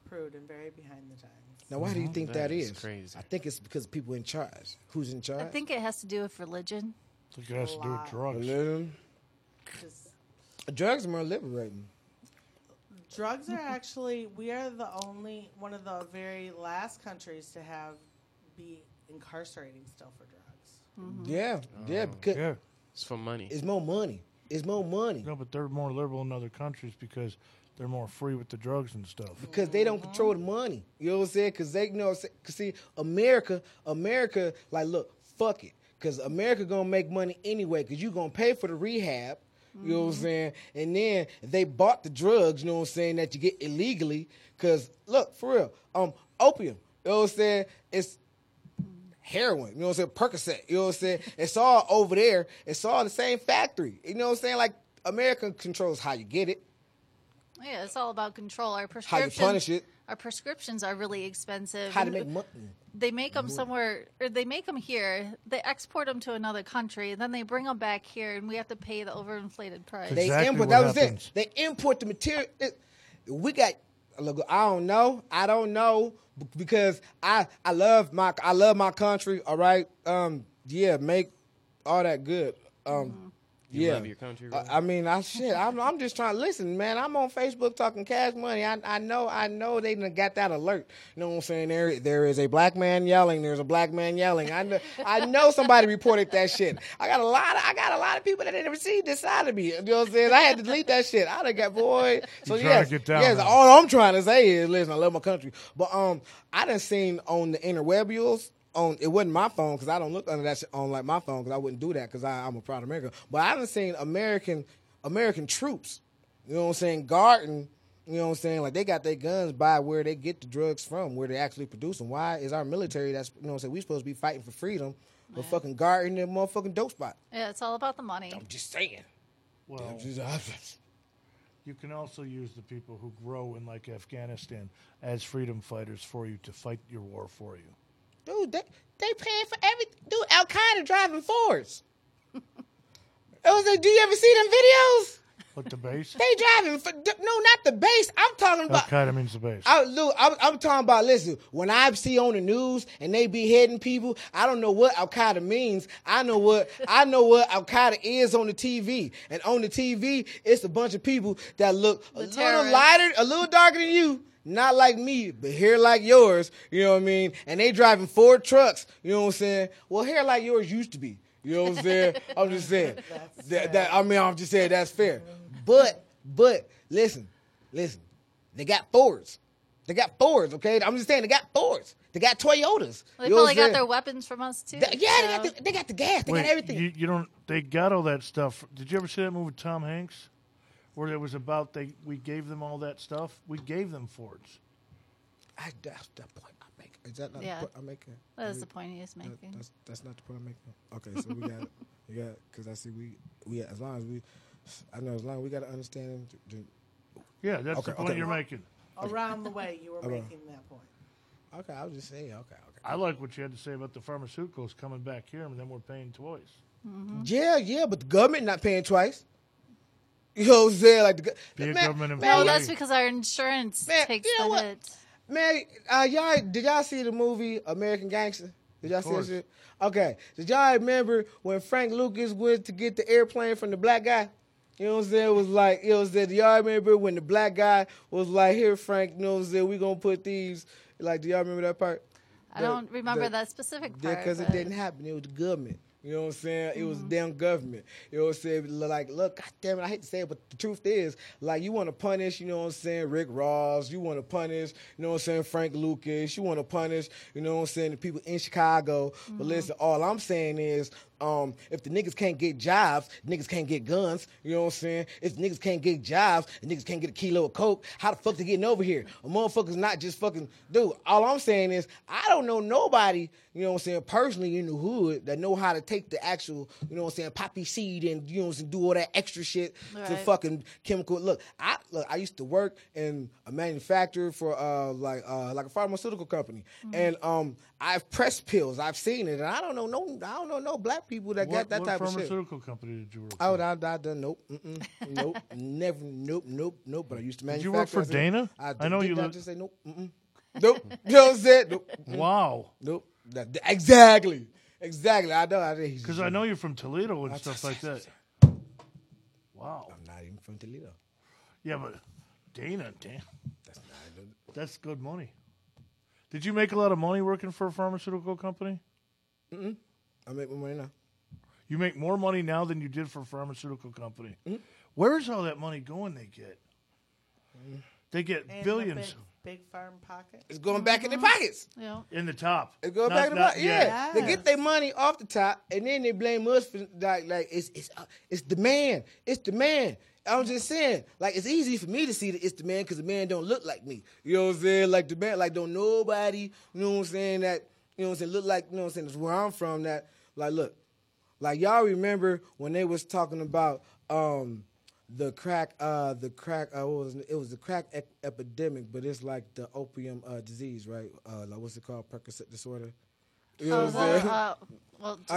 prude and very behind the times. Now, why do you Mhm. think That that is is? I think it's because people in charge. Who's in charge? I think it has to do with religion. think it has to do with drugs. Religion. Drugs are more liberating. Drugs are actually we are the only one of the very last countries to have be incarcerating still for drugs. Hmm. Yeah, Oh. yeah, because it's for money. It's more money. It's more money. No, but they're more liberal in other countries because they're more free with the drugs and stuff. Because they don't control the money. You know what I'm saying? Because they you know. what I'm saying? 'Cause see, America, America, like, look, fuck it. Because America gonna make money anyway. Because you gonna pay for the rehab. You know what I'm saying? And then they bought the drugs. You know what I'm saying? That you get illegally. Because look, for real, um, opium. You know what I'm saying? It's heroin, you know what I'm saying, Percocet, you know what I'm saying? It's all over there. It's all the same factory. You know what I'm saying? Like America controls how you get it. Yeah, it's all about control. Our How you prescriptions, punish it. Our prescriptions are really expensive. How to And make money. They make them Mhm. somewhere, or they make them here. They export them to another country, and then they bring them back here, and we have to pay the overinflated price. They import that was it. They import the material. it- we got look, I don't know. I don't know b- because I I love my I love my country, all right? Um yeah, make all that good. Um You yeah. love your country, I- I, mean, I shit. I'm, I'm just trying to listen, man. I'm on Facebook talking cash money. I, I know, I know they done got that alert. You know what I'm saying? There, there is a black man yelling. There's a black man yelling. I know, I know somebody reported that shit. I got a lot. Of, I got a lot of people that didn't receive this side of me. You know what I'm saying? I had to delete that shit. I done got boy. So You trying yes, to get down yes. now. All I'm trying to say is, listen, I love my country, but um, I done seen on the interwebules. On, it wasn't my phone because I don't look under that shit on like my phone because I wouldn't do that because I'm a proud American. But I done seen American American troops, you know what I'm saying, guarding, you know what I'm saying, like they got their guns by where they get the drugs from, where they actually produce them. Why is our military that's you know what I'm saying we supposed to be fighting for freedom, but fucking guarding their motherfucking dope spot? Yeah, it's all about the money. I'm just saying. Well, you can also use the people who grow in like Afghanistan as freedom fighters for you to fight your war for you. Dude, they, they paying for everything. Dude, Al Qaeda driving Fords. [laughs] Oh, so do you ever see them videos? But the base, They driving for no, not the base. I'm talking Al about. Qaeda means the base. I, look, I'm, I'm talking about. Listen, when I see on the news and they beheading people, I don't know what Al Qaeda means. I know what I know what Al Qaeda is on the TV, and on the TV, it's a bunch of people that look a little terrorists. lighter, a little darker than you. Not like me, but hair like yours. You know what I mean? And they driving Ford trucks. You know what I'm saying? Well, hair like yours used to be. You know what I'm saying? I'm just saying. that, that I mean, I'm just saying that's fair. But but listen, listen, they got Fords. They got Fords, okay? I'm just saying they got Fords. They got Toyotas. They You know what probably I'm got saying? their weapons from us too. yeah, they got so- the, they got the gas. They got Wait, everything. You, you don't. They got all that stuff. Did you ever see that movie with Tom Hanks, where it was about they we gave them all that stuff. We gave them Fords. I, that's the point I'm making. Is that not Yeah. the point I'm making? That is Is the it- point he is that- making. that's, that's not the point I'm making. Okay, so we got [laughs] it. We got because I see we we as long as we, I know as long as we got to understand. The, Yeah, that's Okay, the point okay. you're making. Around the way you were Around. making that point. Okay, I was just saying. Okay, okay. I like what you had to say about the pharmaceuticals coming back here, and then we're paying twice. Mm-hmm. Yeah, yeah, but the government not paying twice. You know what I'm saying? Like the go- Be a man, man, government No, y'all- that's because our insurance takes you know the what? hit. Man, uh, y'all did y'all see the movie American Gangster? Did y'all see that course. shit? Okay. Did y'all remember when Frank Lucas went to get the airplane from the black guy? You know what I'm saying? It was like, you know what I'm saying? Do y'all remember when the black guy was like, here, Frank, you know what I'm saying? We gonna put these. Like, do y'all remember that part? I That- don't remember that specific part. because it but- didn't happen. It was the government. You know what I'm saying? It was damn government. You know what I'm saying? Like, look, God damn it, I hate to say it, but the truth is, like, you want to punish, you know what I'm saying, Rick Ross. You want to punish, you know what I'm saying, Frank Lucas. You want to punish, you know what I'm saying, the people in Chicago. But listen, all I'm saying is, um, if the niggas can't get jobs, niggas can't get guns. You know what I'm saying? If niggas can't get jobs, niggas can't get a kilo of coke. How the fuck they getting over here? A motherfucker's not just fucking dude. All I'm saying is I don't know nobody. You know what I'm saying? Personally in the hood that know how to take the actual. You know what I'm saying? Poppy seed and you know what I'm saying, do all that extra shit to Right. fucking chemical. Look, I look. I used to work in a manufacturer for uh like uh like a pharmaceutical company, Mhm. and um I've pressed pills. I've seen it, and I don't know no. I don't know no black people that got What, that what type of shit. pharmaceutical company did you work Oh, I, I, done nope, mm-mm, nope, [laughs] never, nope, nope, nope. But I used to Did you manufacture. work for said, Dana? I, I know did you not look- just say nope, mm-mm, nope. [laughs] you know what I'm saying? Nope, mm-mm, Wow. Nope. That- that- exactly, exactly. I know. I Because I know you're from Toledo [laughs] and I- stuff like that. Wow. I'm not even from Toledo. Yeah, but Dana, damn. That's, That's good money. Did you make a lot of money working for a pharmaceutical company? Mm-mm. I make more money now. You make more money now than you did for a pharmaceutical company. Mm-hmm. Where is all that money going they get? They get And the billions. Big, big firm pocket. It's going back in their pockets. Yeah. In the top. It's going back in the pocket. Yeah. they get their money off the top, and then they blame us for like like it's it's uh, it's demand. It's demand. I'm just saying, like it's easy for me to see that it's the man because the man don't look like me. You know what I'm saying? Like the man, like don't nobody, you know what I'm saying? That you know what I'm saying? Look like you know what I'm saying? It's where I'm from. That like look, like y'all remember when they was talking about um the crack uh the crack uh, what was it? it was the crack ep- epidemic, but it's like the opium uh, disease, right? Uh, like what's it called? Percocet disorder. [laughs] You know Oh, what I'm saying? the, [laughs] uh, well, just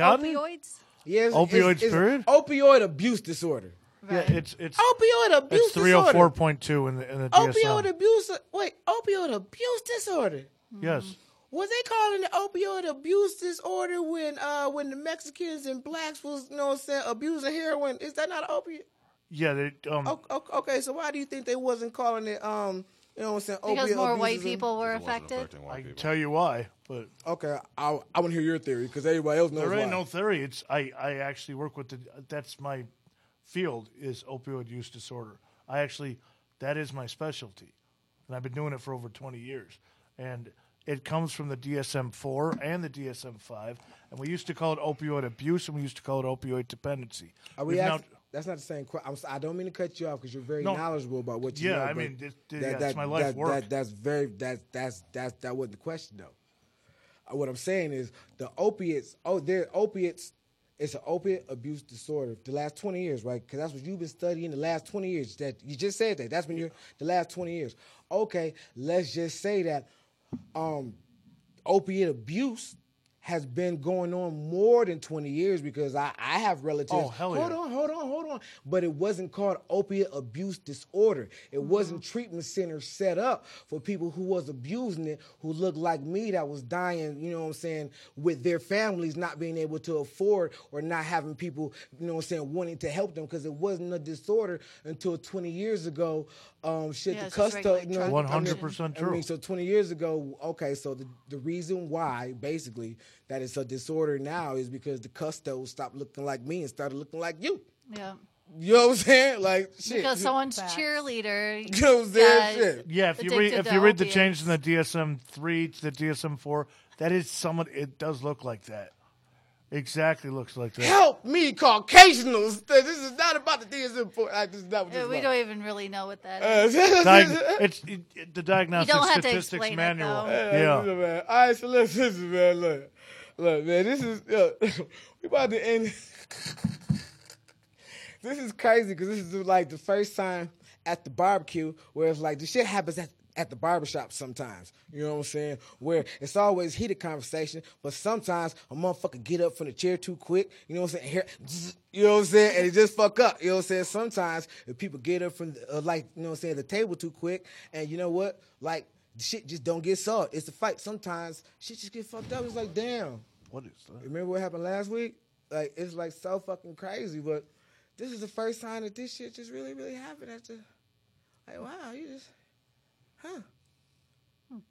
I mean- op- opioids. Yes, Opioids, period? Opioid abuse disorder. Yeah, it's it's opioid abuse It's three hundred disorder. four point two in the in the DSM. Opioid abuse. Wait, opioid abuse disorder. Yes. Was they calling it opioid abuse disorder when uh when the Mexicans and blacks was you know what I'm saying abusing heroin? Is that not opiate? Yeah, they um O- o- Okay, so why do you think they wasn't calling it um you know what I'm saying? Because opioid more abuse white disorder? people were affected. I can tell you why, but okay, I I want to hear your theory because everybody else knows there ain't why. no theory. It's I I actually work with the that's my field is opioid use disorder. I actually that is my specialty, and I've been doing it for over twenty years, and it comes from the DSM four and the DSM five, and we used to call it opioid abuse and we used to call it opioid dependency. Are we We've now- ask- that's not the same question. I'm, si don't mean to cut you off because you're very No. knowledgeable about what you Yeah, know. I but mean, this- this- yeah, it's my life that, work. That, that's very that's that's that's that wasn't the question though. Uh, What I'm saying is the opiates. Oh, they're opiates. It's an opiate abuse disorder. The last 20 years, right? Because that's what you've been studying the last 20 years. That you just said that. That's when you're the last 20 years. Okay, let's just say that um, opiate abuse has been going on more than 20 years because I, I have relatives. Oh, hell hold yeah. on, hold on, hold on. But it wasn't called opiate abuse disorder. It Mm-hmm. wasn't treatment centers set up for people who was abusing it, who looked like me that was dying, you know what I'm saying, with their families not being able to afford or not having people, you know what I'm saying, wanting to help them because it wasn't a disorder until 20 years ago. Um, shit, Yeah, the it's just custom, regular drug 100% I mean, true. so 20 years ago, okay, so the, the reason why, basically, that it's a disorder now is because the custos stopped looking like me and started looking like you. Yeah. You know what I'm saying? [laughs] Like, shit. [laughs] Because someone's cheerleader. You know what I'm saying? got Shit. Yeah, if you addicted read if to you read the opiates. change in the DSM three to the DSM four, that is someone. It does look like that. Exactly, looks like [laughs] that. Help me, Caucasians. [laughs] This is not about the DSM 4. Like, this is not what this Yeah, is we about. don't even really know what that Uh, is. Diag- it's it, it- You the diagnostic don't have to statistics explain it, manual. though. Hey, yeah, listen, man. All right, so listen, listen, man. Look, look, man. This is look, [laughs] we about to end. this is crazy because this is like the first time at the barbecue where it's like the shit happens at. At the barbershop sometimes. You know what I'm saying? Where it's always heated conversation, but sometimes a motherfucker get up from the chair too quick, you know what I'm saying? Hair, [laughs] you know what I'm saying? And it just fuck up. You know what I'm saying? Sometimes if people get up from the, uh, like, you know what I'm saying, the table too quick, and you know what? Like shit just don't get solved. It's a fight. Sometimes shit just get fucked up. It's like, damn. What is that? Remember what happened last week? Like it's like so fucking crazy. But this is the first time that this shit just really, really happened after like wow, you just huh.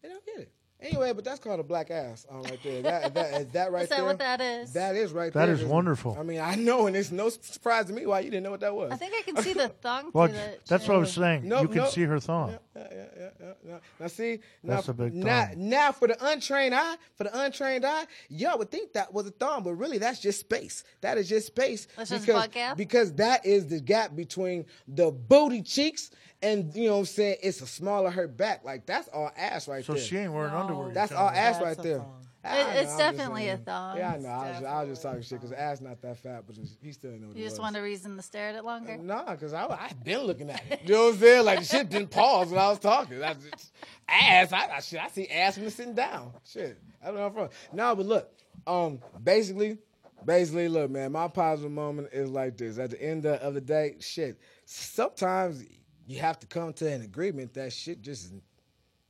They don't get it. Anyway, but that's called a black ass um, right there. That, that, that right Is that there. what that is? That is right That there. is It's- wonderful. I mean, I know, and it's no surprise to me why you didn't know what that was. I think I can see the thong Well, through that. that's what I was saying. Nope, you can nope. see her thong. Yeah, yeah, yeah, yeah, yeah. Now see, That's now, a big now, thumb. now for the untrained eye, for the untrained eye, y'all would think that was a thumb, but really that's just space. That is just space That's just because butt gap? because that is the gap between the booty cheeks and you know what I'm saying. It's a smaller her back, like that's all ass right So there. she ain't wearing underwear. you're That's telling all me. ass right there. It- it's I'm just definitely a saying. thought. Yeah, I know. I was, I was just talking shit because ass not that fat, but it's- he still know. what it You just was. want a reason to stare at it longer? No, because I, I been looking at it. You know what I'm saying? Like the shit didn't pause when I was talking. I just, ass, I, I shit, I see ass when it's sitting down. Shit, I don't know from. No, but look, um, basically, basically, look, man, my positive moment is like this. At the end of the day, shit, sometimes you have to come to an agreement that shit just is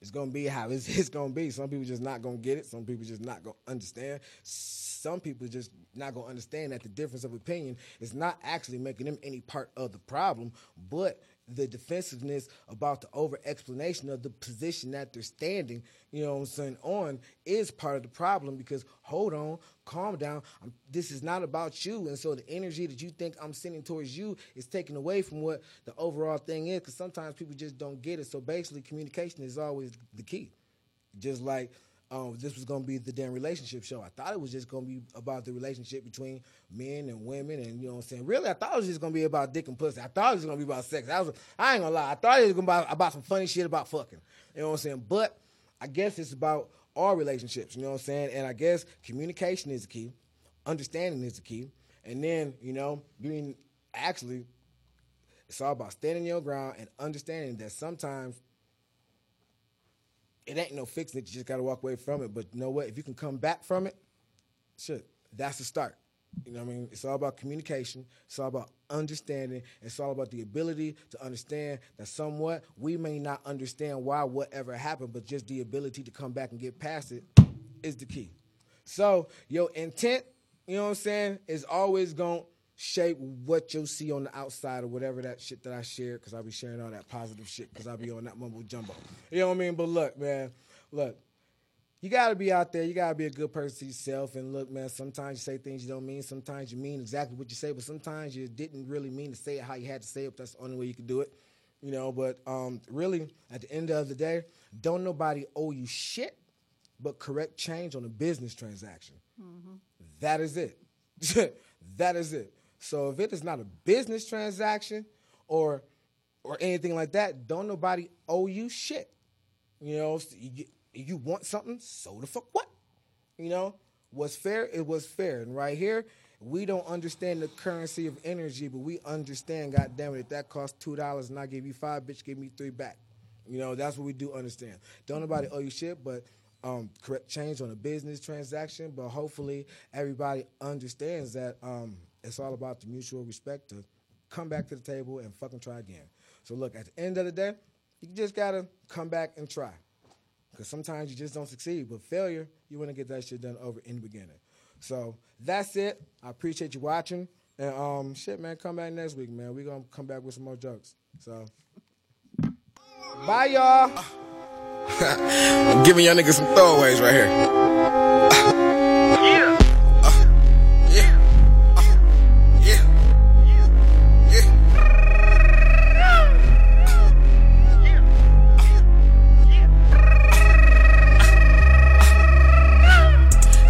it's gonna be how it's, [laughs] it's gonna be. Some people just not gonna get it. Some people just not gonna understand. Some people just not gonna understand that the difference of opinion is not actually making them any part of the problem, but the defensiveness about the over explanation of the position that they're standing, you know what I'm saying, on is part of the problem because hold on, calm down. I'm, this is not about you. And so the energy that you think I'm sending towards you is taken away from what the overall thing is because sometimes people just don't get it. So basically, communication is always the key. Just like um, this was going to be the damn relationship show. I thought it was just going to be about the relationship between men and women, and you know what I'm saying. Really, I thought it was just going to be about dick and pussy. I thought it was going to be about sex. I was, I ain't gonna lie. I thought it was going to be about some funny shit about fucking. You know what I'm saying? But I guess it's about all relationships. You know what I'm saying? And I guess communication is the key, understanding is the key, and then you know being actually it's all about standing your ground and understanding that sometimes it ain't no fixing it. You just gotta walk away from it. But you know what? If you can come back from it, shit, that's the start. You know what I mean? It's all about communication. It's all about understanding. It's all about the ability to understand that somewhat we may not understand why whatever happened, but just the ability to come back and get past it is the key. So your intent, you know what I'm saying, is always gonna shape what you see on the outside or whatever that shit that I share, because I be sharing all that positive shit, because I be on that mumbo jumbo. You know what I mean? But look, man, look, you gotta be out there. You gotta be a good person to yourself. And look, man, sometimes you say things you don't mean. Sometimes you mean exactly what you say, but sometimes you didn't really mean to say it how you had to say it. But that's the only way you could do it. You know, but um, really, at the end of the day, don't nobody owe you shit but correct change on a business transaction. That is it. [laughs] that is it. So if it is not a business transaction or or anything like that, don't nobody owe you shit. You know, s- you, you want something, so the fuck what? You know, what's fair, it was fair. And right here, we don't understand the currency of energy, but we understand, God damn it, if that costs two dollars and I give you five, bitch, give me three back. You know, that's what we do understand. Don't nobody owe you shit, but um, correct change on a business transaction. But hopefully, everybody understands that um, it's all about the mutual respect to come back to the table and fucking try again. So, look, at the end of the day, you just gotta come back and try. Because sometimes you just don't succeed. But failure, you want to get that shit done over in the beginning. So that's it. I appreciate you watching. And um, shit, man, come back next week, man. we going to come back with some more jokes. So bye, y'all. I'm giving y'all niggas some throwaways right here. Yeah.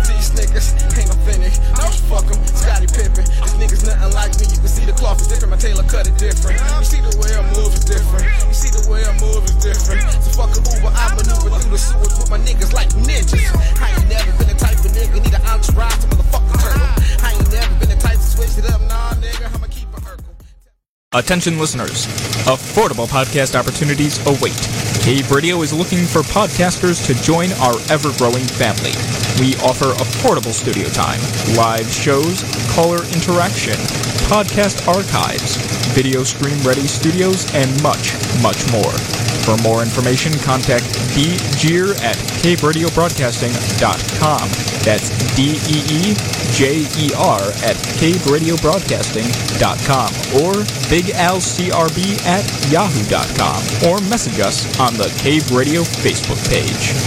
These niggas ain't authentic. No, fuck 'em, Scotty Pippen. These niggas nothing like me. You can see the cloth is different. My tailor cut it different. You see the way I move is different. You see the way I move is different. So fuck a Uber. I maneuver through the sewers with my niggas like ninjas. I ain't never been the type of nigga need an entourage to motherfucking turtle. I ain't never been the type to switch it up. Nah, nigga, I'ma keep a Urkel. Attention listeners, affordable podcast opportunities await. Cave Radio is looking for podcasters to join our ever growing family. We offer affordable studio time, live shows, caller interaction, podcast archives, video stream ready studios, and much, much more. For more information, contact djeer at caveradiobroadcasting.com. That's D E E J E R at caveradiobroadcasting.com or bigalcrb at yahoo.com or message us on the Cave Radio Facebook page.